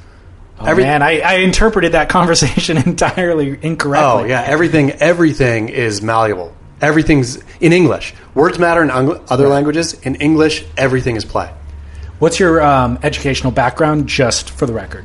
Speaker 4: Oh, man, I, I interpreted that [laughs] conversation entirely incorrectly.
Speaker 3: Oh yeah, everything everything is malleable. Everything's in English. Words matter in ung- other languages. In English, everything is play.
Speaker 4: What's your um, educational background, just for the record?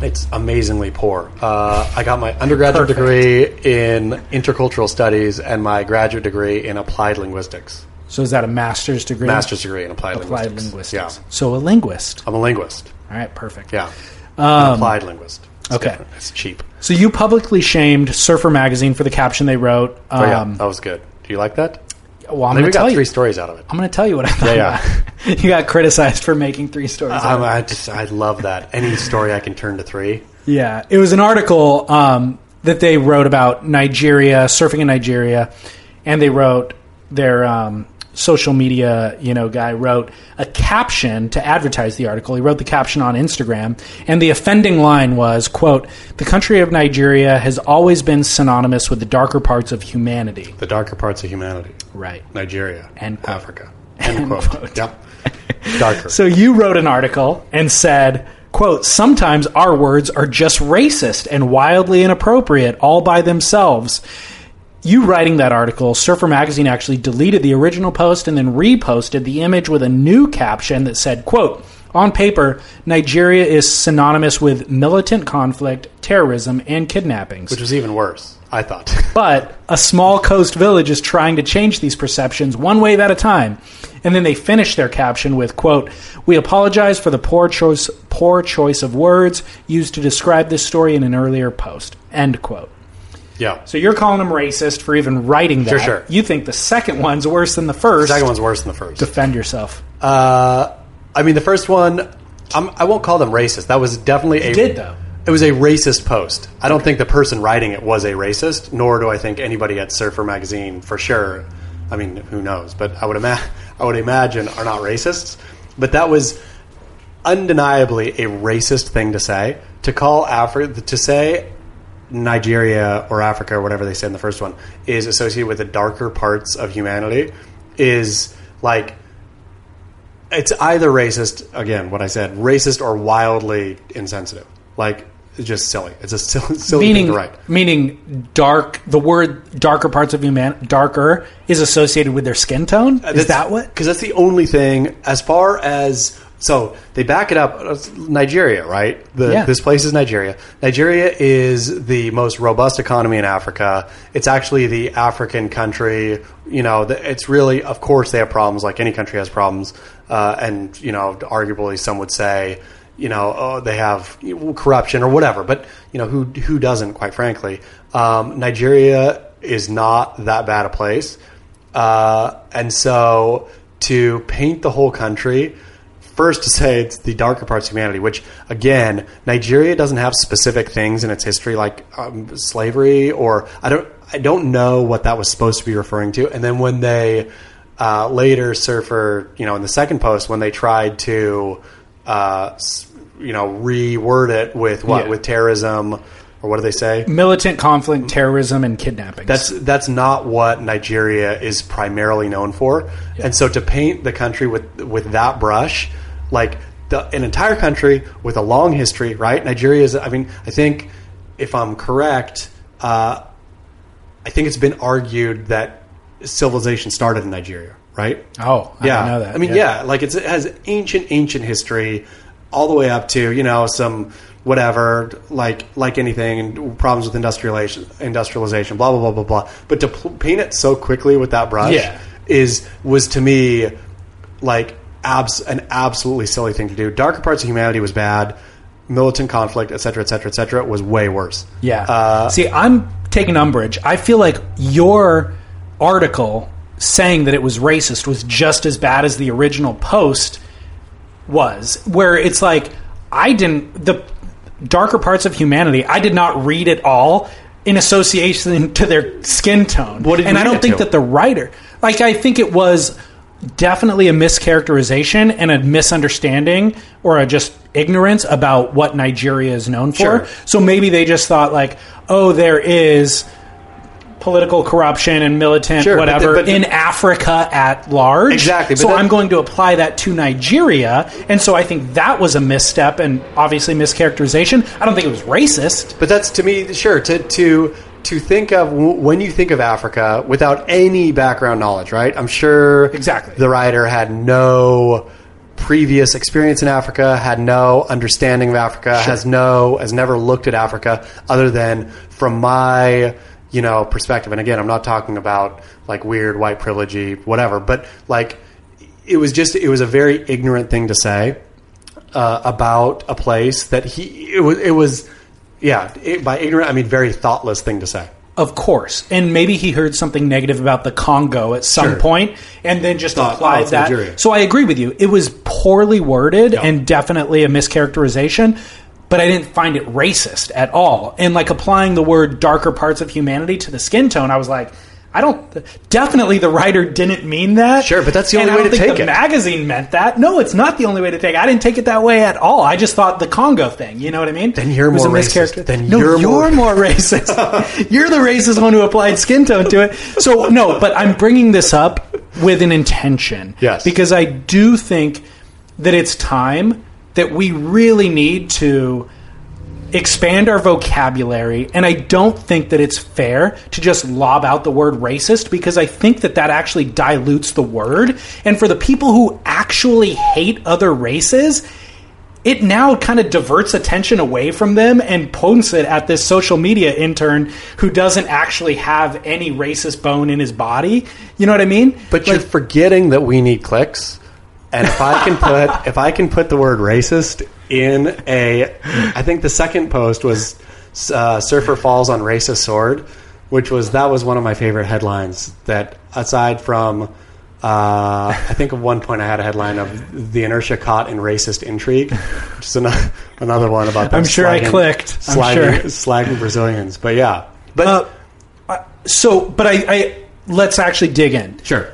Speaker 3: It's amazingly poor. Uh, I got my undergraduate
Speaker 4: Perfect.
Speaker 3: degree in intercultural studies and my graduate degree in applied linguistics.
Speaker 4: So is that a master's degree?
Speaker 3: Master's degree in applied,
Speaker 4: applied linguistics.
Speaker 3: linguistics. Yeah,
Speaker 4: So a linguist.
Speaker 3: I'm a linguist.
Speaker 4: All right, perfect.
Speaker 3: Yeah, An applied linguist. It's
Speaker 4: Um, okay.
Speaker 3: different. it's cheap.
Speaker 4: So you publicly shamed Surfer Magazine for the caption they wrote.
Speaker 3: Oh yeah,
Speaker 4: Um,
Speaker 3: that was good. Do you like that?
Speaker 4: Well, I'm
Speaker 3: I think
Speaker 4: going
Speaker 3: we
Speaker 4: to tell
Speaker 3: got three
Speaker 4: you.
Speaker 3: stories out of it.
Speaker 4: I'm going to tell you what I thought.
Speaker 3: Yeah,
Speaker 4: about it. [laughs] you got criticized for making three stories. out of
Speaker 3: Um, I just I love that. Any story I can turn to three.
Speaker 4: Yeah, it was an article um, that they wrote about Nigeria surfing in Nigeria, and they wrote their um, social media you know guy wrote a caption to advertise the article. He wrote the caption on Instagram, and the offending line was quote The country of Nigeria has always been synonymous with the darker parts of humanity.
Speaker 3: The darker parts of humanity.
Speaker 4: Right.
Speaker 3: Nigeria,
Speaker 4: End quote. [laughs]
Speaker 3: Africa. End,
Speaker 4: End
Speaker 3: quote.
Speaker 4: quote.
Speaker 3: Yep. Darker.
Speaker 4: [laughs] So you wrote an article and said, quote, sometimes our words are just racist and wildly inappropriate all by themselves. You writing that article, Surfer Magazine actually deleted the original post and then reposted the image with a new caption that said, quote, on paper, Nigeria is synonymous with militant conflict, terrorism, and kidnappings.
Speaker 3: which was even worse, I thought. [laughs]
Speaker 4: But a small coast village is trying to change these perceptions one wave at a time. And then they finish their caption with, quote, We apologize for the poor choice, poor choice of words used to describe this story in an earlier post, end quote.
Speaker 3: yeah.
Speaker 4: So you're calling them racist for even writing that.
Speaker 3: Sure, sure.
Speaker 4: You think the second one's worse than the first.
Speaker 3: second one's worse than the first.
Speaker 4: Defend yourself.
Speaker 3: Uh, I mean, the first one, I'm, I won't call them racist. That was definitely a.
Speaker 4: did, though.
Speaker 3: It was a racist post. I don't think the person writing it was a racist, nor do I think anybody at Surfer Magazine for sure. I mean, who knows? But I would ima- [laughs] I would imagine are not racists. But that was undeniably a racist thing to say to call Afri- to say Nigeria or Africa or whatever they said in the first one is associated with the darker parts of humanity is like it's either racist again what i said racist or wildly insensitive like it's just silly it's a silly, silly
Speaker 4: Meaning,
Speaker 3: thing to write
Speaker 4: meaning dark. The word darker parts of human darker is associated with their skin tone. Is that what?
Speaker 3: because Uh, that's the only thing as far as so they back it up uh, nigeria right the,
Speaker 4: Yeah.
Speaker 3: this place is nigeria nigeria is the most robust economy in africa it's actually the african country you know the, it's really of course they have problems like any country has problems uh, and you know arguably some would say you know oh, they have corruption or whatever but you know who who doesn't quite frankly um, nigeria is not that bad a place uh, and so to paint the whole country, first to say it's the darker parts of humanity, which again, Nigeria doesn't have specific things in its history like um, slavery or I don't I don't know what that was supposed to be referring to. And then when they uh, later surfer, you know, in the second post when they tried to, uh, s- you know, reword it with what
Speaker 4: Yeah.
Speaker 3: with terrorism or what do they say?
Speaker 4: Militant conflict, terrorism, and kidnappings.
Speaker 3: That's that's not what Nigeria is primarily known for. And so to paint the country with with that brush, like the, an entire country with a long history, right? Nigeria is. I mean, I think if I'm correct, uh, I think it's been argued that civilization started in Nigeria, right?
Speaker 4: Oh, I didn't know that.
Speaker 3: I mean, yeah, like it's, it has ancient, ancient history, all the way up to you know some whatever, like like anything, and problems with industrialization, industrialization, blah blah blah blah blah. But to pl- paint it so quickly with that brush
Speaker 4: Yeah.
Speaker 3: is was to me like abs- an absolutely silly thing to do. Darker Parts of Humanity was bad. Militant Conflict, et cetera, et cetera, et cetera, was way worse.
Speaker 4: Yeah.
Speaker 3: Uh,
Speaker 4: See, I'm taking umbrage. I feel like your article saying that it was racist was just as bad as the original post was, where it's like I didn't the darker parts of humanity. I did not read it all in association to their skin tone.
Speaker 3: What did you
Speaker 4: and I
Speaker 3: read
Speaker 4: don't
Speaker 3: it
Speaker 4: think
Speaker 3: to?
Speaker 4: that the writer, like I think it was definitely a mischaracterization and a misunderstanding or a just ignorance about what Nigeria is known
Speaker 3: Sure.
Speaker 4: for. So maybe they just thought like, oh, there is political corruption and militant
Speaker 3: Sure, but the-
Speaker 4: whatever
Speaker 3: but the-
Speaker 4: in Africa at large.
Speaker 3: Exactly, but
Speaker 4: So
Speaker 3: that-
Speaker 4: I'm going to apply that to Nigeria, and so I think that was a misstep and obviously mischaracterization. I don't think it was racist.
Speaker 3: But that's to me, sure to to to think of w- when you think of Africa without any background knowledge, right? I'm sure
Speaker 4: Exactly.
Speaker 3: the writer had no previous experience in Africa, had no understanding of Africa, has no has never looked at Africa other than from my you know perspective. And again, I'm not talking about like weird white privilege, whatever, but like it was just it was a very ignorant thing to say uh, about a place that he it was it was yeah it, by ignorant I mean very thoughtless thing to say.
Speaker 4: Of course, and maybe he heard something negative about the Congo at some
Speaker 3: Sure.
Speaker 4: point, and then just
Speaker 3: Thought, "Oh,
Speaker 4: applied
Speaker 3: it's
Speaker 4: that.
Speaker 3: Nigeria."
Speaker 4: So I agree with you. It was poorly worded and definitely a mischaracterization, but I didn't find it racist at all. And like applying the word "darker parts of humanity" to the skin tone, I was like, I don't. Definitely, the writer didn't mean that.
Speaker 3: Sure, but that's the
Speaker 4: And
Speaker 3: only
Speaker 4: I
Speaker 3: way
Speaker 4: don't
Speaker 3: to
Speaker 4: think
Speaker 3: take
Speaker 4: the
Speaker 3: it.
Speaker 4: Magazine meant that. No, it's not the only way to take. it. I didn't take it that way at all. I just thought the Congo thing. You know what I mean?
Speaker 3: Then you're
Speaker 4: It was
Speaker 3: more
Speaker 4: a
Speaker 3: racist.
Speaker 4: mischaracter-
Speaker 3: Then
Speaker 4: no,
Speaker 3: you're more-
Speaker 4: more racist. You're the racist one who applied skin tone to it. So no, but I'm bringing this up with an intention.
Speaker 3: Yes.
Speaker 4: Because I do think that it's time that we really need to expand our vocabulary and I don't think that it's fair to just lob out the word racist because I think that that actually dilutes the word and for the people who actually hate other races it now kind of diverts attention away from them and points it at this social media intern who doesn't actually have any racist bone in his body. You know what I mean?
Speaker 3: But you're forgetting that we need clicks. And if I can
Speaker 4: [laughs]
Speaker 3: put if I can put the word racist in a, I think the second post was uh, surfer falls on racist sword, which was that was one of my favorite headlines. That aside from, uh, I think at one point I had a headline of the inertia caught in racist intrigue, which is another, another one about. Them
Speaker 4: I'm sure I
Speaker 3: slagging-
Speaker 4: clicked. I'm
Speaker 3: slagging,
Speaker 4: sure.
Speaker 3: slagging Brazilians, but yeah, but
Speaker 4: Uh, I- so, but I, I let's actually dig in.
Speaker 3: sure,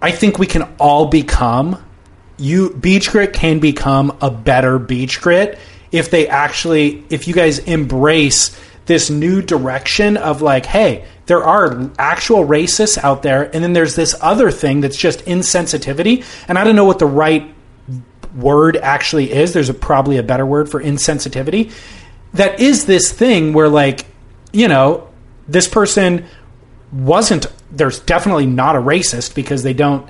Speaker 4: I think we can all become you beach grit can become a better beach grit if they actually if you guys embrace this new direction of like hey there are actual racists out there and then there's this other thing that's just insensitivity and I don't know what the right word actually is there's a, probably a better word for insensitivity that is this thing where like you know this person wasn't there's definitely not a racist because they don't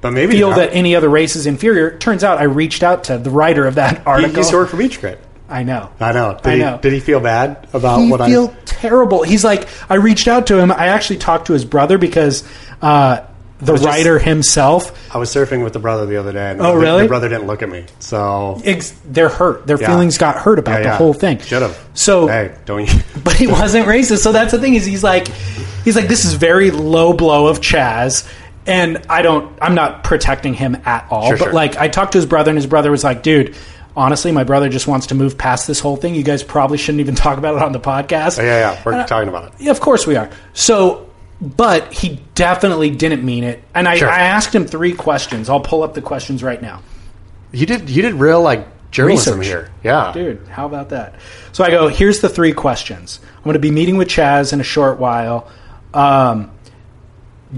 Speaker 3: but maybe
Speaker 4: feel
Speaker 3: not.
Speaker 4: that any other race is inferior. Turns out I reached out to the writer of that
Speaker 3: he
Speaker 4: article.
Speaker 3: used to work for Beach Grit.
Speaker 4: I know.
Speaker 3: I know. Did
Speaker 4: I
Speaker 3: he,
Speaker 4: know.
Speaker 3: Did he feel bad about
Speaker 4: He
Speaker 3: what
Speaker 4: feel terrible. He's like, I reached out to him. I actually talked to his brother because uh, the
Speaker 3: just-
Speaker 4: writer himself
Speaker 3: I? I was surfing with the brother the other day. And
Speaker 4: Oh,
Speaker 3: the,
Speaker 4: really?
Speaker 3: The brother didn't look at me. So
Speaker 4: ex- they're hurt. Their
Speaker 3: Yeah.
Speaker 4: feelings got hurt about the whole thing.
Speaker 3: Should have.
Speaker 4: So
Speaker 3: hey, don't you?
Speaker 4: but he [laughs] wasn't racist. So that's the thing is he's like he's like this is very low blow of Chaz and I don't I'm not protecting him at all.
Speaker 3: Sure,
Speaker 4: but
Speaker 3: sure.
Speaker 4: like I talked to his brother and his brother was like, "Dude, honestly, my brother just wants to move past this whole thing. You guys probably shouldn't even [laughs] talk about it on the
Speaker 3: [laughs]
Speaker 4: podcast."
Speaker 3: Yeah, yeah. We're
Speaker 4: Uh,
Speaker 3: talking about it.
Speaker 4: Yeah, of course we are. So, but he definitely didn't mean it. And I,
Speaker 3: Sure.
Speaker 4: I asked him three questions. I'll pull up the questions right now.
Speaker 3: You did. You did real like journalism
Speaker 4: Research.
Speaker 3: here. Yeah.
Speaker 4: Dude, how about that? So I go, here's the three questions. I'm going to be meeting with Chaz in a short while. Um,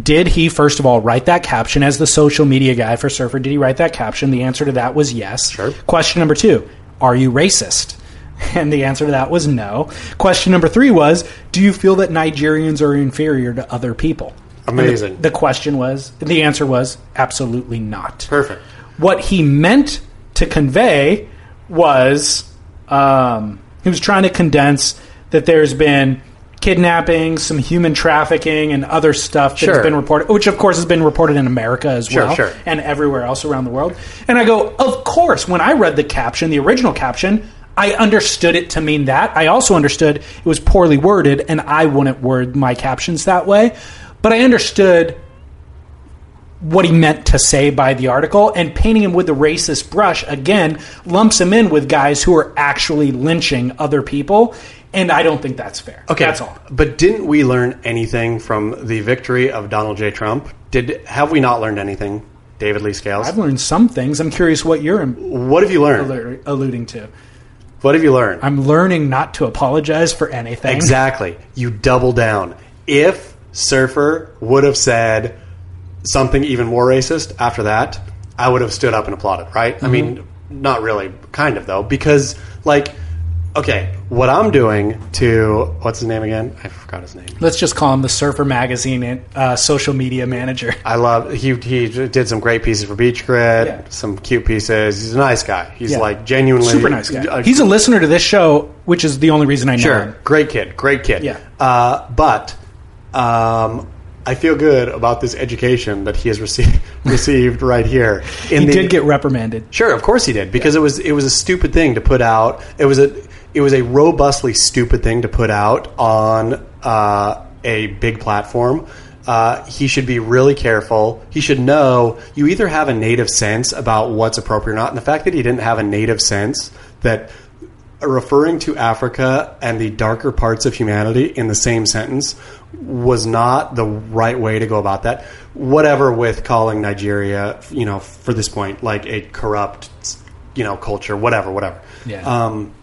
Speaker 4: did he, first of all, write that caption as the social media guy for Surfer? Did he write that caption? The answer to that was yes.
Speaker 3: Sure.
Speaker 4: Question number two Are you racist? [laughs] And the answer to that was no. Question number three was Do you feel that Nigerians are inferior to other people? And the-
Speaker 3: Amazing.
Speaker 4: the question was, the answer was absolutely not
Speaker 3: Perfect.
Speaker 4: what he meant to convey was um, he was trying to condense that there's been kidnapping, some human trafficking, and other stuff that has
Speaker 3: Sure.
Speaker 4: been reported, which of course has been reported in America as
Speaker 3: Sure,
Speaker 4: well,
Speaker 3: sure.
Speaker 4: and everywhere else around the world. And I go, of course. When I read the caption, the original caption. I understood it to mean that. I also understood it was poorly worded, and I wouldn't word my captions that way. But I understood what he meant to say by the article and painting him with the racist brush again lumps him in with guys who are actually lynching other people and i don't think that's fair
Speaker 3: Okay,
Speaker 4: that's all
Speaker 3: But didn't we learn anything from the victory of Donald J. Trump? Did have we not learned anything, David Lee Scales?
Speaker 4: i've learned some things i'm curious what you're im-
Speaker 3: what have you learned?
Speaker 4: alluding to
Speaker 3: What have you learned?
Speaker 4: i'm learning not to apologize for anything
Speaker 3: exactly. You double down. If Surfer would have said something even more racist after that, I would have stood up and applauded. Right?
Speaker 4: Mm-hmm.
Speaker 3: I mean, not really. Kind of though, because like, okay, what I'm doing to what's his name again? I forgot his name.
Speaker 4: let's just call him the surfer magazine uh, social
Speaker 3: [laughs]
Speaker 4: media manager
Speaker 3: I love he he did some great pieces for Beach Grit,
Speaker 4: Yeah.
Speaker 3: some cute pieces. He's a nice guy. He's
Speaker 4: Yeah.
Speaker 3: like genuinely
Speaker 4: super nice guy
Speaker 3: uh,
Speaker 4: he's a listener to this show which is the only reason i know him
Speaker 3: sure Um, great kid, great kid.
Speaker 4: Yeah.
Speaker 3: Uh, but um, I feel good about this education that he has received [laughs] received right here. In
Speaker 4: he did get reprimanded
Speaker 3: Sure, of course he did, because it was it was a stupid thing to put out. It was a it was a robustly stupid thing to put out on uh, a big platform. Uh, he should be really careful. He should know you either have a native sense about what's appropriate or not, and the fact that he didn't have a native sense that referring to Africa and the darker parts of humanity in the same sentence was not the right way to go about that. Whatever with calling Nigeria, you know, for this point, like a corrupt, you know, culture, whatever, whatever.
Speaker 4: Yeah.
Speaker 3: Um,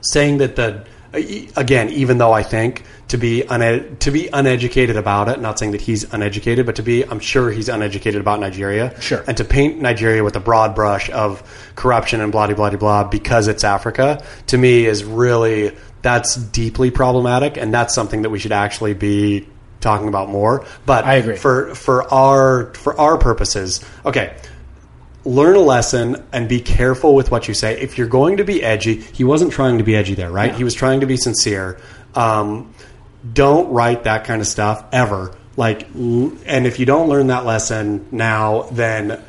Speaker 3: saying that the again, even though I think to be une- to be uneducated about it, not saying that he's uneducated, but to be, I'm sure he's uneducated about Nigeria.
Speaker 4: Sure.
Speaker 3: And to paint Nigeria with a broad brush of corruption and blah de blah de blah because it's Africa to me is really that's deeply problematic, and that's something that we should actually be talking about more. But
Speaker 4: I agree.
Speaker 3: for for our for our purposes, okay learn a lesson and be careful with what you say. If you're going to be edgy, he wasn't trying to be edgy there, right? He was trying to be sincere. Um, don't write that kind of stuff ever. Like, l- and if you don't learn that lesson now, then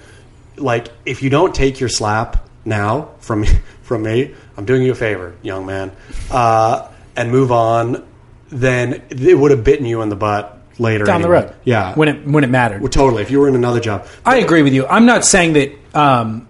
Speaker 3: like if you don't take your slap now from [laughs] from me, I'm doing you a favor, young man, uh, and move on. Then it would have bitten you in the butt later
Speaker 4: down the
Speaker 3: anyway.
Speaker 4: road
Speaker 3: Yeah,
Speaker 4: when it when it mattered
Speaker 3: Well, totally. If you were in another job,
Speaker 4: I agree with you. I'm not saying that, um,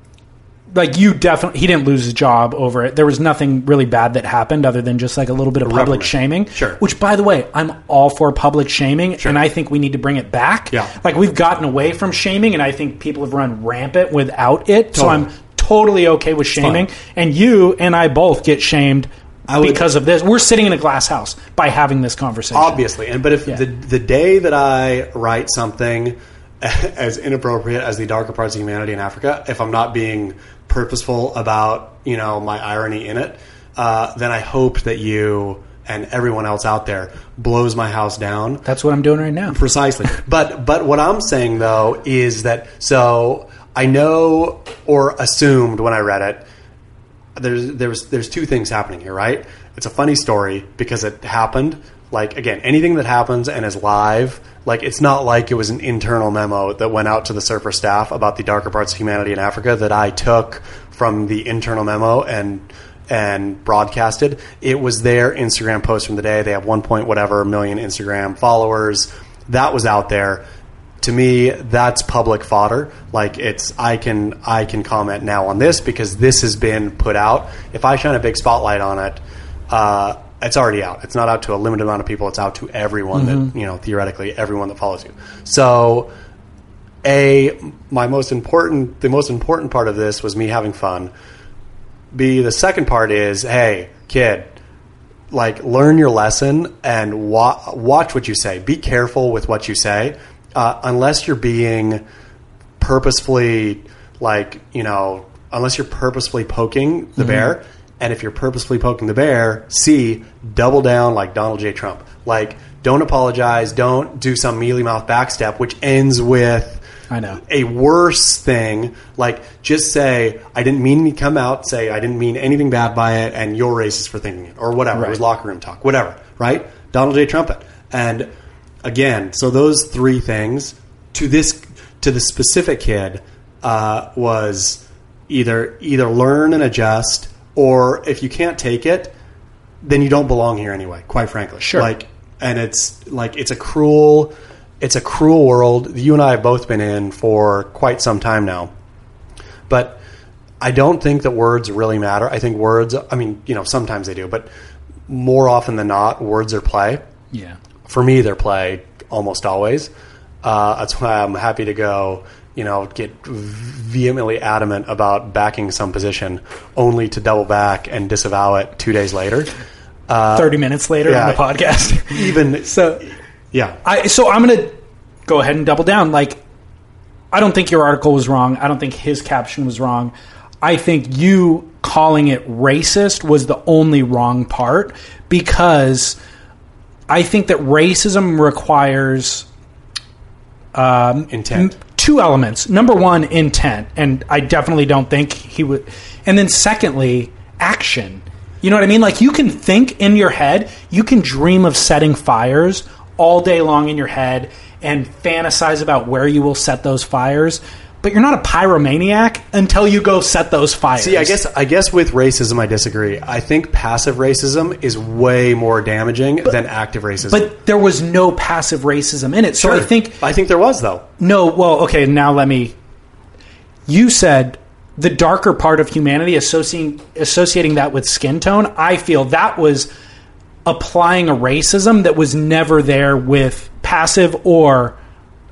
Speaker 4: like you definitely, he didn't lose his job over it. There was nothing really bad that happened other than just like a little bit of public
Speaker 3: reprimand.
Speaker 4: shaming.
Speaker 3: Sure.
Speaker 4: Which, by the way, I'm all for public shaming, and I think we need to bring it back.
Speaker 3: Yeah.
Speaker 4: Like we've gotten away from shaming, and I think people have run rampant without it. So
Speaker 3: Totally.
Speaker 4: I'm totally okay with shaming. And you and I both get shamed.
Speaker 3: would-
Speaker 4: because of this, we're sitting in a glass house by having this conversation.
Speaker 3: obviously and but if the the day that i write something [laughs] as inappropriate as the darker parts of humanity in africa if i'm not being purposeful about you know my irony in it uh, then i hope that you and everyone else out there blows my house down
Speaker 4: That's what I'm doing right now.
Speaker 3: precisely. But but what I'm saying though is that so I know or assumed when I read it there's there's there's two things happening here, right? It's a funny story because it happened. Like again, anything that happens and is live, like it's not like it was an internal memo that went out to the surfer staff about the darker parts of humanity in Africa that I took from the internal memo and and broadcasted. It was their Instagram post from the day. They have one point whatever million Instagram followers. That was out there to me that's public fodder like it's i can i can comment now on this because this has been put out if i shine a big spotlight on it uh, it's already out it's not out to a limited amount of people it's out to everyone that you know theoretically everyone that follows you so a my most important the most important part of this was me having fun b the second part is hey kid like learn your lesson and wa- watch what you say. Be careful with what you say, uh, unless you're being purposefully like you know, unless you're purposefully poking
Speaker 4: Mm-hmm.
Speaker 3: the bear. And if you're purposefully poking the bear, C, double down like Donald J. Trump. Like, don't apologize. Don't do some mealy mouth backstep, which ends with
Speaker 4: I know.
Speaker 3: a worse thing. Like, just say, I didn't mean to come out, say, I didn't mean anything bad by it, and you're racist for thinking it, or whatever. It was locker room talk, whatever, right? Donald J. Trumpet. And again, so those three things to this to the specific kid uh, was either either learn and adjust, or if you can't take it, then you don't belong here anyway. Quite frankly,
Speaker 1: Sure.
Speaker 3: Like, and it's like it's a cruel, it's a cruel world. that You and I have both been in for quite some time now, but I don't think that words really matter. I think words. I mean, you know, sometimes they do, but more often than not, words are play
Speaker 4: Yeah.
Speaker 3: for me, they're play almost always. Uh, that's why I'm happy to go, you know, get vehemently adamant about backing some position, only to double back and disavow it two days later.
Speaker 4: Thirty minutes later
Speaker 3: Uh, yeah.
Speaker 4: on the
Speaker 3: [laughs]
Speaker 4: podcast.
Speaker 3: Even
Speaker 4: so
Speaker 3: yeah,
Speaker 4: I so I'm gonna go ahead and double down. Like, I don't think your article was wrong. I don't think his caption was wrong. I think you calling it racist was the only wrong part because I think that racism requires
Speaker 3: intent.
Speaker 4: two elements. Number one, intent, and I definitely don't think he would. And then secondly, action. You know what I mean? Like you can think in your head, you can dream of setting fires all day long in your head and fantasize about where you will set those fires, but you're not a pyromaniac until you go set those fires.
Speaker 3: See, I guess I guess with racism, I disagree. I think passive racism is way more damaging than active racism.
Speaker 4: But there was no passive racism in it. So I think
Speaker 3: I think there was though.
Speaker 4: No, well, okay, now let me. You said the darker part of humanity associating associating that with skin tone. I feel that was applying a racism that was never there with passive or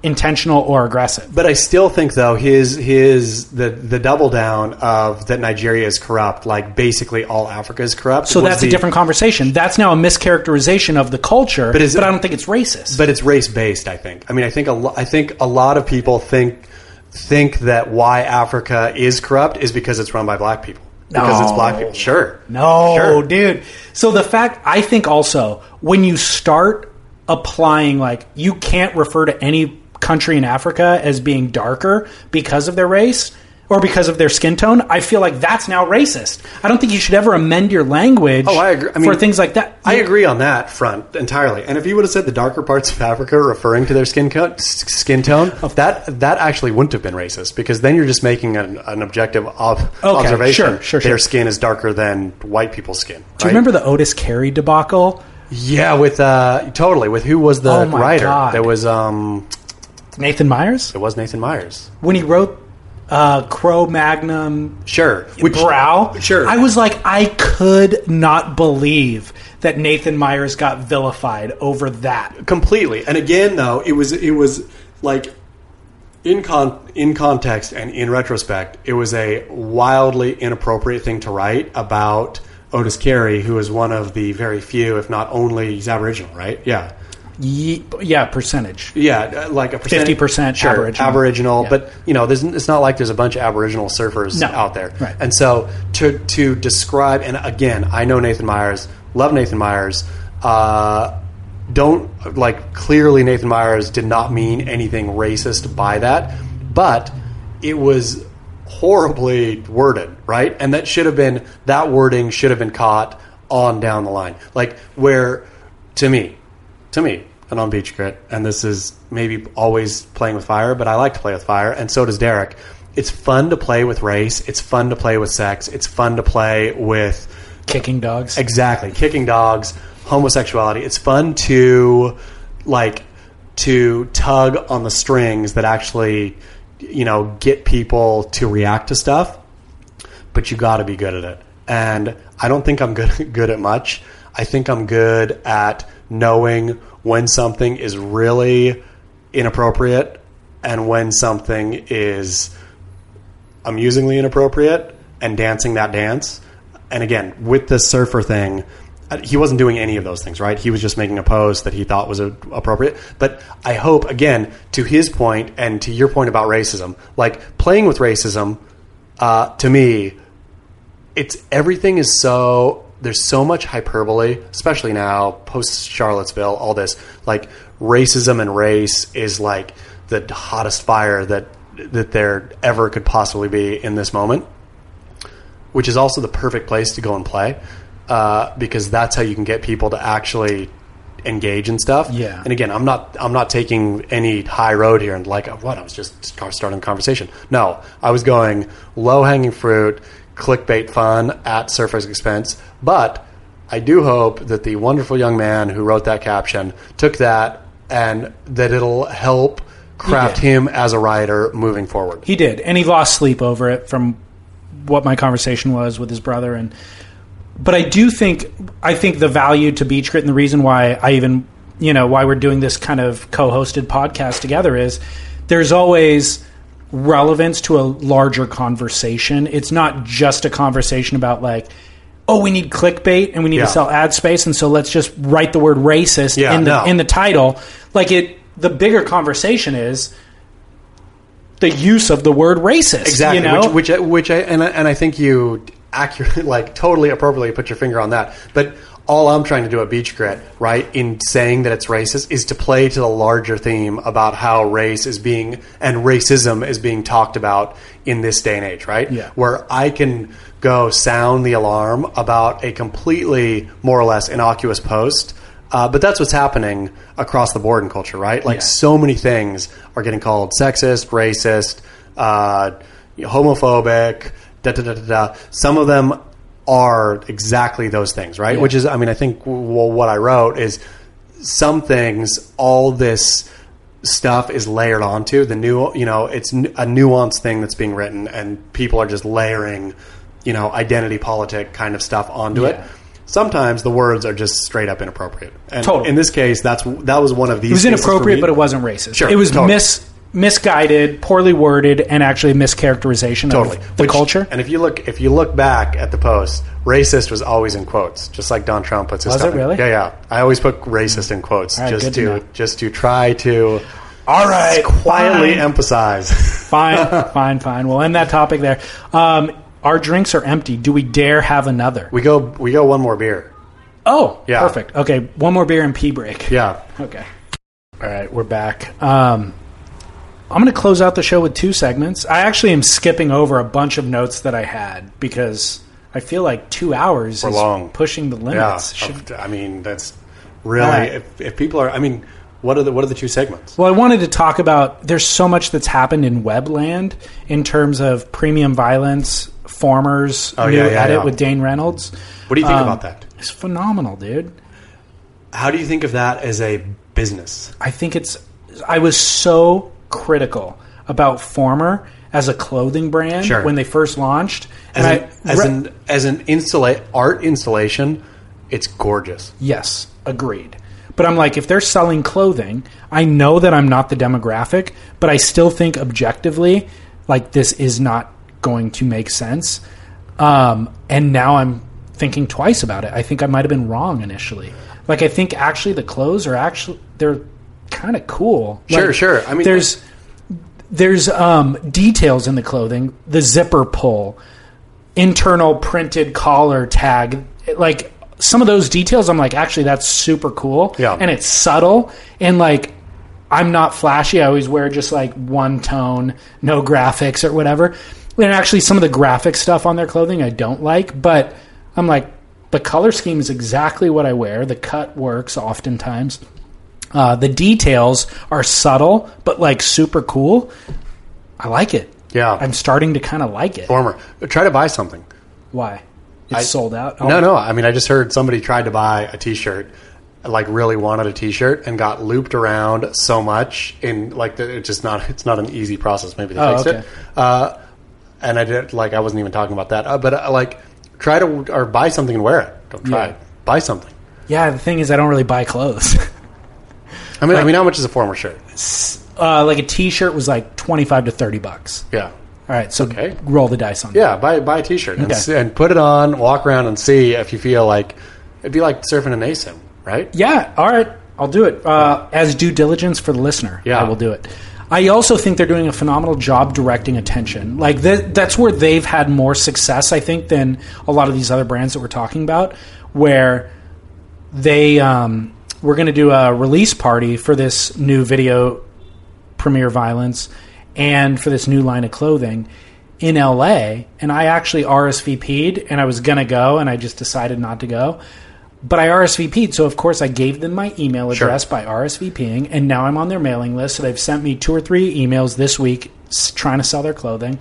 Speaker 4: intentional or aggressive.
Speaker 3: But I still think though his his the the double down of that Nigeria is corrupt, like basically all Africa is corrupt.
Speaker 4: So
Speaker 3: was
Speaker 4: that's
Speaker 3: the-
Speaker 4: a different conversation. That's now a mischaracterization of the culture, but,
Speaker 3: is it-
Speaker 4: I don't think it's racist.
Speaker 3: but it's race based. I think. I mean, I think a lo- I think a lot of people think think that why Africa is corrupt is because it's run by black people. Because it's
Speaker 4: No.
Speaker 3: black people. Sure.
Speaker 4: No,
Speaker 3: Sure.
Speaker 4: dude. So the fact I think also when you start applying like you can't refer to any country in Africa as being darker because of their race or because of their skin tone, I feel like that's now racist. I don't think you should ever amend your language
Speaker 3: Oh, I agree. I
Speaker 4: for
Speaker 3: mean,
Speaker 4: things like that.
Speaker 3: I agree on that front entirely. And if you would have said the darker parts of Africa referring to their skin co- s- skin tone,
Speaker 4: [laughs]
Speaker 3: that that actually wouldn't have been racist because then you're just making an, an objective ob- observation.
Speaker 4: sure, sure,
Speaker 3: Their
Speaker 4: sure.
Speaker 3: skin is darker than white people's skin.
Speaker 4: Do you remember the Otis Carey debacle?
Speaker 3: Yeah, with uh, totally with who was the
Speaker 4: Oh my
Speaker 3: writer?
Speaker 4: God.
Speaker 3: There was um,
Speaker 4: Nathan Myers
Speaker 3: it was Nathan Myers.
Speaker 4: when he wrote uh, Crow Magnum
Speaker 3: Sure,
Speaker 4: Which, brow.
Speaker 3: Sure,
Speaker 4: I was like, I could not believe that Nathan Myers got vilified over that.
Speaker 3: completely. And again, though, it was it was like in con- in context and in retrospect, it was a wildly inappropriate thing to write about Otis Carey, who is one of the very few, if not only, he's Aboriginal, right? Yeah,
Speaker 4: Ye- yeah, percentage.
Speaker 3: yeah, uh, like a percentage-
Speaker 4: 50%
Speaker 3: sure,
Speaker 4: Aboriginal. Yeah.
Speaker 3: But you know, there's, it's not like there's a bunch of Aboriginal surfers
Speaker 4: No.
Speaker 3: out there.
Speaker 4: Right.
Speaker 3: And so to to describe, and again, I know Nathan Myers, love Nathan Myers. Uh, don't like clearly Nathan Myers did not mean anything racist by that, but it was horribly worded, right? And that should have been that wording should have been caught on down the line, like where to me, to me, and on Beach Grit, and this is maybe always playing with fire, but I like to play with fire, and so does Derek. It's fun to play with race. It's fun to play with sex. It's fun to play with
Speaker 4: Kicking dogs.
Speaker 3: exactly kicking dogs, homosexuality. It's fun to like to tug on the strings that actually you know get people to react to stuff but you got to be good at it. And I don't think I'm [laughs] good good at much. I think I'm good at knowing when something is really inappropriate and when something is amusingly inappropriate and dancing that dance. And again, with the surfer thing, uh, he wasn't doing any of those things, right? He was just making a post that he thought was a, appropriate. But I hope, again, to his point and to your point about racism, like playing with racism, uh, to me, it's everything is so there's so much hyperbole, especially now post Charlottesville, all this like racism and race is like the hottest fire that that there ever could possibly be in this moment, which is also the perfect place to go and play uh, because that's how you can get people to actually engage and stuff.
Speaker 4: Yeah.
Speaker 3: And again, I'm not I'm not taking any high road here and like what I was just start- starting a conversation. No, I was going low hanging fruit, clickbait fun at surface expense. But I do hope that the wonderful young man who wrote that caption took that and that it'll help craft
Speaker 4: He did.
Speaker 3: him as a writer moving forward.
Speaker 4: He did, and he lost sleep over it from what my conversation was with his brother and but I do think I think the value to Beach Grit and the reason why I even you know why we're doing this kind of co-hosted podcast together is there's always relevance to a larger conversation. It's not just a conversation about like oh we need clickbait and we need
Speaker 3: Yeah.
Speaker 4: to sell ad space and so let's just write the word racist
Speaker 3: Yeah,
Speaker 4: in the
Speaker 3: no.
Speaker 4: in the title. Like it the bigger conversation is the use of the word racist.
Speaker 3: Exactly.
Speaker 4: You know?
Speaker 3: Which, which, uh, which I, and I, and I think you accurately, [laughs] like totally appropriately put your finger on that. But all I'm trying to do at Beach Grit, right, in saying that it's racist, is to play to the larger theme about how race is being and racism is being talked about in this day and age, right?
Speaker 4: Yeah.
Speaker 3: Where I can go sound the alarm about a completely more or less innocuous post. Uh, but that's what's happening across the board in culture, right? Like
Speaker 4: Yeah.
Speaker 3: so many things are getting called sexist, racist, uh, homophobic, da da da da da. Some of them are exactly those things, right? Which is, I mean, I think w- w- what I wrote is some things, all this stuff is layered onto the new, you know, it's n- a nuanced thing that's being written, and people are just layering, you know, identity politic kind of stuff onto
Speaker 4: Yeah.
Speaker 3: it. Sometimes the words are just straight up inappropriate. And
Speaker 4: Totally.
Speaker 3: In this case, that's that was one of these.
Speaker 4: It was inappropriate, but it wasn't racist.
Speaker 3: Sure,
Speaker 4: it was
Speaker 3: totally.
Speaker 4: mis misguided, poorly worded, and actually a mischaracterization
Speaker 3: totally
Speaker 4: of the
Speaker 3: Which-
Speaker 4: culture.
Speaker 3: And [laughs] if you look, if you look back at the post, racist was always in quotes, just like Don Trump puts his
Speaker 4: Was
Speaker 3: stuff.
Speaker 4: it
Speaker 3: in-
Speaker 4: really?
Speaker 3: Yeah, yeah. I always put racist in quotes
Speaker 4: right,
Speaker 3: just
Speaker 4: good
Speaker 3: to,
Speaker 4: to know.
Speaker 3: just to try to
Speaker 4: All right,
Speaker 3: quietly
Speaker 4: fine.
Speaker 3: emphasize. [laughs]
Speaker 4: fine, fine, fine. We'll end that topic there. Um, our drinks are empty. Do we dare have another?
Speaker 3: We go, we go one more beer.
Speaker 4: oh,
Speaker 3: Yeah.
Speaker 4: perfect. Okay, one more beer and pee break.
Speaker 3: Yeah,
Speaker 4: Okay. All right, we're back. Um, I'm going to close out the show with two segments. I actually am skipping over a bunch of notes that I had because I feel like two hours is
Speaker 3: long.
Speaker 4: pushing the
Speaker 3: yeah.
Speaker 4: limits. Should-
Speaker 3: I mean, that's really
Speaker 4: Alright.
Speaker 3: if, if people are. I mean, what are the what are the two segments?
Speaker 4: well, I wanted to talk about there's so much that's happened in Webland in terms of premium violence, Farmers,
Speaker 3: Oh,
Speaker 4: new
Speaker 3: yeah, yeah,
Speaker 4: edit
Speaker 3: yeah.
Speaker 4: with Dane Reynolds.
Speaker 3: What do you think
Speaker 4: Um,
Speaker 3: about that?
Speaker 4: It's phenomenal, dude.
Speaker 3: How do you think of that as a business?
Speaker 4: I think it's. I was so critical about Former as a clothing brand
Speaker 3: Sure.
Speaker 4: when they first launched.
Speaker 3: As
Speaker 4: and
Speaker 3: an,
Speaker 4: I-
Speaker 3: as
Speaker 4: re-
Speaker 3: an as an installa- art installation, it's gorgeous.
Speaker 4: yes, agreed. But I'm like, if they're selling clothing, I know that I'm not the demographic, but I still think objectively, like this is not going to make sense. Um, and now I'm thinking twice about it. I think I might have been wrong initially. Like I think actually the clothes are actually they're kind of cool.
Speaker 3: Sure,
Speaker 4: Like,
Speaker 3: sure. I mean,
Speaker 4: there's there's um, details in the clothing the zipper pull internal printed collar tag like some of those details i'm like actually that's super cool
Speaker 3: Yeah.
Speaker 4: and it's subtle and like i'm not flashy i always wear just like one tone no graphics or whatever and actually some of the graphic stuff on their clothing i don't like but i'm like the color scheme is exactly what i wear the cut works oftentimes uh, the details are subtle, but like super cool. I like it.
Speaker 3: Yeah.
Speaker 4: I'm starting to kind of like it.
Speaker 3: Former, try to buy something.
Speaker 4: Why? It's sold out.
Speaker 3: No,
Speaker 4: Oh,
Speaker 3: no. I mean, I just heard somebody tried to buy a T-shirt, like really wanted a T-shirt, and got looped around so much in like that it's just not it's not an easy process. Maybe they
Speaker 4: Oh,
Speaker 3: fixed
Speaker 4: okay.
Speaker 3: it. Uh, and I did like I wasn't even talking about that, uh, but uh, like try to or buy something and wear it. Don't try
Speaker 4: Yeah.
Speaker 3: it. Buy something.
Speaker 4: Yeah, the thing is, I don't really buy clothes. [laughs]
Speaker 3: I mean, I mean, how much is a former shirt?
Speaker 4: uh, like a T-shirt was like twenty five to thirty bucks.
Speaker 3: Yeah,
Speaker 4: All right, so
Speaker 3: Okay.
Speaker 4: roll the dice on. that.
Speaker 3: yeah. Buy buy a T-shirt and,
Speaker 4: Okay.
Speaker 3: s- and put it on. Walk around and see if you feel like it'd be like surfing an ASIM, right?
Speaker 4: Yeah, all right, I'll do it. Uh, as due diligence for the listener,
Speaker 3: Yeah.
Speaker 4: I will do it. I also think they're doing a phenomenal job directing attention. Like th- that's where they've had more success, I think, than a lot of these other brands that we're talking about, where they um, we're going to do a release party for this new video premiere violence and for this new line of clothing in LA and I actually RSVP'd and I was going to go and I just decided not to go But I RSVP'd, so of course I gave them my email address by RSVPing, and now I'm on their mailing list. So they've sent me two or three emails this week s- trying to sell their clothing.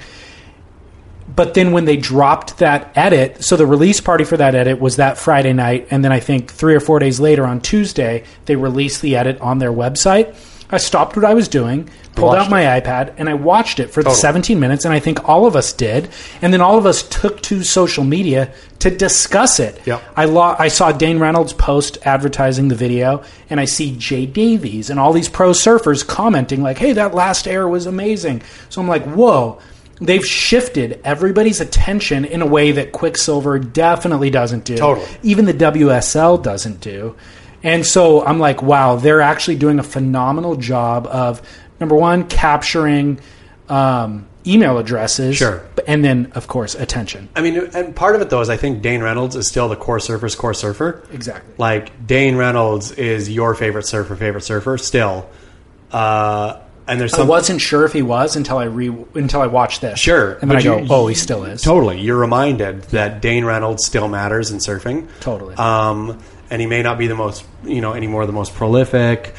Speaker 4: But then when they dropped that edit, so the release party for that edit was that Friday night, and then I think three or four days later on Tuesday, they released the edit on their website. I stopped what I was doing, pulled
Speaker 3: watched
Speaker 4: out my iPad, and I watched it for the
Speaker 3: Totally.
Speaker 4: 17 minutes, and I think all of us did. And then all of us took to social media to discuss it.
Speaker 3: Yep.
Speaker 4: I, lo- I saw Dane Reynolds post advertising the video, and I see Jay Davies and all these pro surfers commenting, like, hey, that last air was amazing. So I'm like, whoa, they've shifted everybody's attention in a way that Quicksilver definitely doesn't do.
Speaker 3: Totally.
Speaker 4: Even the WSL doesn't do. And so I'm like, wow, they're actually doing a phenomenal job of, number one, capturing um, email addresses.
Speaker 3: Sure.
Speaker 4: And then, of course, attention.
Speaker 3: I mean, and part of it though is I think Dane Reynolds is still the core surfer's core surfer.
Speaker 4: Exactly.
Speaker 3: Like Dane Reynolds is your favorite surfer, favorite surfer still. Uh, and there's
Speaker 4: I
Speaker 3: some
Speaker 4: wasn't sure if he was until I re until I watched this.
Speaker 3: Sure,
Speaker 4: and then I
Speaker 3: but
Speaker 4: go,
Speaker 3: you-
Speaker 4: oh, he still is.
Speaker 3: Totally. You're reminded that Dane Reynolds still matters in surfing.
Speaker 4: Totally.
Speaker 3: Um, and he may not be the most, you know, anymore the most prolific.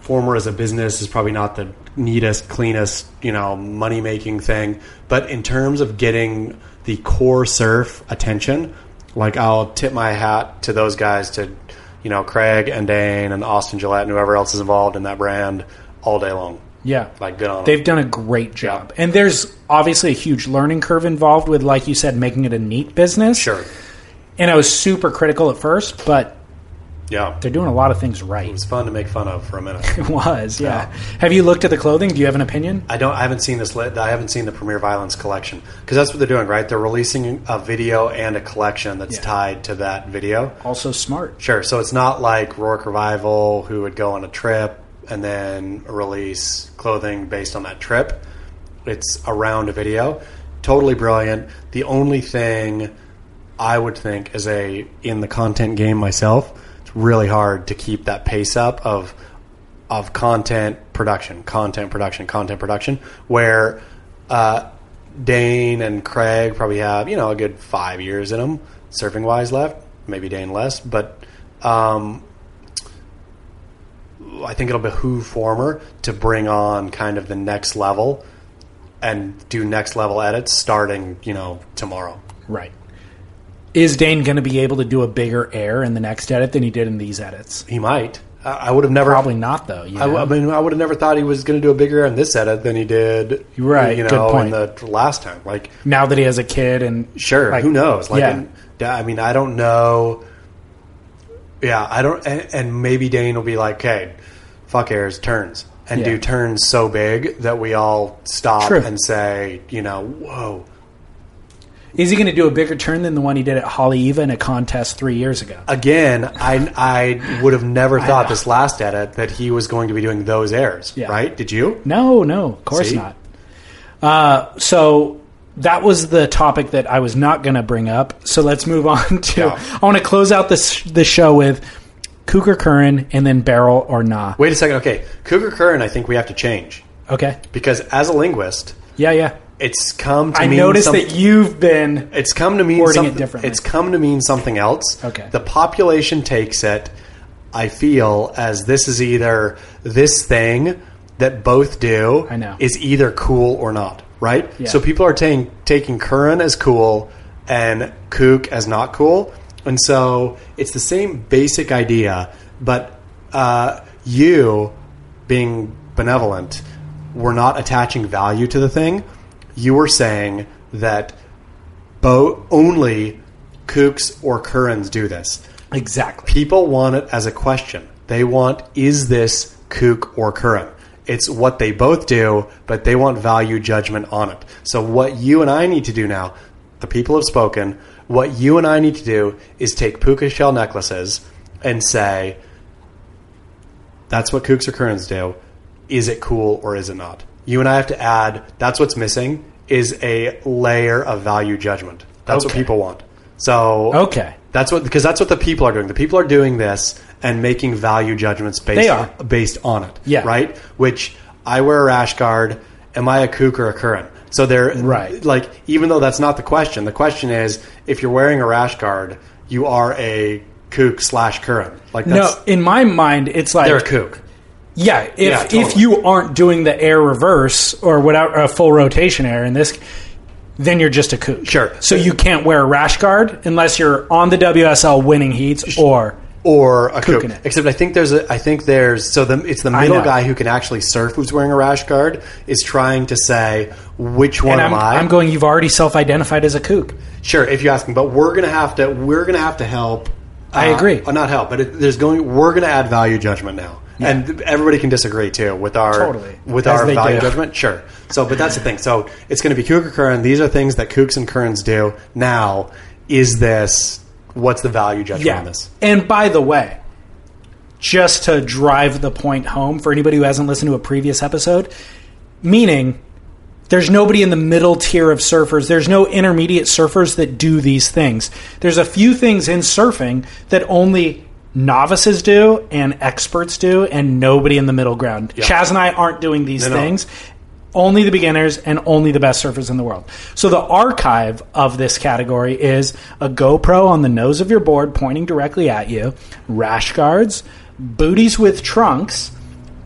Speaker 3: Former as a business is probably not the neatest, cleanest, you know, money making thing. But in terms of getting the core surf attention, like I'll tip my hat to those guys to, you know, Craig and Dane and Austin Gillette and whoever else is involved in that brand all day long.
Speaker 4: Yeah,
Speaker 3: Like, good on 'em.
Speaker 4: They've done a great job, and there's obviously a huge learning curve involved with, like you said, making it a neat business.
Speaker 3: Sure.
Speaker 4: And I was super critical at first, but
Speaker 3: Yeah.
Speaker 4: they're doing a lot of things right. [laughs]
Speaker 3: It's fun to make fun of for a minute.
Speaker 4: It was, yeah. Have you looked at the clothing? Do you have an opinion?
Speaker 3: I don't. I haven't seen this. Lit, I haven't seen the Premier Violence collection because that's what they're doing, right? They're releasing a video and a collection that's
Speaker 4: Yeah.
Speaker 3: tied to that video.
Speaker 4: Also smart.
Speaker 3: Sure. So it's not like Rourke Revival, who would go on a trip and then release clothing based on that trip. It's around a video. Totally brilliant. The only thing I would think as a in the content game myself, it's really hard to keep that pace up of of content production, content production, content production, where uh, Dane and Craig probably have you know a good five years in them surfing wise left, maybe Dane less, but um, I think it'll behoove former to bring on kind of the next level and do next level edits starting you know tomorrow.
Speaker 4: Right. Is Dane going to be able to do a bigger air in the next edit than he did in these edits?
Speaker 3: He might. I, I would have never.
Speaker 4: Probably not, though. You
Speaker 3: I,
Speaker 4: know?
Speaker 3: I mean, I would have never thought he was going to do a bigger in this edit than he did,
Speaker 4: Right,
Speaker 3: You know,
Speaker 4: good point.
Speaker 3: in the last time. Like,
Speaker 4: now that he has a kid and
Speaker 3: Sure.
Speaker 4: Like-
Speaker 3: who knows? Like,
Speaker 4: Yeah.
Speaker 3: and- I mean, I don't know. Yeah, I don't. And, and maybe Dane will be like, "Okay, fuck airs, turns, and
Speaker 4: Yeah.
Speaker 3: do turns so big that we all stop
Speaker 4: True.
Speaker 3: and say, you know, whoa,
Speaker 4: Is he going to do a bigger turn than the one he did at Holly Eva in a contest three years ago?
Speaker 3: again, I I would have never thought this last edit that he was going to be doing those airs,
Speaker 4: Yeah.
Speaker 3: right? Did you?
Speaker 4: No, no, of course
Speaker 3: See?
Speaker 4: not. Uh, so that was the topic that I was not going to bring up. So let's move [laughs] on to.
Speaker 3: Yeah.
Speaker 4: I want to close out this the show with Cougar Curran and then Barrel or Nah.
Speaker 3: Wait a second. Okay, Cougar Curran, I think we have to change
Speaker 4: Okay.
Speaker 3: because as a linguist,
Speaker 4: Yeah, yeah.
Speaker 3: it's come. to
Speaker 4: I
Speaker 3: mean
Speaker 4: noticed
Speaker 3: something-
Speaker 4: that you've been.
Speaker 3: It's come to mean
Speaker 4: Wording it
Speaker 3: something
Speaker 4: differently.
Speaker 3: It's come to mean something else.
Speaker 4: Okay.
Speaker 3: The population takes it. I feel as this is either this thing that both do.
Speaker 4: I know.
Speaker 3: is either cool or not, right?
Speaker 4: Yeah.
Speaker 3: So people are taking taking Curran as cool and Kook as not cool, and so it's the same basic idea, but uh, you being benevolent, were not attaching value to the thing. You were saying that Bo- only kooks or currens do this.
Speaker 4: Exactly.
Speaker 3: People want it as a question. They want, is this kook or curren? It's what they both do, but they want value judgment on it. So, what you and I need to do now, the people have spoken. What you and I need to do is take puka shell necklaces and say, that's what kooks or currens do. Is it cool or is it not? You and I have to add, that's what's missing, is a layer of value judgment. That's what
Speaker 4: Okay.
Speaker 3: people want. So,
Speaker 4: Okay.
Speaker 3: that's what because that's what the people are doing. The people are doing this and making value judgments based
Speaker 4: They are.
Speaker 3: based on it.
Speaker 4: Yeah.
Speaker 3: Right? Which I wear a rash guard. Am I a kook or a curran? So they're
Speaker 4: Right.
Speaker 3: Like even though that's not the question, the question is if you're wearing a rash guard, you are a kook slash current. Like
Speaker 4: No,
Speaker 3: that's
Speaker 4: in my mind, it's like
Speaker 3: they're a kook.
Speaker 4: Yeah, if
Speaker 3: Yeah, totally.
Speaker 4: if you aren't doing the air reverse or without a full rotation air in this, then you're just a kook.
Speaker 3: Sure.
Speaker 4: So you can't wear a rash guard unless you're on the WSL winning heats or
Speaker 3: or a kook.
Speaker 4: Kookin' it.
Speaker 3: Except I think there's a I think there's so the it's the middle
Speaker 4: know.
Speaker 3: guy who can actually surf who's wearing a rash guard is trying to say which one
Speaker 4: and
Speaker 3: am
Speaker 4: I'm,
Speaker 3: I?
Speaker 4: I'm going. You've already self-identified as a kook.
Speaker 3: sure, if you ask me, but we're gonna have to we're gonna have to help.
Speaker 4: I
Speaker 3: uh,
Speaker 4: agree.
Speaker 3: uh, not help, but it, there's going we're gonna add value judgment now. And everybody can disagree too with our
Speaker 4: Totally.
Speaker 3: with
Speaker 4: As
Speaker 3: our
Speaker 4: they
Speaker 3: value
Speaker 4: do.
Speaker 3: judgment, sure. So, but that's the thing. So it's going to be kook or current. These are things that kooks and currents do. Now, is this what's the value judgment on
Speaker 4: Yeah.
Speaker 3: this?
Speaker 4: And by the way, just to drive the point home for anybody who hasn't listened to a previous episode, meaning there's nobody in the middle tier of surfers. There's no intermediate surfers that do these things. There's a few things in surfing that only novices do and experts do, and nobody in the middle ground. Chaz and I aren't doing these
Speaker 3: No, no.
Speaker 4: things. Only the beginners and only the best surfers in the world. So the archive of this category is a GoPro on the nose of your board pointing directly at you, rash guards, booties with trunks,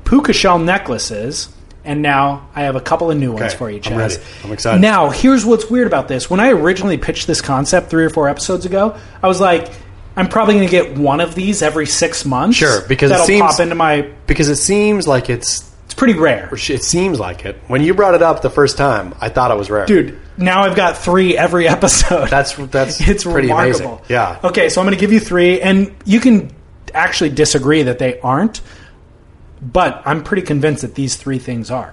Speaker 4: puka shell necklaces, and now I have a couple of new ones
Speaker 3: Okay,
Speaker 4: for you, Chaz.
Speaker 3: I'm ready. I'm excited.
Speaker 4: Now, here's what's weird about this. When I originally pitched this concept three or four episodes ago, I was like, I'm probably going to get one of these every six months.
Speaker 3: Sure, because it
Speaker 4: that'll
Speaker 3: seems-
Speaker 4: pop into my.
Speaker 3: Because it seems like it's
Speaker 4: It's pretty rare,
Speaker 3: It seems like it. When you brought it up the first time, I thought it was rare,
Speaker 4: dude. Now I've got three every [laughs] episode.
Speaker 3: That's that's
Speaker 4: [laughs] it's
Speaker 3: pretty
Speaker 4: remarkable.
Speaker 3: amazing. Yeah.
Speaker 4: Okay, so I'm going to give you three, and you can actually disagree that they aren't, but I'm pretty convinced that these three things are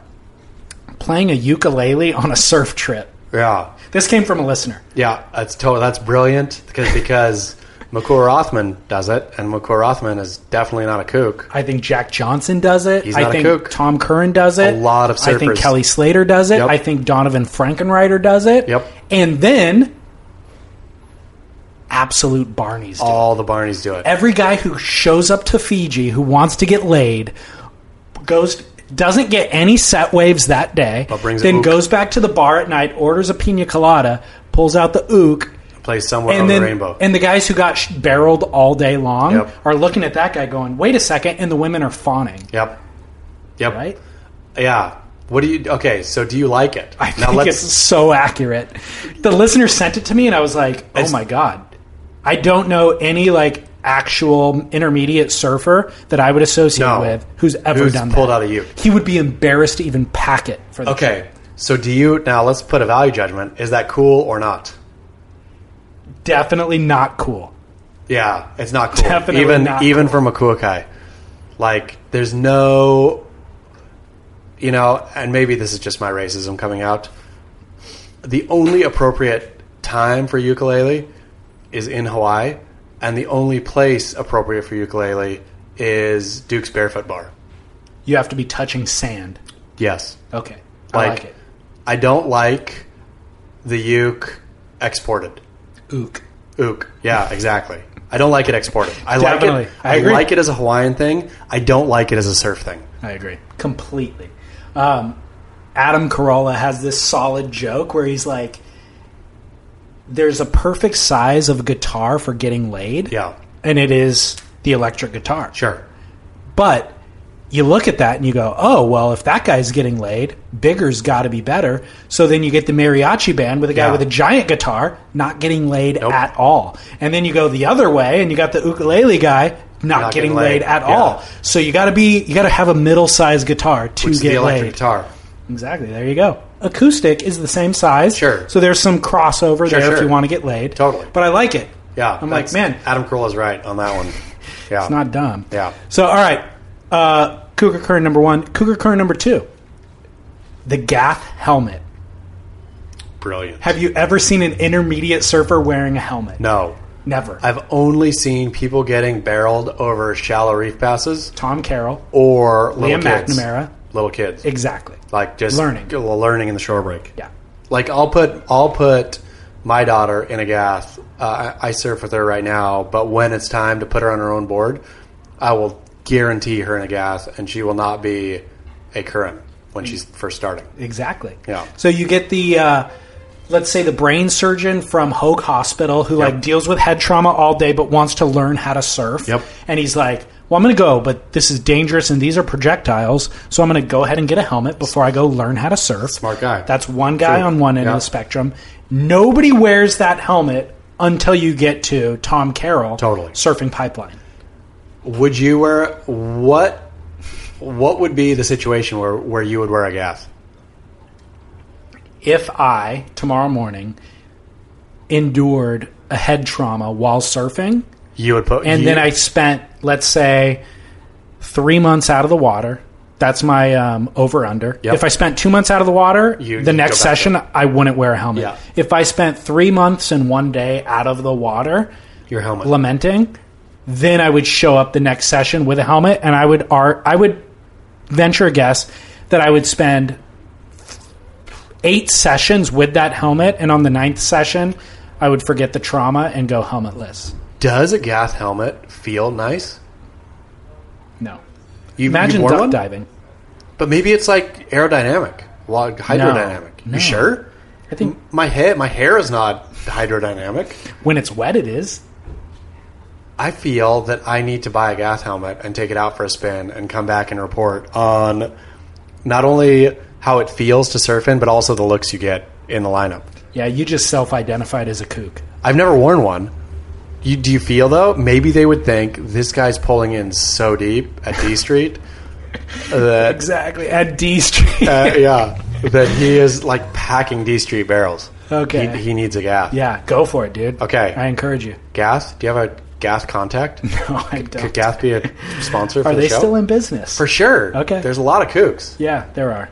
Speaker 4: playing a ukulele on a surf trip.
Speaker 3: Yeah.
Speaker 4: This came from a listener.
Speaker 3: Yeah. That's totally. That's brilliant because because Makur Othman does it, and Makur Othman is definitely not a kook.
Speaker 4: I think Jack Johnson does it.
Speaker 3: He's
Speaker 4: I
Speaker 3: not a
Speaker 4: think
Speaker 3: kook.
Speaker 4: Tom Curran does it.
Speaker 3: A lot of
Speaker 4: I think
Speaker 3: surfers.
Speaker 4: Kelly Slater does it.
Speaker 3: Yep.
Speaker 4: I think Donovan Frankenreiter does it.
Speaker 3: Yep.
Speaker 4: And then absolute Barney's do it.
Speaker 3: All the Barneys do it.
Speaker 4: every guy who shows up to Fiji who wants to get laid goes doesn't get any set waves that day,
Speaker 3: But brings
Speaker 4: then
Speaker 3: a ook.
Speaker 4: goes back to the bar at night, orders a pina colada, pulls out the ook,
Speaker 3: Plays somewhere
Speaker 4: and
Speaker 3: on
Speaker 4: then
Speaker 3: the rainbow.
Speaker 4: and the guys who got sh- barreled all day long
Speaker 3: Yep.
Speaker 4: are looking at that guy going, "Wait a second, and the women are fawning,
Speaker 3: yep. Yep.
Speaker 4: right?
Speaker 3: Yeah. What do you? Okay. So do you like it?
Speaker 4: I think it's so accurate. The listener sent it to me, and I was like, "Oh my god!" I don't know any like actual intermediate surfer that I would associate
Speaker 3: No.
Speaker 4: with who's ever
Speaker 3: Who's
Speaker 4: done
Speaker 3: pulled
Speaker 4: that.
Speaker 3: out a uke.
Speaker 4: He would be embarrassed to even pack it for the
Speaker 3: okay. So do you now? Let's put a value judgment. Is that cool or not?
Speaker 4: Definitely not cool.
Speaker 3: Yeah, it's not cool.
Speaker 4: Definitely
Speaker 3: even
Speaker 4: not
Speaker 3: even for Makuokai. Like there's no you know, and maybe this is just my racism coming out. The only appropriate time for ukulele is in Hawaii, and the only place appropriate for ukulele is Duke's Barefoot Bar.
Speaker 4: You have to be touching sand.
Speaker 3: Yes.
Speaker 4: Okay, I
Speaker 3: Like,
Speaker 4: like it.
Speaker 3: I don't like the uke exported.
Speaker 4: Ook.
Speaker 3: Ook. Yeah, exactly. I don't like it exported. I like
Speaker 4: Definitely.
Speaker 3: it.
Speaker 4: I
Speaker 3: I,
Speaker 4: agree.
Speaker 3: like it as a Hawaiian thing. I don't like it as a surf thing.
Speaker 4: I agree completely. Um, Adam Carolla has this solid joke where he's like, "There's a perfect size of guitar for getting laid."
Speaker 3: Yeah,
Speaker 4: and it is the electric guitar.
Speaker 3: sure.
Speaker 4: But you look at that and you go, oh, well, if that guy's getting laid, bigger's got to be better. So then you get the mariachi band with a guy
Speaker 3: Yeah.
Speaker 4: with a giant guitar not getting laid at all. And then you go the other way and you got the ukulele guy not,
Speaker 3: Not
Speaker 4: getting
Speaker 3: getting
Speaker 4: laid,
Speaker 3: laid.
Speaker 4: at
Speaker 3: Yeah.
Speaker 4: all. So you got to be, you got to have a middle sized guitar to
Speaker 3: Which is the
Speaker 4: get
Speaker 3: electric
Speaker 4: laid.
Speaker 3: guitar.
Speaker 4: Exactly. There you go. Acoustic is the same size.
Speaker 3: Sure.
Speaker 4: So there's some crossover there if
Speaker 3: sure.
Speaker 4: you want to get laid.
Speaker 3: Totally.
Speaker 4: But I like it.
Speaker 3: Yeah,
Speaker 4: I'm like,
Speaker 3: that's-
Speaker 4: man,
Speaker 3: Adam Carolla's right on that one. Yeah,
Speaker 4: it's not dumb.
Speaker 3: Yeah.
Speaker 4: So, all right. Uh, Cougar Current number one. Cougar Current number two. The Gath helmet.
Speaker 3: brilliant.
Speaker 4: Have you ever seen an intermediate surfer wearing a helmet?
Speaker 3: no,
Speaker 4: Never.
Speaker 3: I've only seen people getting barreled over shallow reef passes
Speaker 4: Tom Carroll.
Speaker 3: or little
Speaker 4: Liam
Speaker 3: kids.
Speaker 4: McNamara.
Speaker 3: little kids,
Speaker 4: Exactly.
Speaker 3: like just
Speaker 4: Learning.
Speaker 3: g- learning in the shore break.
Speaker 4: Yeah.
Speaker 3: Like I'll put I'll put my daughter in a gaff. Uh, I, I surf with her right now, but when it's time to put her on her own board, I will guarantee her in a gaff, and she will not be a current when she's first starting.
Speaker 4: Exactly.
Speaker 3: Yeah.
Speaker 4: So you get the uh, let's say the brain surgeon from Hoag Hospital who like deals with head trauma all day but wants to learn how to surf.
Speaker 3: Yep.
Speaker 4: And he's like, "Well, I'm going to go, but this is dangerous and these are projectiles, so I'm going to go ahead and get a helmet before I go learn how to surf."
Speaker 3: Smart guy.
Speaker 4: That's one guy
Speaker 3: True.
Speaker 4: on one end
Speaker 3: Yeah.
Speaker 4: of the spectrum. Nobody wears that helmet until you get to Tom Carroll
Speaker 3: Totally.
Speaker 4: surfing pipeline.
Speaker 3: Would you wear what? What would be the situation where, where you would wear a gas?
Speaker 4: if I tomorrow morning endured a head trauma while surfing,
Speaker 3: You would put,
Speaker 4: and
Speaker 3: you-
Speaker 4: then I spent, let's say, three months out of the water. That's my um, over under.
Speaker 3: Yep.
Speaker 4: If I spent two months out of the water,
Speaker 3: You-
Speaker 4: the
Speaker 3: you
Speaker 4: next
Speaker 3: go back
Speaker 4: session I wouldn't wear a helmet.
Speaker 3: Yeah.
Speaker 4: If I spent three months and one day out of the water
Speaker 3: your helmet.
Speaker 4: lamenting, then I would show up the next session with a helmet, and I would ar- I would venture a guess that I would spend eight sessions with that helmet, and on the ninth session, I would forget the trauma and go helmetless.
Speaker 3: Does a gas helmet feel nice?
Speaker 4: No,
Speaker 3: You
Speaker 4: imagine
Speaker 3: you
Speaker 4: duck
Speaker 3: one?
Speaker 4: diving.
Speaker 3: but maybe it's like aerodynamic, well, hydrodynamic.
Speaker 4: No.
Speaker 3: You sure?
Speaker 4: I think
Speaker 3: My head, my hair is not hydrodynamic.
Speaker 4: when it's wet, it is.
Speaker 3: I feel that I need to buy a gas helmet and take it out for a spin and come back and report on not only how it feels to surf in, but also the looks you get in the lineup.
Speaker 4: Yeah, you just self-identified as a kook.
Speaker 3: I've never worn one. You, do you feel though? Maybe they would think this guy's pulling in so deep at D
Speaker 4: [laughs]
Speaker 3: Street that
Speaker 4: Exactly at D Street.
Speaker 3: uh, yeah that he is like packing D Street barrels.
Speaker 4: Okay.
Speaker 3: he, he needs a gas.
Speaker 4: yeah, go for it, dude.
Speaker 3: Okay.
Speaker 4: I encourage you. [laughs]
Speaker 3: Gas? Do you have a gas contact?
Speaker 4: No, I
Speaker 3: Could
Speaker 4: don't.
Speaker 3: gas be a sponsor? For
Speaker 4: Are
Speaker 3: the
Speaker 4: they
Speaker 3: show?
Speaker 4: still in business?
Speaker 3: For sure.
Speaker 4: Okay.
Speaker 3: There's a lot of kooks.
Speaker 4: Yeah, there are.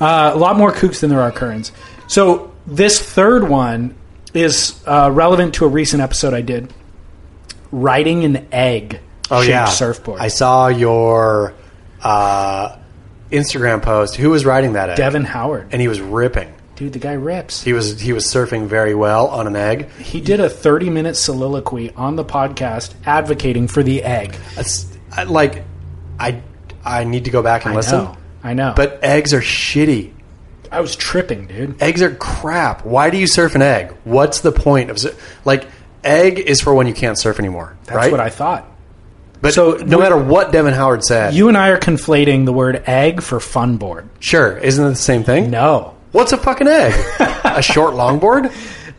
Speaker 4: Uh, a lot more kooks than there are currents. So this third one is uh, relevant to a recent episode I did. Riding an egg shaped surfboard.
Speaker 3: Oh, I saw your uh, Instagram post. Who was riding that egg?
Speaker 4: Devin Howard.
Speaker 3: And he was ripping.
Speaker 4: Dude, the guy rips.
Speaker 3: He was he was surfing very well on an egg.
Speaker 4: He did a 30 minute soliloquy on the podcast advocating for the egg.
Speaker 3: It's- I- like I I need to go back and
Speaker 4: I
Speaker 3: listen.
Speaker 4: know. I know.
Speaker 3: But eggs are shitty.
Speaker 4: I was tripping, dude.
Speaker 3: Eggs are crap. Why do you surf an egg? What's the point of sur- like egg is for when you can't surf anymore,
Speaker 4: That's
Speaker 3: right?
Speaker 4: what I thought.
Speaker 3: but
Speaker 4: so
Speaker 3: so no
Speaker 4: we-
Speaker 3: matter what Devin Howard said,
Speaker 4: You and I are conflating the word egg for fun board.
Speaker 3: sure isn't it the same thing?
Speaker 4: No.
Speaker 3: What's a fucking
Speaker 4: [laughs]
Speaker 3: egg? a short longboard?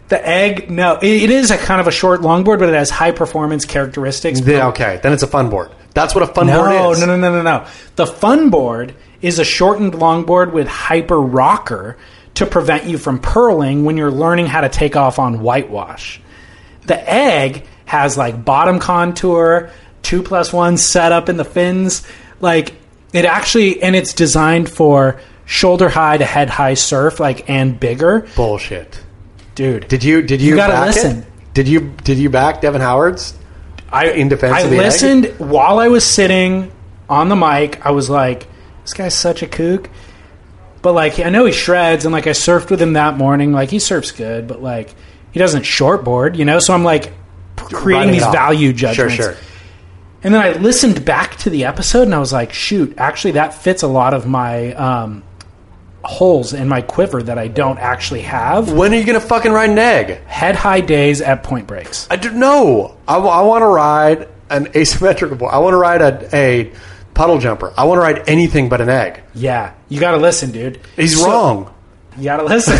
Speaker 4: The egg, no, it, it is a kind of a short longboard, but it has high performance characteristics.
Speaker 3: Then, okay, then it's a fun board. That's what a fun
Speaker 4: No,
Speaker 3: board is.
Speaker 4: no, no, no, no, no. The fun board is a shortened longboard with hyper rocker to prevent you from purling when you're learning how to take off on whitewash. The egg has like bottom contour, two plus one setup in the fins. Like it actually, and it's designed for shoulder high to head high surf, like and bigger.
Speaker 3: Bullshit.
Speaker 4: Dude,
Speaker 3: Did you did you,
Speaker 4: gotta
Speaker 3: back it?
Speaker 4: listen.
Speaker 3: Did you did you back Devin Howard's?
Speaker 4: I
Speaker 3: in defense
Speaker 4: I
Speaker 3: of the egg?
Speaker 4: listened while I was sitting on the mic. I was like, "This guy's such a kook," but like I know he shreds, and like I surfed with him that morning. Like he surfs good, but like he doesn't shortboard, you know. So I'm like creating
Speaker 3: Writing
Speaker 4: these
Speaker 3: it off.
Speaker 4: value judgments.
Speaker 3: Sure, sure.
Speaker 4: And then I listened back to the episode, and I was like, "Shoot, actually, that fits a lot of my." Um, holes in my quiver that I don't actually have.
Speaker 3: When are you gonna fucking ride an egg?
Speaker 4: Head high days at point breaks.
Speaker 3: I don't know. I, want to ride an asymmetrical board. I want to ride a, a puddle jumper. I want to ride anything but an egg.
Speaker 4: Yeah, you got to listen, dude.
Speaker 3: He's
Speaker 4: So-
Speaker 3: wrong.
Speaker 4: You got to listen.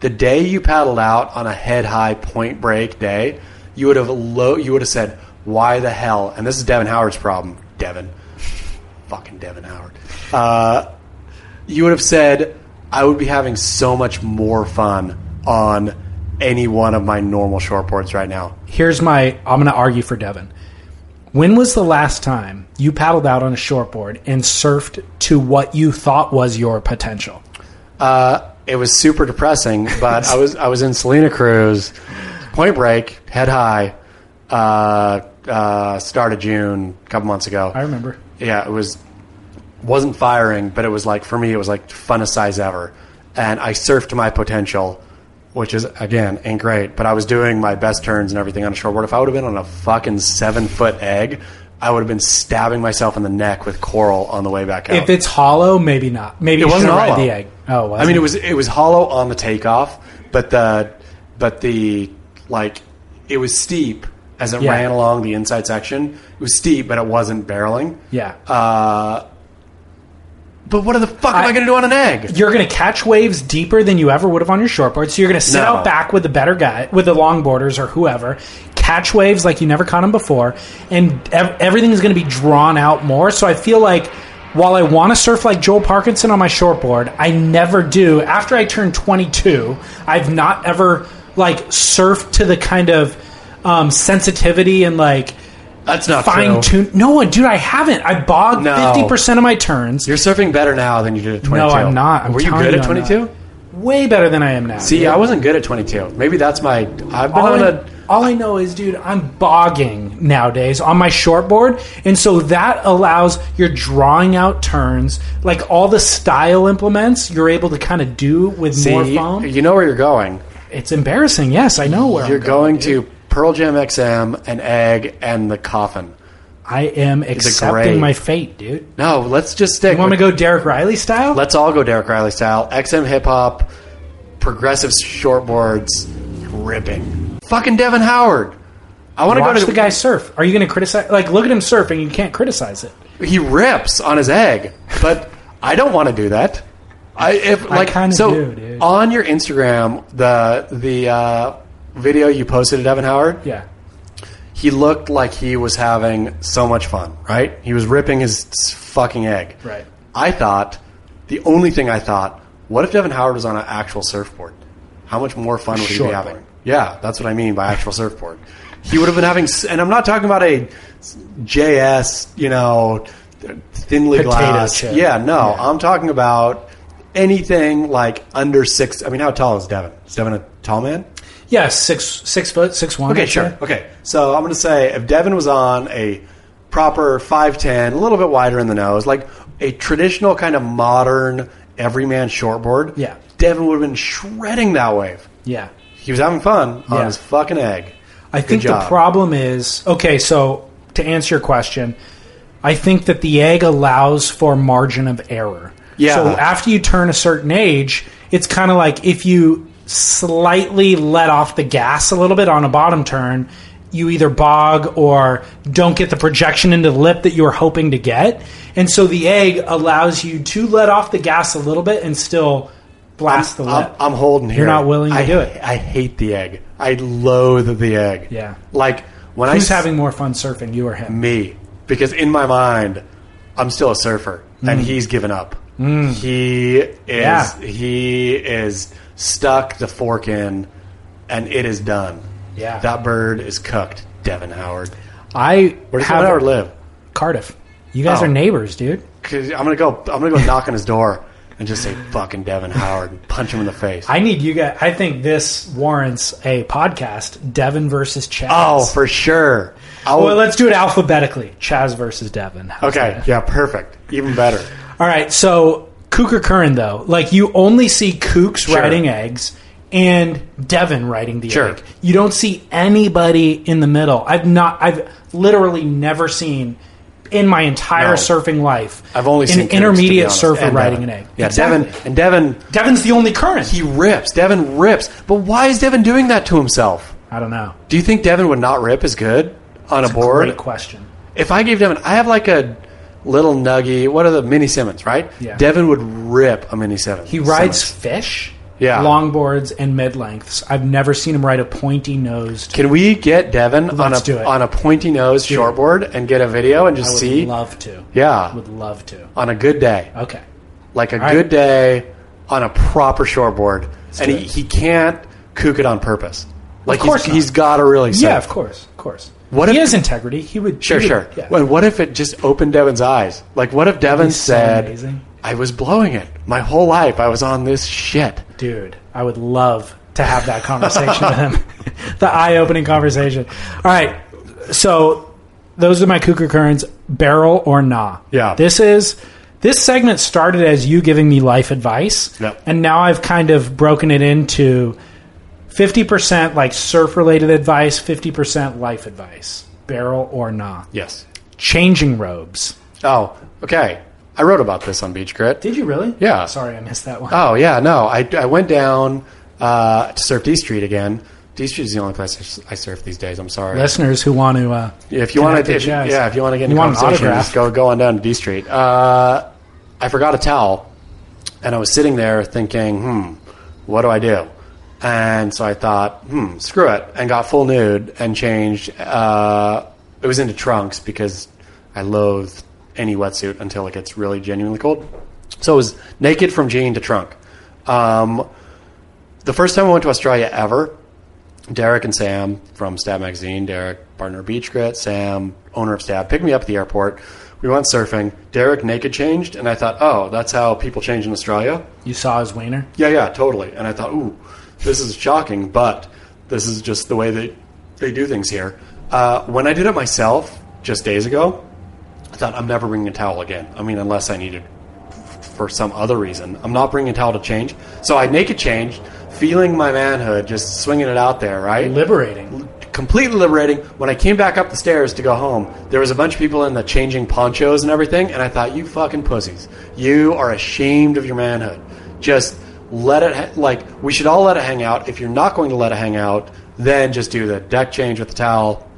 Speaker 3: The day you paddled out on a head high point break day, you would have low. You would have said, "Why the hell?" And this is Devin Howard's problem. Devin, [laughs] fucking Devin Howard. Uh, you would have said, "I would be having so much more fun on any one of my normal shortboards right now."
Speaker 4: here's my I'm going to argue for Devin. When was the last time you paddled out on a shortboard and surfed to what you thought was your potential?
Speaker 3: it was super depressing. But I was I was in Selena Cruz, Point Break, Head High, uh, uh, start of June, a couple months ago.
Speaker 4: I remember.
Speaker 3: Yeah, it was wasn't firing, but it was like for me, it was like funnest size ever, and I surfed my potential, which is again ain't great. But I was doing my best turns and everything on a shortboard. If I would have been on a fucking seven foot egg. I would have been stabbing myself in the neck with coral on the way back out.
Speaker 4: If it's hollow, maybe not. Maybe you
Speaker 3: Oh. wasn't
Speaker 4: should ride
Speaker 3: hollow.
Speaker 4: the egg. Oh, was
Speaker 3: I mean,
Speaker 4: it?
Speaker 3: it was it was hollow on the takeoff, but the but the like it was steep as it
Speaker 4: Yeah.
Speaker 3: ran along the inside section. It was steep, but it wasn't barreling.
Speaker 4: Yeah.
Speaker 3: But what the fuck am
Speaker 4: I-
Speaker 3: I going to do on an egg?
Speaker 4: you're going to catch waves deeper than you ever would have on your short board. So you're going to sit
Speaker 3: No.
Speaker 4: out back with the better guy, with the longboarders or whoever, catch waves like you never caught them before, and ev- everything's going to be drawn out more. So I feel like while I want to surf like Joel Parkinson on my short board, I never do. After I turned 22, I've not ever like surfed to the kind of um, sensitivity and like
Speaker 3: That's not
Speaker 4: fine
Speaker 3: true.
Speaker 4: tune. No, dude, I haven't. I bogged
Speaker 3: No.
Speaker 4: fifty percent of my turns.
Speaker 3: You're surfing better now than you did at 22.
Speaker 4: No, I'm not. I'm
Speaker 3: Were you
Speaker 4: telling
Speaker 3: good
Speaker 4: you
Speaker 3: at
Speaker 4: I'm not.
Speaker 3: 22?
Speaker 4: way better than I am now.
Speaker 3: See, I wasn't good at 22. Maybe that's my. I've been
Speaker 4: all,
Speaker 3: on
Speaker 4: I,
Speaker 3: a.
Speaker 4: all I know is, dude, I'm bogging nowadays on my shortboard, and so that allows your drawing out turns, like all the style implements you're able to kind of do with more
Speaker 3: See,
Speaker 4: foam.
Speaker 3: you know where you're going.
Speaker 4: it's embarrassing. Yes, I know where
Speaker 3: You're
Speaker 4: I'm going.
Speaker 3: going to Pearl Jam XM, an egg, and the coffin.
Speaker 4: I am accepting
Speaker 3: grave.
Speaker 4: my fate, dude.
Speaker 3: No, let's just stick.
Speaker 4: You want me
Speaker 3: with-
Speaker 4: to go Derek Riley style?
Speaker 3: Let's all go Derek Riley style. XM hip hop, progressive shortboards, ripping. Fucking Devin Howard. I want to go
Speaker 4: Watch
Speaker 3: to
Speaker 4: the guy surf. Are you going to criticize? Like, look at him surfing. You can't criticize it.
Speaker 3: He rips on his egg, but I don't want to do that. I if like
Speaker 4: kinda
Speaker 3: so
Speaker 4: do, dude.
Speaker 3: on your Instagram the the uh, video you posted of Devin Howard.
Speaker 4: Yeah.
Speaker 3: he looked like he was having so much fun, right? He was ripping his fucking egg.
Speaker 4: Right.
Speaker 3: I thought, the only thing I thought, what if Devin Howard was on an actual surfboard? How much more fun would he be
Speaker 4: Shortboard.
Speaker 3: having? Yeah, that's what I mean by actual surfboard. He would have been having, s- and I'm not talking about a JS, you know, thinly
Speaker 4: Potato
Speaker 3: glass.
Speaker 4: chip.
Speaker 3: Yeah, no, I'm talking about anything like under six. I mean, how tall is Devin? Is Devin a tall man?
Speaker 4: Yeah, six six foot six one.
Speaker 3: Okay, sure. Okay, so I'm going to say if Devin was on a proper 5'10, a little bit wider in the nose, like a traditional kind of modern everyman shortboard,
Speaker 4: Yeah.
Speaker 3: Devin would have been shredding that wave.
Speaker 4: Yeah.
Speaker 3: He was having fun on
Speaker 4: Yeah.
Speaker 3: his fucking egg.
Speaker 4: I
Speaker 3: Good
Speaker 4: think the
Speaker 3: job.
Speaker 4: problem is okay. So to answer your question, I think that the egg allows for margin of error.
Speaker 3: Yeah.
Speaker 4: So after you turn a certain age, it's kind of like if you slightly let off the gas a little bit on a bottom turn, you either bog or don't get the projection into the lip that you were hoping to get. And so the egg allows you to let off the gas a little bit and still blast the
Speaker 3: I'm,
Speaker 4: lip.
Speaker 3: I'm holding here.
Speaker 4: You're not willing to
Speaker 3: I-
Speaker 4: do it.
Speaker 3: I hate the egg. I loathe the egg.
Speaker 4: Yeah.
Speaker 3: Like when I
Speaker 4: Who's
Speaker 3: s-
Speaker 4: having more fun surfing, you or him?
Speaker 3: me because in my mind I'm still a surfer and he's given up. He is
Speaker 4: Hmm. Yeah.
Speaker 3: he is stuck the fork in and it is done.
Speaker 4: Yeah.
Speaker 3: That bird is cooked, Devin Howard.
Speaker 4: I
Speaker 3: Where does
Speaker 4: have
Speaker 3: Devin Howard live?
Speaker 4: Cardiff. You guys
Speaker 3: Oh.
Speaker 4: are neighbors, dude.
Speaker 3: 'Cause I'm gonna go I'm gonna go knock on his door and just say fucking Devin Howard and punch him in the face.
Speaker 4: I need you guys. I think this warrants a podcast. Devin versus Chaz.
Speaker 3: oh, for sure. I will,
Speaker 4: well, let's do it alphabetically. Chaz versus Devin. How's
Speaker 3: okay.
Speaker 4: that?
Speaker 3: Yeah, perfect. Even better.
Speaker 4: All right. So Kook or Curran, though, like you only see Kooks
Speaker 3: Sure.
Speaker 4: writing eggs and Devin writing the
Speaker 3: Sure.
Speaker 4: egg. You don't see anybody in the middle. I've not. I've literally never seen in my entire
Speaker 3: No.
Speaker 4: surfing life.
Speaker 3: I've only
Speaker 4: an
Speaker 3: seen Kooks, to be
Speaker 4: intermediate
Speaker 3: honest.
Speaker 4: surfer
Speaker 3: And
Speaker 4: riding an
Speaker 3: Devin.
Speaker 4: egg.
Speaker 3: Yeah,
Speaker 4: Exactly.
Speaker 3: Devin and Devin
Speaker 4: Devin's the only Curran.
Speaker 3: He rips. Devin rips. But why is Devin doing that to himself?
Speaker 4: I don't know.
Speaker 3: Do you think Devin would not rip as good on a board?
Speaker 4: Great question.
Speaker 3: If I gave Devin, I have like a little nuggy. What are the mini Simmons, right?
Speaker 4: Yeah.
Speaker 3: Devin would rip a mini Simmons.
Speaker 4: He rides fish,
Speaker 3: Yeah.
Speaker 4: longboards and mid lengths. I've never seen him ride a pointy nosed.
Speaker 3: Can we get Devin on a
Speaker 4: Let's do it.
Speaker 3: on a pointy nose
Speaker 4: it.
Speaker 3: shortboard and get a video and
Speaker 4: I
Speaker 3: just
Speaker 4: would
Speaker 3: see?
Speaker 4: love to.
Speaker 3: yeah, Uh,
Speaker 4: would love to.
Speaker 3: on a good day,
Speaker 4: Okay,
Speaker 3: like a
Speaker 4: right.
Speaker 3: good day on a proper shortboard, and
Speaker 4: do
Speaker 3: he,
Speaker 4: it.
Speaker 3: he can't kook it on purpose. Like
Speaker 4: course
Speaker 3: he's,
Speaker 4: not.
Speaker 3: he's got to really.
Speaker 4: yeah,
Speaker 3: surf.
Speaker 4: of course, of course.
Speaker 3: What
Speaker 4: he
Speaker 3: if-
Speaker 4: has integrity. He would
Speaker 3: Sure,
Speaker 4: he
Speaker 3: sure.
Speaker 4: would- yeah.
Speaker 3: Well, what if it just opened Devin's eyes? Like, what if Devin
Speaker 4: so
Speaker 3: said,
Speaker 4: amazing.
Speaker 3: "I was blowing it my whole life. I was on this shit."
Speaker 4: dude, I would love to have that conversation with him. [laughs] the eye opening conversation. All right. So those are my cuckoo currents, barrel or nah.
Speaker 3: Yeah.
Speaker 4: This is this segment started as you giving me life advice.
Speaker 3: Yep.
Speaker 4: And now I've kind of broken it into fifty percent like surf related advice, fifty percent life advice. Barrel or nah.
Speaker 3: Yes.
Speaker 4: Changing robes.
Speaker 3: Oh, okay. I wrote about this on Beach Grit.
Speaker 4: Did you really?
Speaker 3: Yeah.
Speaker 4: Sorry, I missed that one.
Speaker 3: Oh yeah, no. I, I went down uh, to surf D Street again. D Street is the only place I surf these days. I'm sorry.
Speaker 4: Listeners who want to, uh,
Speaker 3: if you want
Speaker 4: Connected
Speaker 3: to, if,
Speaker 4: jazz.
Speaker 3: yeah, if you want to get into
Speaker 4: You want an
Speaker 3: conversation,
Speaker 4: autograph.
Speaker 3: just go go on down to D Street. Uh, I forgot a towel, and I was sitting there thinking, hmm, what do I do? And so I thought, hmm, screw it, and got full nude and changed. Uh, it was into trunks because I loathe any wetsuit until it gets really genuinely cold. So it was naked from jean to trunk. Um, the first time I went to Australia ever, Derek and Sam from Stab Magazine, Derek, partner of Beach Grit, Sam, owner of Stab, picked me up at the airport. We went surfing. Derek naked changed, and I thought, oh, that's how people change in Australia?
Speaker 4: you saw his wiener.
Speaker 3: Yeah, yeah, totally. And I thought, ooh, this is shocking, but this is just the way they, they do things here. Uh, when I did it myself just days ago, I thought, I'm never bringing a towel again. I mean, unless I needed for some other reason. I'm not bringing a towel to change. So I naked changed, feeling my manhood, just swinging it out there, right?
Speaker 4: Liberating.
Speaker 3: completely liberating. When I came back up the stairs to go home, there was a bunch of people in the changing ponchos and everything, and I thought, you fucking pussies, you are ashamed of your manhood. Just let it ha- like we should all let it hang out. If you're not going to let it hang out, then just do the deck change with the towel.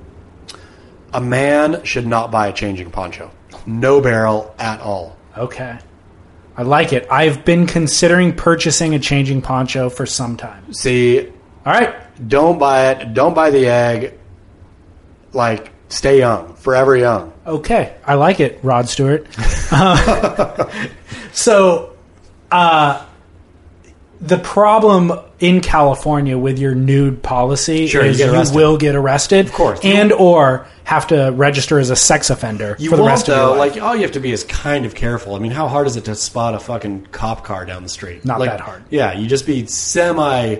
Speaker 3: A man should not buy a changing poncho. No barrel at all.
Speaker 4: Okay. I like it. I've been considering purchasing a changing poncho for some time.
Speaker 3: See,
Speaker 4: All right.
Speaker 3: don't buy it. Don't buy the egg. Like, stay young, forever young.
Speaker 4: Okay, I like it, Rod Stewart. [laughs] Uh, so, uh, the problem in California with your nude policy
Speaker 3: Sure, you
Speaker 4: is
Speaker 3: get
Speaker 4: you,
Speaker 3: arrested.
Speaker 4: will get arrested, of
Speaker 3: course.
Speaker 4: and or have to register as a sex offender
Speaker 3: You
Speaker 4: for the
Speaker 3: won't,
Speaker 4: rest of your
Speaker 3: though.
Speaker 4: life.
Speaker 3: Like all you have to be is kind of careful. I mean, how hard is it to spot a fucking cop car down the street?
Speaker 4: Not
Speaker 3: Like,
Speaker 4: that hard.
Speaker 3: Yeah, you just be semi,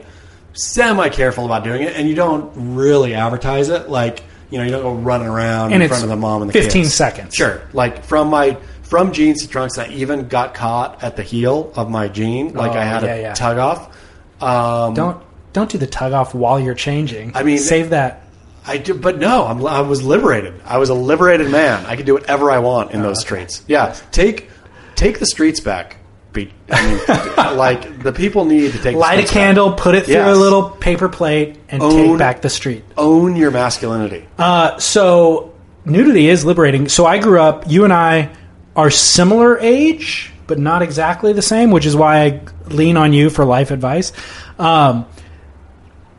Speaker 3: semi careful about doing it, and you don't really advertise it. Like you know, you don't go running around
Speaker 4: And
Speaker 3: in
Speaker 4: it's
Speaker 3: front of the mom and the
Speaker 4: 15
Speaker 3: kids.
Speaker 4: seconds.
Speaker 3: Sure. Like from my from jeans to trunks, I even got caught at the heel of my jean. Like
Speaker 4: Oh,
Speaker 3: I had
Speaker 4: yeah,
Speaker 3: a
Speaker 4: yeah.
Speaker 3: tug off. Um,
Speaker 4: don't don't do the tug off while you're changing.
Speaker 3: I mean-
Speaker 4: save that.
Speaker 3: I do, but no, I'm, I was liberated. I was a liberated man. I could do whatever I want
Speaker 4: Uh,
Speaker 3: in those streets. Yeah, take take the streets back. Be, I
Speaker 4: [laughs]
Speaker 3: mean, like the people need to take the
Speaker 4: Light a
Speaker 3: streets back.
Speaker 4: candle, put it through
Speaker 3: Yes.
Speaker 4: a little paper plate, and take
Speaker 3: Own-
Speaker 4: back the street.
Speaker 3: Own your masculinity.
Speaker 4: Uh, so nudity is liberating. So I grew up. You and I are similar age, but not exactly the same, which is why I lean on you for life advice. Um,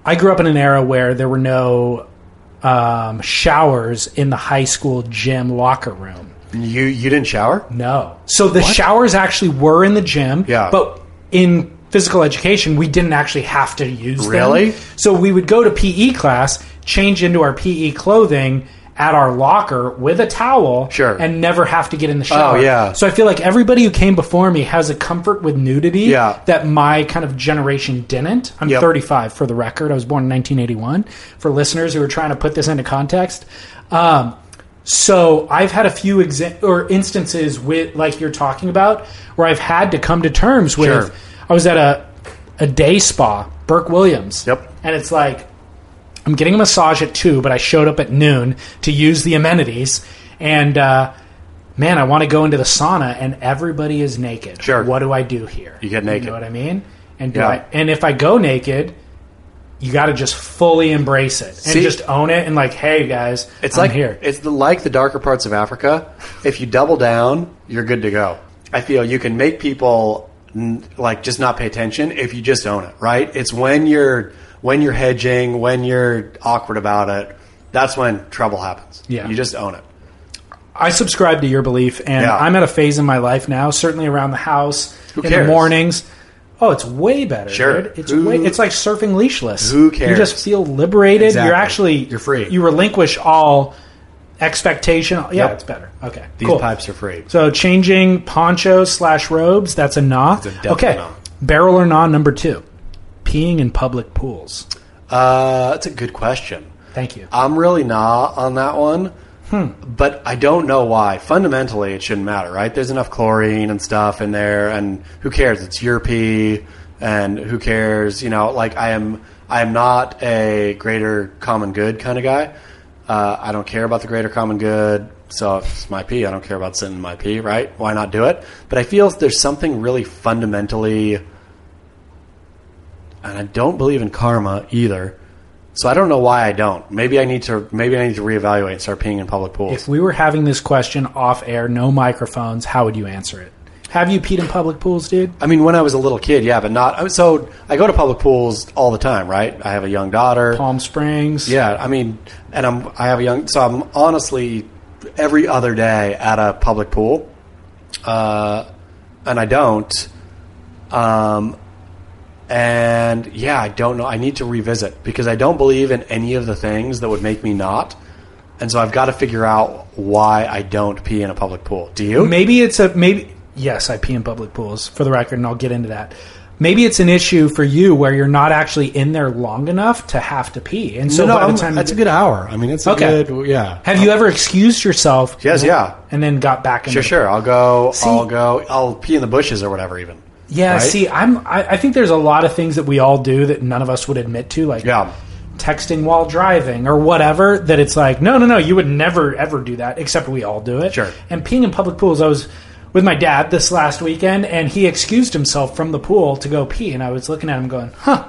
Speaker 4: I grew up in an era where there were no um, showers in the high school gym locker room.
Speaker 3: you you didn't shower.
Speaker 4: No. So the showers actually were in the gym.
Speaker 3: Yeah.
Speaker 4: But in physical education, we didn't actually have to use them.
Speaker 3: Really?
Speaker 4: So we would go to PE class, change into our PE clothing at our locker with a towel,
Speaker 3: Sure. Oh,
Speaker 4: and never have to get in the shower.
Speaker 3: yeah.
Speaker 4: So I feel like everybody who came before me has a comfort with nudity
Speaker 3: Yeah.
Speaker 4: that my kind of generation didn't. I'm
Speaker 3: Yep.
Speaker 4: 35 for the record. I was born in 1981. For listeners who are trying to put this into context, um, so I've had a few exa- or instances with like you're talking about where I've had to come to terms with.
Speaker 3: Sure.
Speaker 4: I was at a a day spa, Burke Williams.
Speaker 3: Yep.
Speaker 4: And it's like I'm getting a massage at two, but I showed up at noon to use the amenities, and uh, man, I want to go into the sauna, and everybody is naked.
Speaker 3: Sure.
Speaker 4: What do I do here?
Speaker 3: You get naked.
Speaker 4: You know what I mean? And do
Speaker 3: Yeah.
Speaker 4: I, and if I go naked. You got to just fully embrace it and
Speaker 3: See-
Speaker 4: just own it and like, hey guys,
Speaker 3: It's
Speaker 4: I'm
Speaker 3: like
Speaker 4: here.
Speaker 3: It's the, like the darker parts of Africa. If you double down, you're good to go. I feel you can make people n- like just not pay attention if you just own it. Right? It's when you're when you're hedging, when you're awkward about it. That's when trouble happens.
Speaker 4: Yeah.
Speaker 3: you just own it.
Speaker 4: I subscribe to your belief, and
Speaker 3: Yeah.
Speaker 4: I'm at a phase in my life now, certainly around the house in
Speaker 3: cares?
Speaker 4: the mornings. Oh, it's way better.
Speaker 3: Sure.
Speaker 4: dude. It's
Speaker 3: Who-
Speaker 4: way, it's like surfing leashless.
Speaker 3: Who cares?
Speaker 4: You just feel liberated.
Speaker 3: Exactly.
Speaker 4: You're actually
Speaker 3: You're free.
Speaker 4: You relinquish all expectation. Yeah,
Speaker 3: Yep.
Speaker 4: it's better. Okay,
Speaker 3: These
Speaker 4: cool.
Speaker 3: pipes are free.
Speaker 4: So changing ponchos slash robes. That's a nah.
Speaker 3: a definite
Speaker 4: okay,
Speaker 3: nah.
Speaker 4: barrel or nah number two, peeing in public pools.
Speaker 3: Uh, that's a good question.
Speaker 4: Thank you.
Speaker 3: I'm really nah on that one. But I don't know why. Fundamentally, it shouldn't matter, right? There's enough chlorine and stuff in there, and who cares? It's your pee, and who cares? You know, like I am, I am not a greater common good kind of guy. Uh, I don't care about the greater common good. So if it's my pee, I don't care about sending my pee, right? Why not do it? But I feel there's something really fundamentally, and I don't believe in karma either. So I don't know why I don't. Maybe I need to. Maybe I need to reevaluate and start peeing in public pools.
Speaker 4: If we were having this question off air, no microphones, how would you answer it? Have you peed in public pools, dude?
Speaker 3: I mean, when I was a little kid, yeah, but not. I was- So I go to public pools all the time, right? I have a young daughter.
Speaker 4: Palm Springs.
Speaker 3: Yeah, I mean, and I'm I have a young, so I'm honestly every other day at a public pool, uh, and I don't. Um, and yeah, I don't know. I need to revisit because I don't believe in any of the things that would make me not. And so I've got to figure out why I don't pee in a public pool. Do you?
Speaker 4: Maybe it's a maybe. Yes, I pee in public pools for the record, and I'll get into that. Maybe it's an issue for you where you're not actually in there long enough to have to pee, and so
Speaker 3: no, no,
Speaker 4: by the
Speaker 3: I'm-
Speaker 4: time you
Speaker 3: that's a
Speaker 4: get-
Speaker 3: good hour. I mean, it's a
Speaker 4: Okay.
Speaker 3: good, yeah.
Speaker 4: have you ever excused yourself?
Speaker 3: Yes, yeah.
Speaker 4: and then got back.
Speaker 3: Sure,
Speaker 4: Into the-
Speaker 3: sure. I'll go.
Speaker 4: See-
Speaker 3: I'll go. I'll pee in the bushes or whatever. Even.
Speaker 4: Yeah,
Speaker 3: Right?
Speaker 4: see, I'm. I, I think there's a lot of things that we all do that none of us would admit to, like
Speaker 3: Yeah.
Speaker 4: texting while driving or whatever. That it's like, no, no, no, you would never ever do that, except we all do it.
Speaker 3: Sure.
Speaker 4: And peeing in public pools, I was with my dad this last weekend, and he excused himself from the pool to go pee, and I was looking at him going, huh.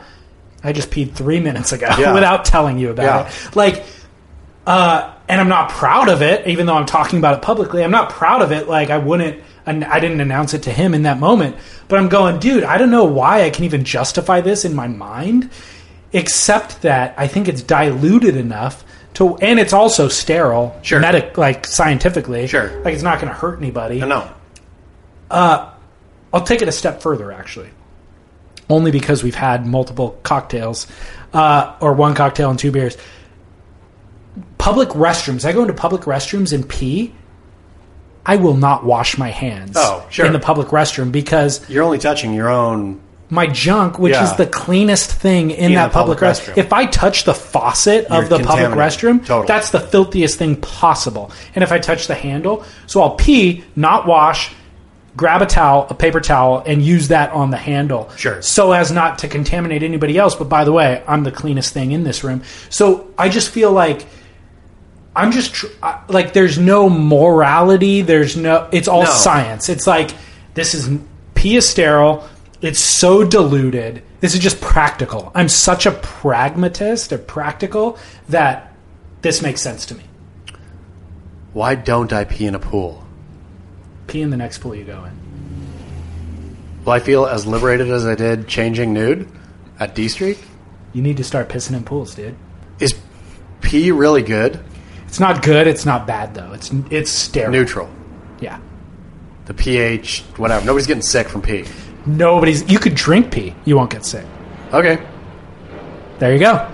Speaker 4: I just peed three minutes ago [laughs]
Speaker 3: Yeah.
Speaker 4: without telling you about
Speaker 3: Yeah.
Speaker 4: it. Like, uh, and I'm not proud of it, even though I'm talking about it publicly. I'm not proud of it. Like, I wouldn't, and I didn't announce it to him in that moment. But I'm going, dude, I don't know why I can even justify this in my mind, except that I think it's diluted enough to, and it's also sterile,
Speaker 3: Sure.
Speaker 4: medic, like scientifically.
Speaker 3: Sure.
Speaker 4: Like, it's not going to hurt anybody.
Speaker 3: No.
Speaker 4: I'll take it a step further, actually. Only because we've had multiple cocktails, uh, or one cocktail and two beers. Public restrooms. I go into public restrooms and pee. I will not wash my hands
Speaker 3: Oh, sure.
Speaker 4: in the public restroom because
Speaker 3: You're only touching your own.
Speaker 4: my junk, which
Speaker 3: Yeah.
Speaker 4: is the cleanest thing in, that
Speaker 3: the
Speaker 4: public,
Speaker 3: public
Speaker 4: restroom.
Speaker 3: restroom.
Speaker 4: If I touch the faucet of
Speaker 3: You're
Speaker 4: the public
Speaker 3: contaminated.
Speaker 4: restroom,
Speaker 3: Totally.
Speaker 4: that's the filthiest thing possible. And if I touch the handle, so I'll pee, not wash, grab a towel, a paper towel, and use that on the handle.
Speaker 3: Sure.
Speaker 4: So as not to contaminate anybody else. But by the way, I'm the cleanest thing in this room. So I just feel like. I'm just tr- I- like there's no morality. There's no. It's all
Speaker 3: No.
Speaker 4: science. It's like this is pee is sterile. It's so diluted. This is just practical. I'm such a pragmatist or practical that this makes sense to me.
Speaker 3: Why don't I pee in a pool?
Speaker 4: Pee in the next pool you go in.
Speaker 3: Will I feel as liberated as I did changing nude at D Street?
Speaker 4: You need to start pissing in pools, dude.
Speaker 3: Is pee really good?
Speaker 4: It's not good. It's not bad though. It's it's sterile.
Speaker 3: Neutral.
Speaker 4: Yeah.
Speaker 3: The pH, whatever. Nobody's getting sick from pee.
Speaker 4: Nobody's. You could drink pee. You won't get sick.
Speaker 3: Okay,
Speaker 4: There you go.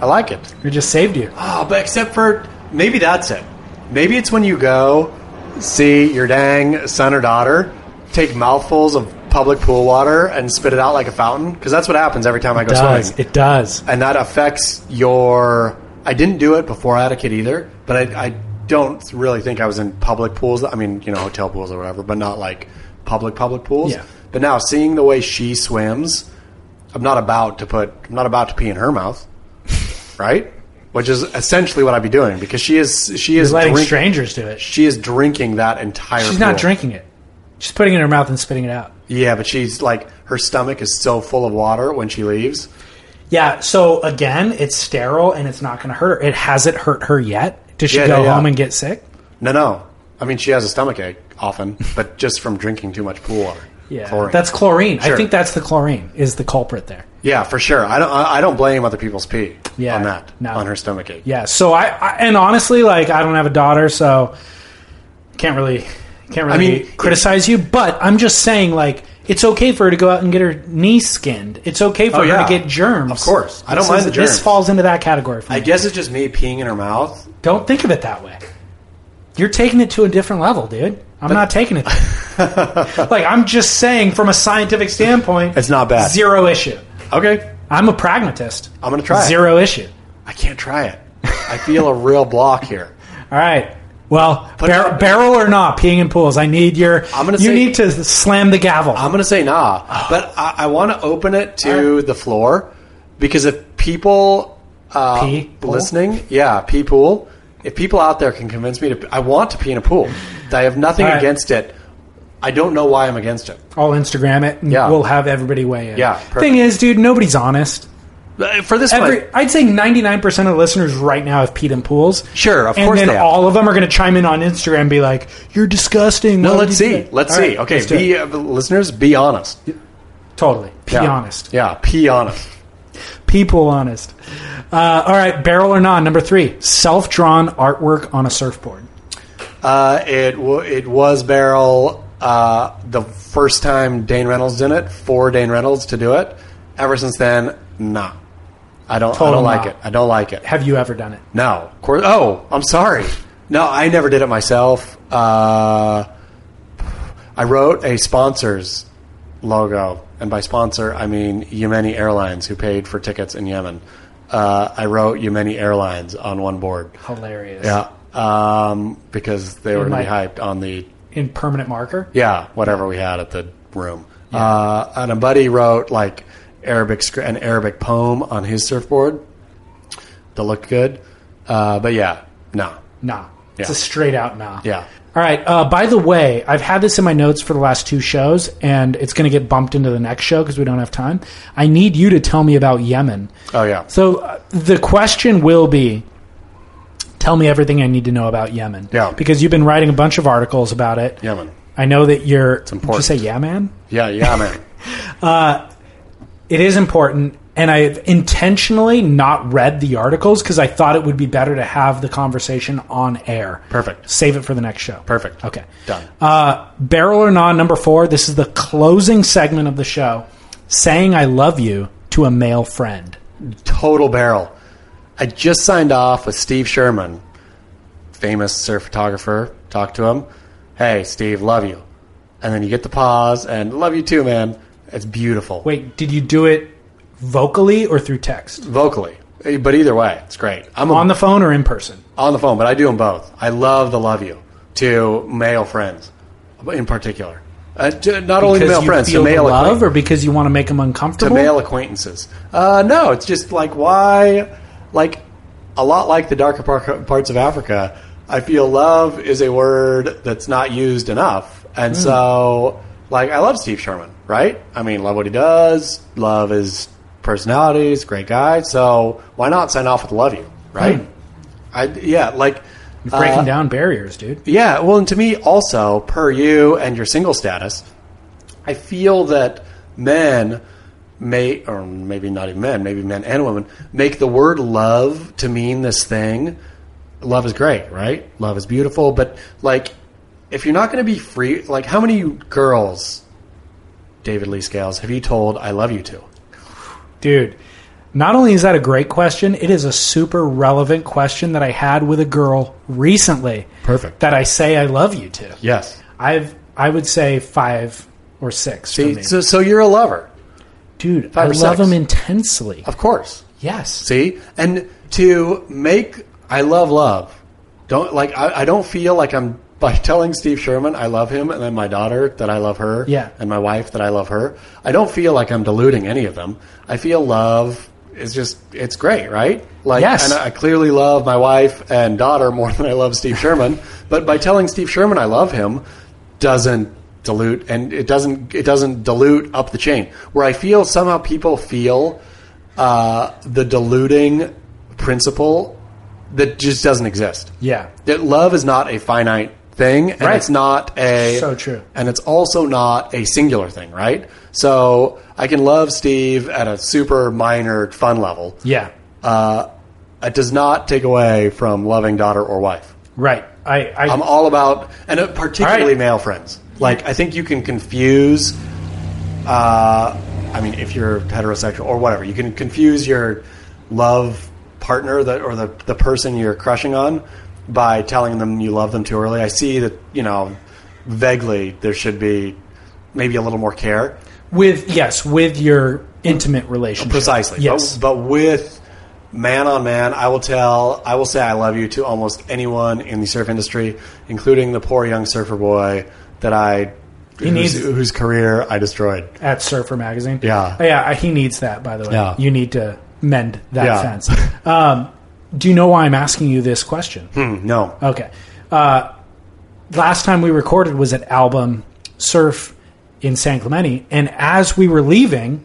Speaker 3: I like it.
Speaker 4: It just saved you.
Speaker 3: Oh, but except for maybe that's it. Maybe it's when you go see your dang son or daughter take mouthfuls of public pool water and spit it out like a fountain because that's what happens every time I go swimming.
Speaker 4: It does.
Speaker 3: and that affects your. I didn't do it before I had a kid either, but I, I don't really think I was in public pools. I mean, you know, hotel pools or whatever, but not like public public pools.
Speaker 4: Yeah.
Speaker 3: But now seeing the way she swims, I'm not about to put. I'm not about to pee in her mouth, [laughs] right? Which is essentially what I'd be doing because she is she is
Speaker 4: She's letting
Speaker 3: drink-
Speaker 4: strangers do it.
Speaker 3: She is drinking that entire.
Speaker 4: She's not
Speaker 3: pool.
Speaker 4: drinking it. She's putting it in her mouth and spitting it out.
Speaker 3: Yeah, but she's like her stomach is so full of water when she leaves.
Speaker 4: Yeah. So again, it's sterile and it's not going to hurt her. It hasn't hurt her yet. Does she
Speaker 3: Yeah,
Speaker 4: go
Speaker 3: yeah, yeah.
Speaker 4: home and get sick?
Speaker 3: No, no. I mean, she has a stomach ache
Speaker 4: [laughs]
Speaker 3: often, but just from drinking too much pool water.
Speaker 4: Yeah.
Speaker 3: Chlorine.
Speaker 4: That's chlorine. I
Speaker 3: Sure.
Speaker 4: think that's the chlorine is the culprit there.
Speaker 3: yeah, for sure. I don't. I I don't blame other people's pee
Speaker 4: Yeah,
Speaker 3: on that.
Speaker 4: no.
Speaker 3: On her stomach ache.
Speaker 4: Yeah. So I, I and honestly, like I don't have a daughter, so can't really can't really
Speaker 3: mean,
Speaker 4: criticize you. But I'm just saying, like it's okay for her to go out and get her knee skinned. It's okay for
Speaker 3: Oh,
Speaker 4: her
Speaker 3: yeah.
Speaker 4: to get germs.
Speaker 3: Of course. I don't
Speaker 4: This
Speaker 3: mind
Speaker 4: is-
Speaker 3: the
Speaker 4: This
Speaker 3: germs.
Speaker 4: falls into that category for me.
Speaker 3: I guess it's just me peeing in her mouth.
Speaker 4: Don't think of it that way. You're taking it to a different level, dude. I'm not
Speaker 3: [laughs]
Speaker 4: taking it. there. like I'm just saying, from a scientific standpoint,
Speaker 3: It's not bad.
Speaker 4: Zero issue.
Speaker 3: Okay,
Speaker 4: I'm a pragmatist.
Speaker 3: I'm gonna try it.
Speaker 4: Zero issue.
Speaker 3: I can't try it. I feel a real block here.
Speaker 4: All right. Well, bar-
Speaker 3: it-
Speaker 4: barrel or not, peeing in pools. I need your.
Speaker 3: I'm gonna
Speaker 4: You
Speaker 3: say-
Speaker 4: need to slam the gavel.
Speaker 3: I'm gonna say nah, but I, I want to open it to the floor because if people uh,
Speaker 4: Pee pool?
Speaker 3: listening, yeah, pee pool, if people out there can convince me to, I want to pee in a pool. I have nothing
Speaker 4: All right.
Speaker 3: against it. I don't know why I'm against it.
Speaker 4: I'll Instagram it and
Speaker 3: Yeah.
Speaker 4: we'll have everybody weigh in.
Speaker 3: Yeah, perfect.
Speaker 4: Thing is, dude, nobody's honest.
Speaker 3: Uh, For this
Speaker 4: Every,
Speaker 3: one,
Speaker 4: I'd say 99% of the listeners right now have peed in pools.
Speaker 3: Sure, of
Speaker 4: and
Speaker 3: course
Speaker 4: then
Speaker 3: they have.
Speaker 4: all of them are going to chime in on Instagram and be like, you're disgusting.
Speaker 3: no,
Speaker 4: Why
Speaker 3: let's
Speaker 4: would you do
Speaker 3: see.
Speaker 4: that?"
Speaker 3: Let's
Speaker 4: All
Speaker 3: see.
Speaker 4: right,
Speaker 3: okay,
Speaker 4: let's do
Speaker 3: be
Speaker 4: it.
Speaker 3: uh, listeners, be honest.
Speaker 4: Totally. Pee
Speaker 3: Yeah.
Speaker 4: honest.
Speaker 3: Yeah, pee honest.
Speaker 4: People honest. Uh, all right, barrel or non, number three, self drawn artwork on a surfboard.
Speaker 3: Uh, it w- it was Barrel uh, the first time Dane Reynolds did it for Dane Reynolds to do it. Ever since then, nah. I don't. I
Speaker 4: Total
Speaker 3: don't like
Speaker 4: nah.
Speaker 3: it. I don't like it.
Speaker 4: Have you ever done it?
Speaker 3: No. Of course. Oh, I'm sorry. No, I never did it myself. Uh, I wrote a sponsors logo, and by sponsor I mean Yemeni Airlines, who paid for tickets in Yemen. Uh, I wrote Yemeni Airlines on one board.
Speaker 4: Hilarious.
Speaker 3: Yeah, um, because they were going to be
Speaker 4: might-
Speaker 3: hyped on the
Speaker 4: In permanent marker?
Speaker 3: yeah, whatever we had at the room. Uh, and a buddy wrote like Arabic scr- an Arabic poem on his surfboard that looked good. Uh, but yeah, no,
Speaker 4: Nah. It's
Speaker 3: Yeah.
Speaker 4: a straight out nah.
Speaker 3: yeah,
Speaker 4: All right. Uh, by the way, I've had this in my notes for the last two shows, and it's going to get bumped into the next show because we don't have time. I need you to tell me about Yemen.
Speaker 3: oh yeah.
Speaker 4: So uh, the question will be tell me everything I need to know about Yemen.
Speaker 3: Yeah.
Speaker 4: Because you've been writing a bunch of articles about it.
Speaker 3: Yemen,
Speaker 4: I know that you're.
Speaker 3: important.
Speaker 4: Did you say Yemen?
Speaker 3: yeah, yeah,
Speaker 4: [laughs]
Speaker 3: man.
Speaker 4: It is important. And I've intentionally not read the articles because I thought it would be better to have the conversation on air.
Speaker 3: Perfect.
Speaker 4: Save it for the next show.
Speaker 3: Perfect.
Speaker 4: Okay.
Speaker 3: done.
Speaker 4: Uh, barrel or non, number four. This is the closing segment of the show. Saying I love you to a male friend.
Speaker 3: Total barrel. I just signed off with Steve Sherman, famous surf photographer. Talked to him. Hey, Steve, love you. And then you get the pause and love you too, man. It's beautiful.
Speaker 4: Wait, did you do it vocally or through text?
Speaker 3: vocally. But either way, it's great. I'm a,
Speaker 4: On the phone or in person?
Speaker 3: on the phone, but I do them both. I love the love you to male friends, in particular. Uh, to, not only
Speaker 4: Because
Speaker 3: male
Speaker 4: you
Speaker 3: friends, to
Speaker 4: feel the
Speaker 3: male
Speaker 4: love, or
Speaker 3: acquaint-
Speaker 4: because you want to make them
Speaker 3: to
Speaker 4: uncomfortable?
Speaker 3: male acquaintances. Uh, no, it's just like why, like a lot like the darker par- parts of Africa. I feel love is a word that's not used enough,
Speaker 4: Hmm.
Speaker 3: and so like I love Steve Sherman, right? I mean, love what he does, love his personality, he's a great guy. So why not sign off with love you, right?
Speaker 4: Hmm.
Speaker 3: I yeah, like
Speaker 4: Breaking
Speaker 3: uh,
Speaker 4: down barriers, dude.
Speaker 3: yeah, well, and to me also, per you and your single status, I feel that men may, or maybe not even men, maybe men and women, make the word love to mean this thing. Love is great, right? Love is beautiful, but like, if you're not going to be free, like, how many girls, David Lee Scales, have you told I love you to?
Speaker 4: Dude, not only is that a great question, it is a super relevant question that I had with a girl recently.
Speaker 3: Perfect.
Speaker 4: That I say I love you to.
Speaker 3: Yes.
Speaker 4: I've I would say five or six. for
Speaker 3: See,
Speaker 4: me.
Speaker 3: so, so you're a lover,
Speaker 4: dude, I
Speaker 3: five or
Speaker 4: love
Speaker 3: six.
Speaker 4: them intensely.
Speaker 3: of course.
Speaker 4: Yes.
Speaker 3: See, and to make I love love. Don't like I, I don't feel like I'm [laughs] by telling Steve Sherman I love him and then my daughter that I love her
Speaker 4: Yeah.
Speaker 3: and my wife that I love her. I don't feel like I'm diluting any of them. I feel love is just it's great, right? Like
Speaker 4: Yes.
Speaker 3: and I clearly love my wife and daughter more than I love Steve Sherman, but by telling Steve Sherman I love him doesn't dilute and it doesn't it doesn't dilute up the chain. Where I feel somehow people feel uh, the diluting principle that just doesn't exist.
Speaker 4: yeah.
Speaker 3: That love is not a finite thing, and
Speaker 4: Right.
Speaker 3: it's not a
Speaker 4: So true.
Speaker 3: and it's also not a singular thing, right? So I can love Steve at a super minor fun level.
Speaker 4: Yeah.
Speaker 3: Uh, It does not take away from loving daughter or wife.
Speaker 4: Right. I, I
Speaker 3: I'm all about, and uh, particularly
Speaker 4: All right.
Speaker 3: male friends. Like, I think you can confuse. Uh, I mean, if you're heterosexual or whatever, you can confuse your love partner that or the the person you're crushing on by telling them you love them too early. I see that you know vaguely there should be maybe a little more care,
Speaker 4: with yes, with your intimate relationship.
Speaker 3: precisely. Oh,
Speaker 4: Yes.
Speaker 3: but, but with man on man, I will tell, I will say I love you to almost anyone in the surf industry, including the poor young surfer boy that I, whose,
Speaker 4: needs-
Speaker 3: whose career I destroyed.
Speaker 4: at Surfer Magazine.
Speaker 3: Yeah.
Speaker 4: Oh, yeah. I- He needs that, by the way.
Speaker 3: Yeah.
Speaker 4: You need to mend that
Speaker 3: Yeah.
Speaker 4: fence. Um, Do you know why I'm asking you this
Speaker 3: Hmm.
Speaker 4: question?
Speaker 3: No.
Speaker 4: Okay. Uh, last time we recorded was at Album Surf in San Clemente, and as we were leaving,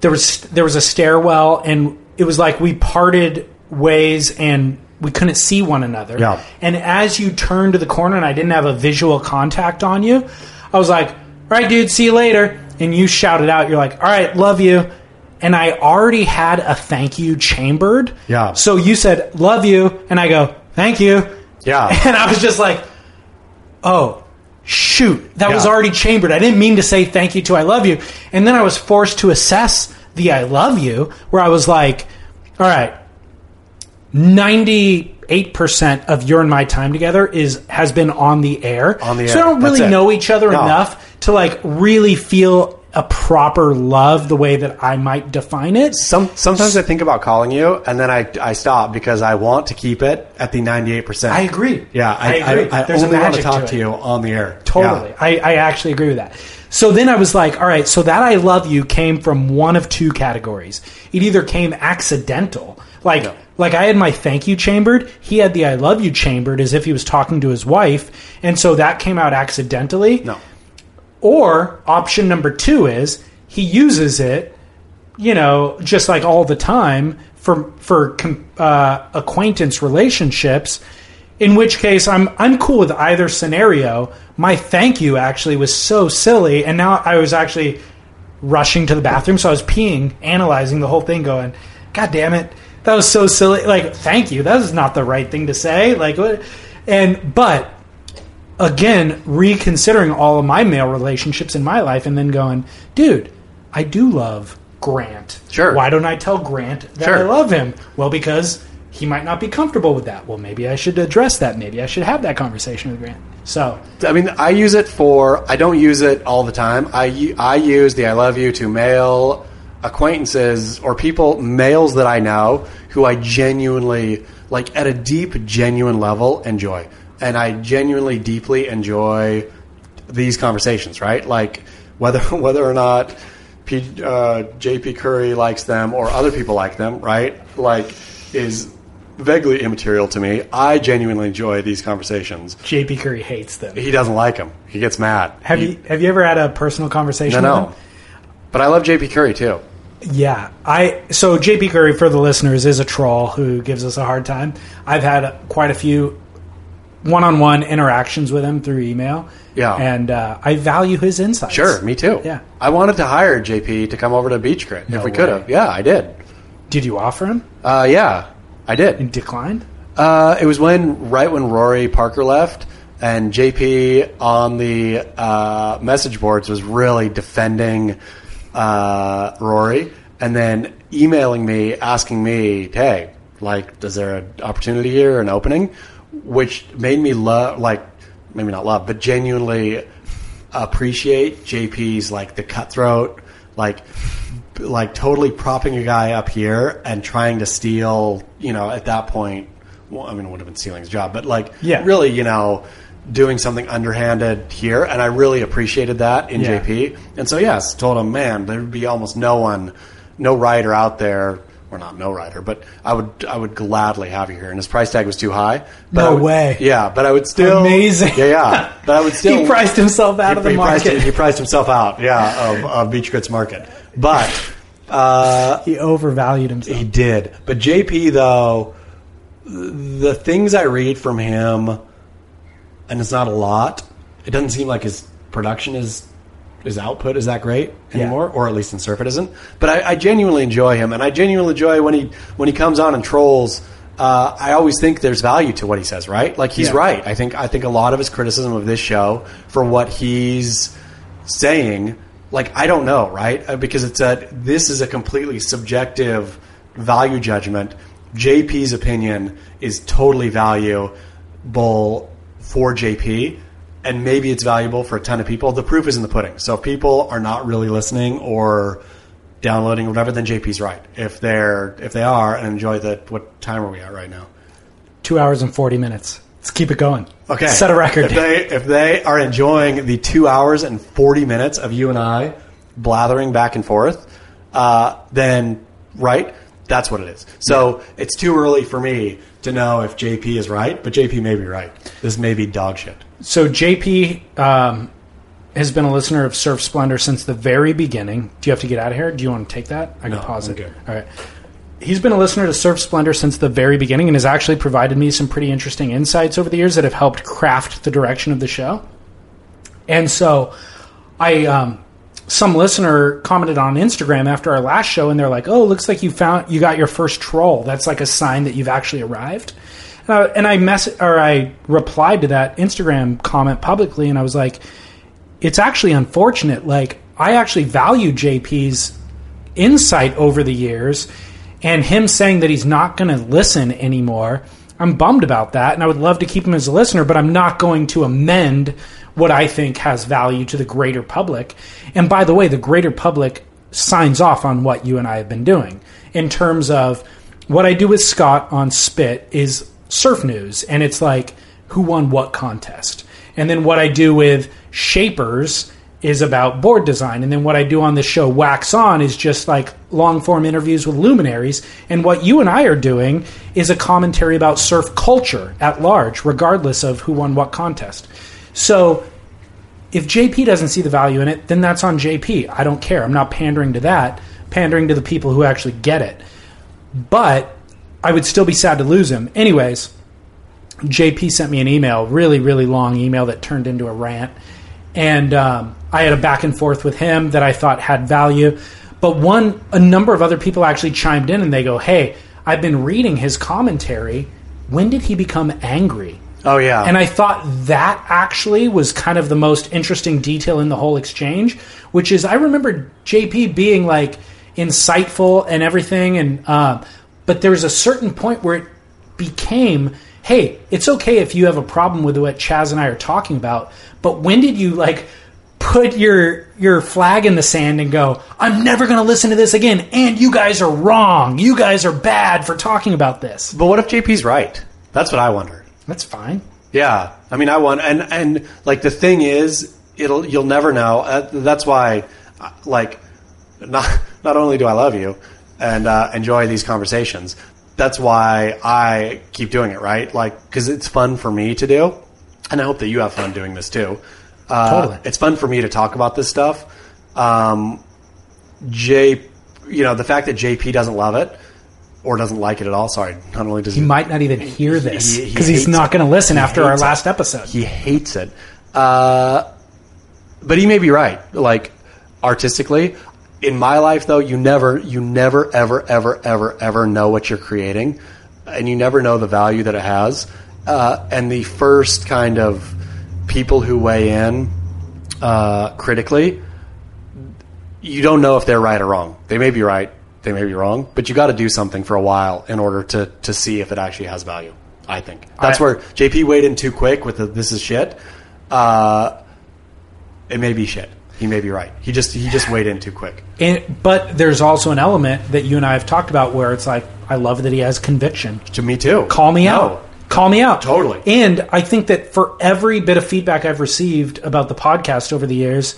Speaker 4: there was there was a stairwell, and it was like we parted ways, and we couldn't see one another.
Speaker 3: Yeah.
Speaker 4: And as you turned to the corner, and I didn't have a visual contact on you, I was like, "All right, dude, see you later." And you shouted out, "You're like, all right, love you." And I already had a thank you chambered.
Speaker 3: Yeah.
Speaker 4: So you said, love you. And I go, thank you.
Speaker 3: [laughs] Yeah.
Speaker 4: [laughs] And I was just like, oh, shoot. That was
Speaker 3: Yeah.
Speaker 4: already chambered. I didn't mean to say thank you to I love you. And then I was forced to assess the I love you, where I was like, all right, 98% of your and my time together is has been on the air.
Speaker 3: On the
Speaker 4: So
Speaker 3: air.
Speaker 4: I don't
Speaker 3: That's
Speaker 4: really
Speaker 3: it.
Speaker 4: know each other
Speaker 3: No.
Speaker 4: enough to like really feel a proper love the way that I might define it.
Speaker 3: Some, sometimes I think about calling you, and then I, I stop because I want to keep it at the ninety eight percent.
Speaker 4: I agree.
Speaker 3: Yeah, I,
Speaker 4: I agree.
Speaker 3: I, I
Speaker 4: There's a
Speaker 3: only want to
Speaker 4: magic
Speaker 3: talk
Speaker 4: to
Speaker 3: to,
Speaker 4: it.
Speaker 3: you on the air.
Speaker 4: Totally.
Speaker 3: Yeah.
Speaker 4: I, I actually agree with that. So then I was like, all right, so that I love you came from one of two categories. It either came accidental, like
Speaker 3: No.
Speaker 4: like I had my thank you chambered, he had the I love you chambered as if he was talking to his wife, and so that came out accidentally.
Speaker 3: No.
Speaker 4: Or option number two is he uses it, you know, just like all the time for for com- uh, acquaintance relationships. In which case, I'm I'm cool with either scenario. My thank you actually was so silly, and now I was actually rushing to the bathroom, so I was peeing, analyzing the whole thing, going, "God damn it, that was so silly!" Like, thank you, that is not the right thing to say. Like, what? And but again reconsidering all of my male relationships in my life and then going, dude, I do love Grant.
Speaker 3: Sure.
Speaker 4: Why don't I tell Grant that
Speaker 3: Sure.
Speaker 4: I love him? Well, because he might not be comfortable with that. Well, maybe I should address that. Maybe I should have that conversation with Grant. So,
Speaker 3: I mean, I use it for. I don't use it all the time. I u- I use the "I love you" to male acquaintances or people males that I know who I genuinely like at a deep, genuine level enjoy, and I genuinely, deeply enjoy these conversations. Right, like whether [laughs] whether or not P, uh, JP Curry likes them or other people like them. Right, like is vaguely immaterial to me. I genuinely enjoy these conversations
Speaker 4: JP Curry hates them.
Speaker 3: he doesn't like him. He gets mad.
Speaker 4: Have
Speaker 3: He-
Speaker 4: you have you ever had a personal conversation?
Speaker 3: No,
Speaker 4: with
Speaker 3: no.
Speaker 4: him?
Speaker 3: But I love JP Curry too.
Speaker 4: Yeah, I so JP Curry for the listeners is a troll who gives us a hard time. I've had quite a few one-on-one interactions with him through email.
Speaker 3: Yeah.
Speaker 4: and uh, I value his insights.
Speaker 3: Sure, me too.
Speaker 4: Yeah.
Speaker 3: I wanted to hire JP to come over to Beach Grit if we could have. Yeah, I did.
Speaker 4: Did you offer him?
Speaker 3: Uh, yeah, I did.
Speaker 4: Declined.
Speaker 3: Uh, it was when right when Rory Parker left, and JP on the uh, message boards was really defending uh, Rory, and then emailing me asking me, "Hey, like, is there an opportunity here, an opening?" Which made me love, like, maybe not love, but genuinely appreciate JP's like the cutthroat, like like totally propping a guy up here and trying to steal, you know, at that point, well, I mean, it would have been stealing his job, but like,
Speaker 4: Yeah.
Speaker 3: really, you know, doing something underhanded here. And I really appreciated that in
Speaker 4: Yeah.
Speaker 3: JP. And so, yes, told him, man, there'd be almost no one, no rider out there. Or not no rider, but I would I would gladly have you here, and his price tag was too high. But
Speaker 4: No
Speaker 3: I would-
Speaker 4: way.
Speaker 3: Yeah, but I would still
Speaker 4: Amazing.
Speaker 3: Yeah, yeah, but
Speaker 4: [laughs]
Speaker 3: I would still
Speaker 4: he priced himself out of the
Speaker 3: he priced-
Speaker 4: market.
Speaker 3: he priced himself out, yeah, of, of Beach Grits Market. But
Speaker 4: he overvalued himself.
Speaker 3: he did. But JP, though, the things I read from him, and it's not a lot, it doesn't seem like his production is. His output is that great anymore, or at least in Surf it isn't. But I, I genuinely enjoy him, and I genuinely enjoy when he when he comes on and trolls. Uh, I always think there's value to what he says, right? Like he's
Speaker 4: Yeah.
Speaker 3: right. I think I think a lot of his criticism of this show for what he's saying like i don't know right Uh, because it's a this is a completely subjective value judgment jp's opinion is totally valuable for jp and maybe it's valuable for a ton of people the proof is in the pudding so if people are not really listening or downloading or whatever then jp's right if they're if they are and enjoy the what time are we at right now
Speaker 4: Two hours and forty minutes. Let's keep it going.
Speaker 3: Okay.
Speaker 4: Set a record.
Speaker 3: If they, if they are enjoying the two hours and 40 minutes of you and I blathering back and forth, uh, then, right? That's what it is. So it's too early for me to know if JP is right, but JP may be right. This may be dog shit.
Speaker 4: So JP um, has been a listener of Surf Splendor since the very beginning. Do you have to get out of here? Do you want to take that? I can
Speaker 3: No,
Speaker 4: pause
Speaker 3: I'm
Speaker 4: it.
Speaker 3: good.
Speaker 4: All right. He's been a listener to Surf Splendor since the very beginning and has actually provided me some pretty interesting insights over the years that have helped craft the direction of the show. And so I um, some listener commented on Instagram after our last show, and they're like, "Oh, looks like you found you got your first troll. That's like a sign that you've actually arrived." And I, and I mess or I replied to that Instagram comment publicly, and I was like, "It's actually unfortunate. Like, I actually value JP's insight over the years, and him saying that he's not going to listen anymore. I'm bummed about that, and I would love to keep him as a listener, but I'm not going to amend what I think has value to the greater public. And by the way, the greater public signs off on what you and I have been doing in terms of what I do with Scott on Spit is surf news, and it's like who won what contest. And then what I do with Shapers is about board design. And then what I do on this show, Wax On, is just like long form interviews with luminaries. And what you and I are doing is a commentary about surf culture at large, regardless of who won what contest. So if JP doesn't see the value in it, then that's on JP. I don't care. I'm not pandering to that, pandering to the people who actually get it. But I would still be sad to lose him. Anyways, JP sent me an email, really, really long email that turned into a rant. And um, I had a back and forth with him that I thought had value. But one, a number of other people actually chimed in and they go, Hey, I've been reading his commentary. When did he become angry?
Speaker 3: Oh yeah,
Speaker 4: And I thought that actually was kind of the most interesting detail in the whole exchange, which is I remember JP being like insightful and everything, and uh, but there was a certain point where it became, hey, it's okay if you have a problem with what Chaz and I are talking about, but when did you like? put your your flag in the sand and go, I'm never going to listen to this again and you guys are wrong. You guys are bad for talking about this.
Speaker 3: but what if JP's right? That's what I wonder.
Speaker 4: That's fine.
Speaker 3: Yeah, I mean, I want and and like the thing is, it'll you'll never know. Uh, that's why, uh, like, not [laughs] not only do I love you and uh, enjoy these conversations, that's why I keep doing it, right? Like, because it's fun for me to do, and I hope that you have fun doing this too. Uh,
Speaker 4: Totally.
Speaker 3: it's fun for me to talk about this stuff. Um, J, you know, the fact that JP doesn't love it or doesn't like it at all. Sorry, not only does
Speaker 4: He might not even hear this
Speaker 3: he- he
Speaker 4: because he's
Speaker 3: hates
Speaker 4: not going to listen after our
Speaker 3: hates
Speaker 4: last episode.
Speaker 3: he hates it. Uh, but he may be right. Like artistically, in my life though, you never, you never, ever, ever, ever, ever know what you're creating, and you never know the value that it has. Uh, and the first kind of people who weigh in uh, critically, you don't know if they're right or wrong. They may be right, they may be wrong, but you got to do something for a while in order to to see if it actually has value. I think that's
Speaker 4: I-
Speaker 3: where JP weighed in too quick with the, this is shit. Uh, it may be shit. He may be right. He just he just weighed in too quick.
Speaker 4: And, but there's also an element that you and I have talked about where it's like, I love that he has conviction.
Speaker 3: To me too.
Speaker 4: Call me
Speaker 3: No.
Speaker 4: out. Call me out.
Speaker 3: Totally.
Speaker 4: And I think that for every bit of feedback I've received about the podcast over the years,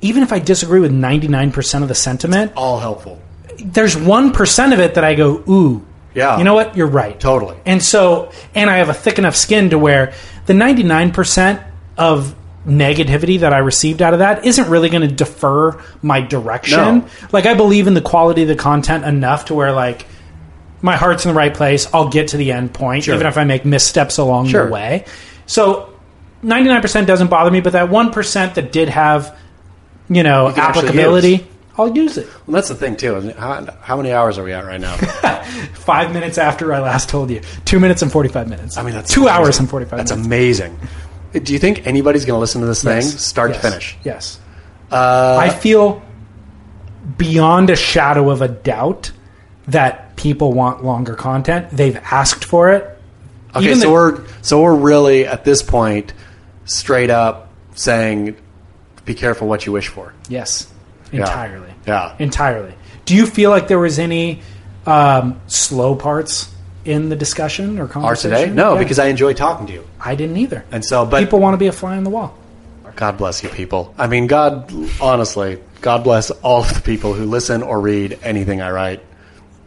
Speaker 4: even if I disagree with 99% of the sentiment,
Speaker 3: All helpful.
Speaker 4: there's 1% of it that I go, ooh.
Speaker 3: Yeah.
Speaker 4: You know what? You're right.
Speaker 3: Totally.
Speaker 4: And so, and I have a thick enough skin to where the 99% of negativity that I received out of that isn't really going to defer my direction.
Speaker 3: No.
Speaker 4: Like, I believe in the quality of the content enough to where, like, my heart's in the right place. I'll get to the end point, even if I make missteps along
Speaker 3: Sure.
Speaker 4: the way. So, 99% doesn't bother me, but that 1% that did have, you know,
Speaker 3: can actually
Speaker 4: applicability,
Speaker 3: use.
Speaker 4: I'll use it.
Speaker 3: And that's the thing too. isn't it? How, how many hours are we at right now?
Speaker 4: five minutes after I last told you. Two minutes and forty-five minutes.
Speaker 3: I mean, that's
Speaker 4: [laughs] two
Speaker 3: amazing.
Speaker 4: hours and forty-five
Speaker 3: That's
Speaker 4: minutes.
Speaker 3: amazing. Do you think anybody's going to listen to this thing,
Speaker 4: Yes.
Speaker 3: start
Speaker 4: Yes.
Speaker 3: to finish? Uh,
Speaker 4: Yes. I feel beyond a shadow of a doubt that people want longer content. They've asked for it.
Speaker 3: Okay,
Speaker 4: Even
Speaker 3: so
Speaker 4: the-
Speaker 3: we're so we're really at this point straight up saying, be careful what you wish for.
Speaker 4: Yes. Entirely.
Speaker 3: Yeah.
Speaker 4: Entirely. Do you feel like there was any um, slow parts in the discussion or
Speaker 3: Are
Speaker 4: conversation?
Speaker 3: today? No,
Speaker 4: Yeah.
Speaker 3: because I enjoy talking to you,
Speaker 4: I didn't either.
Speaker 3: and so but
Speaker 4: people want to be a fly on the wall.
Speaker 3: God bless you, people. I mean, God, honestly, God bless all of the people who listen or read anything I write.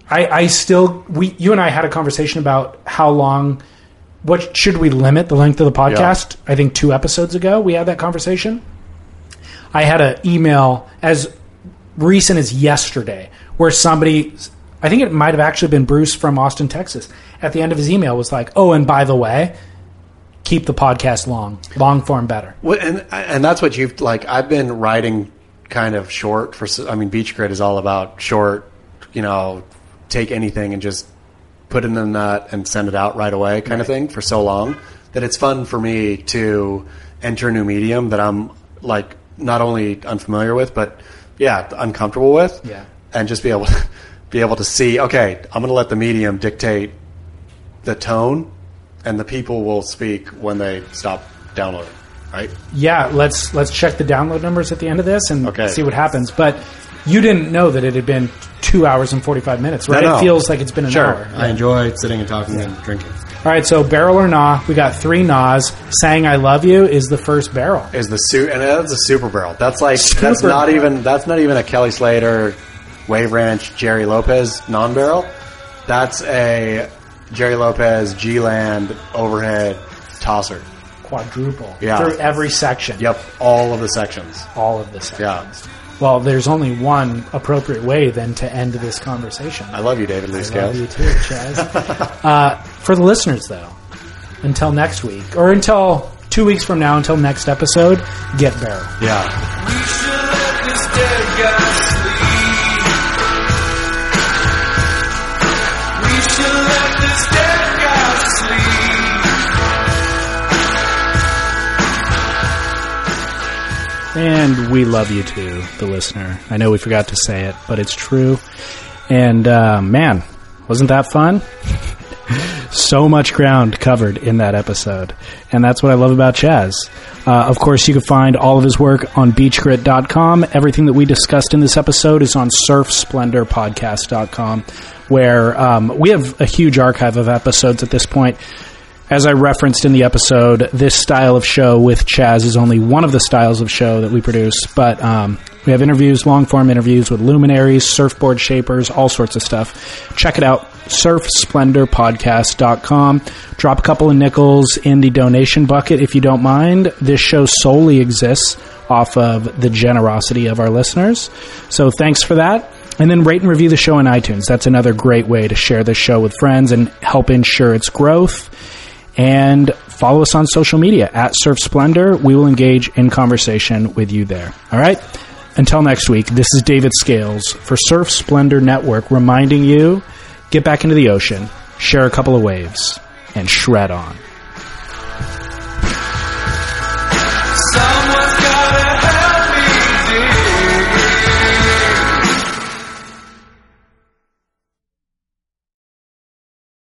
Speaker 5: I, I still we you and I had a conversation about how long what should we limit the length of the podcast? I think two episodes ago we had that conversation. I had an email as recent as yesterday where somebody I think it might have actually been Bruce from Austin, Texas. At the end of his email was like, "Oh, and by the way, keep the podcast long, long form better."
Speaker 3: Well, and and that's what you've like. I've been writing kind of short for. s- I mean, Beach Grid is all about short. You know, take anything and just put it in a nut and send it out right away, kind of thing, for so long that it's fun for me to enter a new medium that I'm like not only unfamiliar with, but yeah, uncomfortable with.
Speaker 5: Yeah.
Speaker 3: and just be able [laughs] to, be able to see. Okay, I'm going to let the medium dictate the tone, and the people will speak when they stop downloading. Right.
Speaker 5: yeah, let's let's check the download numbers at the end of this and
Speaker 3: Okay.
Speaker 5: see what happens. But you didn't know that it had been two hours and forty five minutes, right?
Speaker 3: No, no.
Speaker 5: It feels like it's been an
Speaker 3: Sure.
Speaker 5: hour.
Speaker 3: I enjoy sitting and talking and drinking.
Speaker 5: All right, so barrel or nah, we got three nahs. Saying "I love you" is the first barrel.
Speaker 3: Is the suit and that's a super barrel. That's like that's
Speaker 5: Super
Speaker 3: not
Speaker 5: barrel.
Speaker 3: even that's not even a Kelly Slater, Wave Ranch, Jerry Lopez non barrel. That's a Jerry Lopez G Land overhead tosser.
Speaker 5: Quadruple
Speaker 3: Yeah.
Speaker 5: through every section.
Speaker 3: Yep, all of the sections.
Speaker 5: all of the
Speaker 3: Yeah.
Speaker 5: sections. Well, there's only one appropriate way then to end this conversation.
Speaker 3: I love you, David Lee
Speaker 5: Love you too,
Speaker 3: Scales.
Speaker 5: Chaz. uh,
Speaker 3: [laughs]
Speaker 5: for the listeners, though, until next week, or until two weeks from now, until next episode, get barrel.
Speaker 3: Yeah.
Speaker 6: We should let this dead guy sleep. We should let this dead guy sleep.
Speaker 4: And we love you too, the listener. I know we forgot to say it, but it's true. And uh, man, wasn't that fun? [laughs] so much ground covered in that episode. And that's what I love about Chaz. Uh, of course, you can find all of his work on beachgrit.com. Everything that we discussed in this episode is on surfsplendorpodcast.com, where um, we have a huge archive of episodes at this point. As I referenced in the episode, this style of show with Chaz is only one of the styles of show that we produce, but um, we have interviews, long form interviews with luminaries, surfboard shapers, all sorts of stuff. Check it out, surfsplendorpodcast.com. Drop a couple of nickels in the donation bucket if you don't mind. This show solely exists off of the generosity of our listeners. So thanks for that. And then rate and review the show on iTunes. That's another great way to share this show with friends and help ensure its growth and follow us on social media at Surf Splendor. We will engage in conversation with you there. All right. Until next week, this is David Scales for Surf Splendor Network reminding you get back into the ocean, share a couple of waves, and shred on.